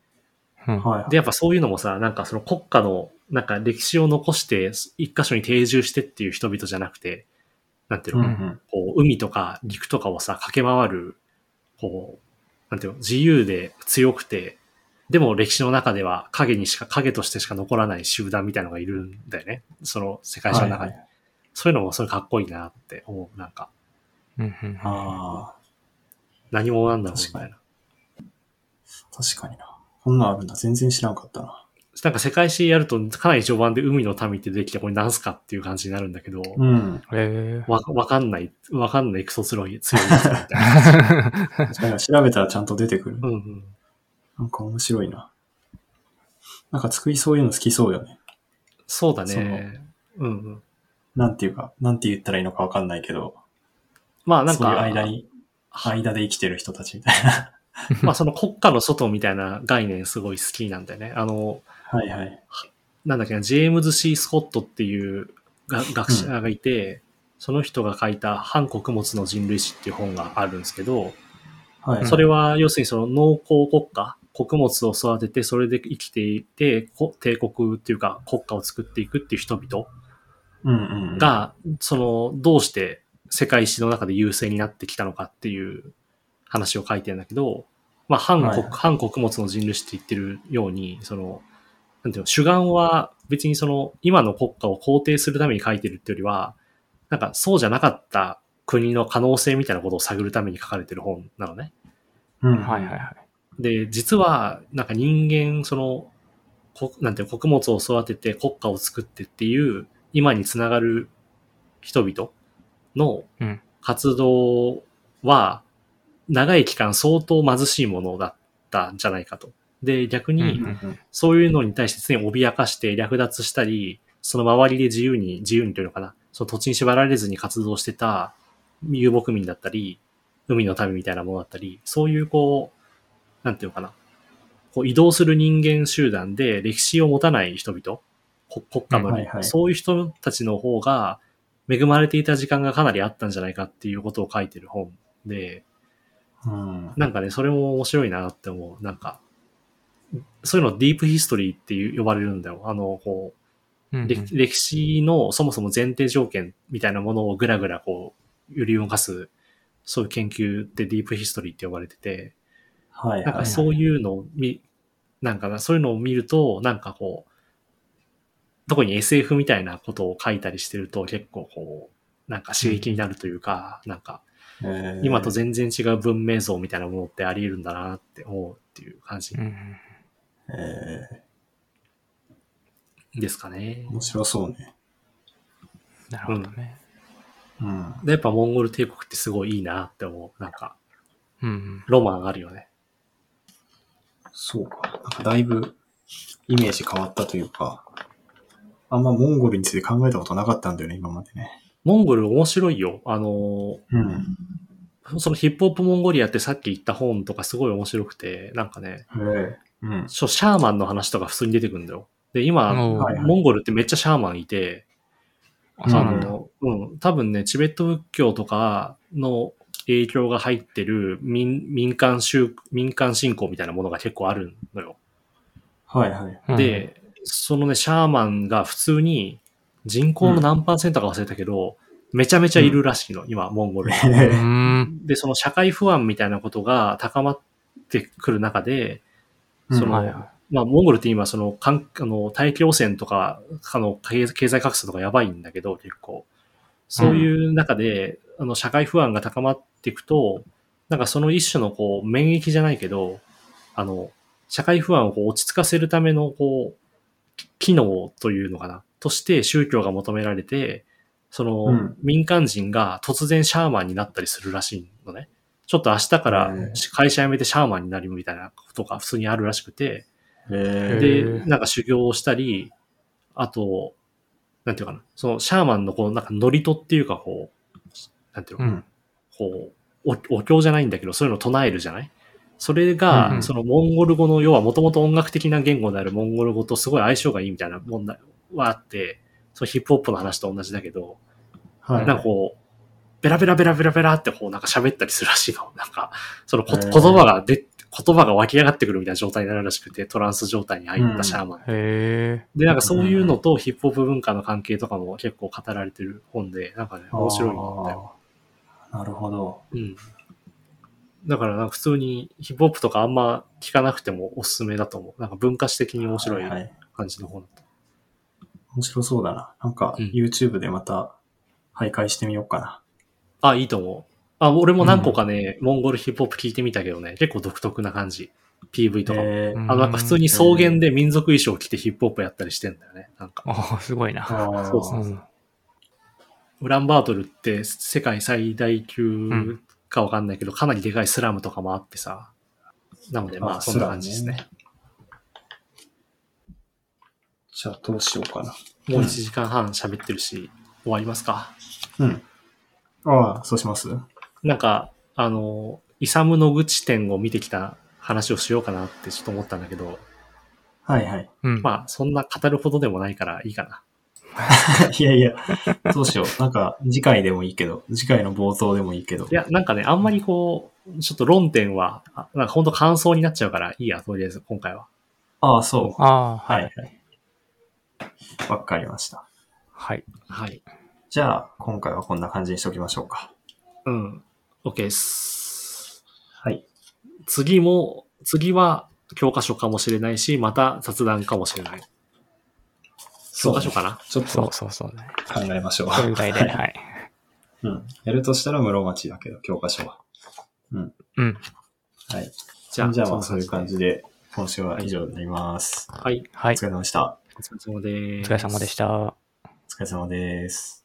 [SPEAKER 3] うん
[SPEAKER 1] はいはい
[SPEAKER 2] で、やっぱそういうのもさ、なんかその国家の、なんか歴史を残して、一箇所に定住してっていう人々じゃなくて、なんていう
[SPEAKER 1] う
[SPEAKER 2] の、
[SPEAKER 1] んうん
[SPEAKER 2] こう海とか陸とかをさ、駆け回る、こう、なんていうの、自由で強くて、でも歴史の中では影にしか、影としてしか残らない集団みたいのがいるんだよね。その世界史の中に。
[SPEAKER 1] はいはい
[SPEAKER 2] そういうのもそれかっこいいなって思う、なんか。
[SPEAKER 3] うんうん
[SPEAKER 1] あ
[SPEAKER 2] 何者なんだろうみたいな。
[SPEAKER 1] あ、確かにな。こんなんあるんだ。全然知らんかったな。
[SPEAKER 2] なんか世界史やるとかなり序盤で海の民って出てきてこれなんすかっていう感じになるんだけど、
[SPEAKER 1] うん。
[SPEAKER 3] へ
[SPEAKER 2] わ、わかんない、わかんないクソ強い、強いやつみたい な。
[SPEAKER 3] ー
[SPEAKER 1] 確かに調べたらちゃんと出てくる
[SPEAKER 2] う。んうん。
[SPEAKER 1] なんか面白いな。なんか作りそういうの好きそうよね。
[SPEAKER 2] そうだ
[SPEAKER 1] その
[SPEAKER 2] ね。うんうん。
[SPEAKER 1] なんていうか、なんて言ったらいいのかわかんないけど、
[SPEAKER 2] まあなん
[SPEAKER 1] そういう
[SPEAKER 2] か、
[SPEAKER 1] 間に、間で生きてる人たちみたいな。
[SPEAKER 2] まあその国家の外みたいな概念すごい好きなんだよね。あの、
[SPEAKER 1] はいはい。
[SPEAKER 2] なんだっけな、ジェームズ・ C ・スコットっていうが学者
[SPEAKER 1] う
[SPEAKER 2] がいて、その人が書いた「反穀物の人類史」っていう本があるんですけど、
[SPEAKER 1] はい。
[SPEAKER 2] それは要するにその農耕国家、穀物を育てて、それで生きていて、こ帝国っていうか国家を作っていくっていう人々
[SPEAKER 1] うんうんうん。
[SPEAKER 2] が、その、どうして世界史の中で優勢になってきたのかっていう話を書いてんだけど、まあ、反
[SPEAKER 1] はい
[SPEAKER 2] 国、
[SPEAKER 1] はい
[SPEAKER 2] 反穀物の人類史って言ってるように、その、なんていうの、主眼は別にその、今の国家を肯定するために書いてるってよりは、なんかそうじゃなかった国の可能性みたいなことを探るために書かれてる本なのね。
[SPEAKER 1] うん。
[SPEAKER 3] はいはいは
[SPEAKER 2] で、実は、なんか人間、その、こなんていうの穀物を育てて国家を作ってっていう、今につながる人々の
[SPEAKER 3] うん
[SPEAKER 2] 活動は、長い期間相当貧しいものだったんじゃないかと。で、逆
[SPEAKER 3] い。う
[SPEAKER 2] に、
[SPEAKER 3] んうん
[SPEAKER 2] そういうのに対して常に脅かして略奪したり、その周りで自由に、自由にというのかな、その土地に縛られずに活動してた遊牧民だったり、海の民みたいなものだったり、そういうこう、なんていうのかな、こう移動する人間集団で歴史を持たない人々、こ国家の
[SPEAKER 1] はい
[SPEAKER 2] 利、
[SPEAKER 1] はい
[SPEAKER 2] そういう人たちの方が恵まれていた時間がかなりあったんじゃないかっていうことを書いてる本で、
[SPEAKER 1] うん。
[SPEAKER 2] なんかね、それも面白いなって思う。なんか、そういうのディープヒストリーっていう呼ばれるんだよ。あの、こう、
[SPEAKER 3] うんうん
[SPEAKER 2] 歴歴史のそもそも前提条件みたいなものをぐらぐらこう揺り動かすそういう研究ってディープヒストリーって呼ばれてて
[SPEAKER 1] はい
[SPEAKER 2] な
[SPEAKER 1] は
[SPEAKER 2] んか
[SPEAKER 1] い。
[SPEAKER 2] そういうのを見なんかなそういうのを見るとなんかこう特に SF みたいなことを書いたりしてると結構こうなんか刺激になるというか、なんか
[SPEAKER 1] えー
[SPEAKER 2] 今と全然違う文明像みたいなものってあり得るんだなって思うっていう感じ
[SPEAKER 3] うんうん
[SPEAKER 1] え
[SPEAKER 2] ですかね
[SPEAKER 1] ー、。面白そうね。
[SPEAKER 3] なるほどね。
[SPEAKER 1] うん。
[SPEAKER 2] でやっぱモンゴル帝国ってすごいいいなって思う。なんか
[SPEAKER 3] うんうん。
[SPEAKER 2] ロマンあるよね。
[SPEAKER 1] そうか。なんかだいぶイメージ変わったというか、あんまモンゴルについて考えたことなかったんだよね、今までね。
[SPEAKER 2] モンゴル面白いよ。あの
[SPEAKER 1] うん。
[SPEAKER 2] ー、そのヒップホップモンゴリアってさっき言った本とかすごい面白くて、なんかね、
[SPEAKER 1] へえ。うん。
[SPEAKER 2] そうシャーマンの話とか普通に出てくるんだよ。で、今、
[SPEAKER 3] おー
[SPEAKER 1] はい
[SPEAKER 2] モンゴルってめっちゃシャーマンいて、
[SPEAKER 3] あそう
[SPEAKER 2] あ
[SPEAKER 3] なんだ。
[SPEAKER 2] の、うん、多分ね、チベット仏教とかの影響が入ってる民民間宗、民間信仰みたいなものが結構あるのよ。
[SPEAKER 1] はいはい。
[SPEAKER 3] うん、
[SPEAKER 2] で、そのね、シャーマンが普通に人口の何パーセントか忘れたけど、めちゃめちゃいるらしいの、今、モンゴルに。
[SPEAKER 3] うーん。
[SPEAKER 2] で、その社会不安みたいなことが高まってくる中で、 その、
[SPEAKER 3] はいは
[SPEAKER 2] まあ、モンゴルって今、その、かんあの大気汚染とか、あの、経経済格差とかやばいんだけど、結構。そういう中で、あの、社会不安が高まっていくと、なんかその一種の、こう、免疫じゃないけど、あの、社会不安をこう落ち着かせるための、こう、機能というのかな、として宗教が求められて、その、
[SPEAKER 1] うん
[SPEAKER 2] 民間人が突然シャーマンになったりするらしいのね。ちょっと明日から
[SPEAKER 1] へえ
[SPEAKER 2] 会社辞めてシャーマンになるみたいなことが普通にあるらしくて、
[SPEAKER 1] へえ。
[SPEAKER 2] で
[SPEAKER 3] へえ、
[SPEAKER 2] なんか修行をしたり、あと、なんていうかな、そのシャーマンのこう、なんかノリとっていうか、こう、なんていう
[SPEAKER 3] う
[SPEAKER 2] のかな、
[SPEAKER 3] ん。
[SPEAKER 2] こうお、お経じゃないんだけど、そういうのを唱えるじゃないそれ
[SPEAKER 3] うんう
[SPEAKER 2] が、
[SPEAKER 3] ん
[SPEAKER 2] そのモンゴル語の、要はもともと音楽的な言語であるモンゴル語とすごい相性がいいみたいな問題はあって、そのヒップホップの話と同じだけど、
[SPEAKER 1] はい。
[SPEAKER 2] なんかこう、ベラベラベラベラベラってこうなんか喋ったりするらしいの。なん か、そのこ言葉がで、言葉が湧き上がってくるみたいな状態になるらしくて、トランス状態に入ったシャーマン。
[SPEAKER 3] へ
[SPEAKER 2] で、なんかそういうのとヒップホップ文化の関係とかも結構語られてる本で、なんかね、面白いんだよ。
[SPEAKER 1] あーなるほど。
[SPEAKER 2] うん。だからなんか普通にヒップホップとかあんま聞かなくてもおすすめだと思う。なんか文化史的に面白
[SPEAKER 1] はいい。
[SPEAKER 2] 感じの本だった。
[SPEAKER 1] 面白そうだな。なんか
[SPEAKER 2] うん
[SPEAKER 1] YouTube でまた徘徊してみようかな。
[SPEAKER 2] あ、いいと思う。あ、俺も何個かね、モンゴルヒップホップ聞いてみたけどね、結構独特な感じ。PV とかも。
[SPEAKER 1] へえ
[SPEAKER 3] うん
[SPEAKER 2] あの、なんか普通に草原で民族衣装を着てヒップホップやったりしてんだよね。なんか、
[SPEAKER 3] おすごいな。
[SPEAKER 1] あー
[SPEAKER 2] そうそう
[SPEAKER 3] うん
[SPEAKER 2] ウランバートルって世界最大級かわかんないけど、かなりでかいスラムとかもあってさ。なので、まあ、
[SPEAKER 1] あ
[SPEAKER 2] そんな感じですね。
[SPEAKER 1] じゃあどうしようかな。
[SPEAKER 2] もう1時間半喋ってるし、終わりますか。
[SPEAKER 1] うん。ああ、そうします
[SPEAKER 2] なんか、あの、イサムの愚痴点を見てきた話をしようかなってちょっと思ったんだけど、
[SPEAKER 1] はいはい。
[SPEAKER 3] うん。
[SPEAKER 2] まあ、そんな語るほどでもないからいいかな。
[SPEAKER 1] いやいや、どうしよ う。なんか、次回でもいいけど、次回の冒頭でもいいけど
[SPEAKER 2] い。や、なんかね、あんまりこう、ちょっと論点は、あなんか本当感想になっちゃうから、いいや、とりあえず、今回は。
[SPEAKER 1] ああ、そ
[SPEAKER 3] ああ、
[SPEAKER 1] う。は
[SPEAKER 3] はいい。
[SPEAKER 1] はい。わかりました。
[SPEAKER 3] はい。
[SPEAKER 2] はい。
[SPEAKER 1] じゃあ、今回はこんな感じにしておきましょうか。
[SPEAKER 2] うん。OK です。
[SPEAKER 1] はい。
[SPEAKER 2] 次も、次は教科書かもしれないし、また雑談かもしれない。
[SPEAKER 1] そう
[SPEAKER 2] 教科
[SPEAKER 1] ね
[SPEAKER 2] 書かな
[SPEAKER 1] ちょっ
[SPEAKER 3] そう
[SPEAKER 1] と
[SPEAKER 3] そうそうね。
[SPEAKER 1] 考えましょう。
[SPEAKER 3] そういう具合で、はい。
[SPEAKER 1] うん。やるとしたら室町だけど、教科書は。
[SPEAKER 3] うん。
[SPEAKER 1] はい。
[SPEAKER 2] じ
[SPEAKER 1] じ
[SPEAKER 2] ゃ
[SPEAKER 1] ゃ
[SPEAKER 2] あ、
[SPEAKER 1] あ、まあそういう感じ。で、今週は以上になります。
[SPEAKER 2] はい。
[SPEAKER 3] は
[SPEAKER 1] お
[SPEAKER 3] い。
[SPEAKER 1] 疲れ様でした。
[SPEAKER 2] お疲れ様で
[SPEAKER 3] お
[SPEAKER 2] す。
[SPEAKER 3] 疲れ様でした。
[SPEAKER 1] お疲れ様です。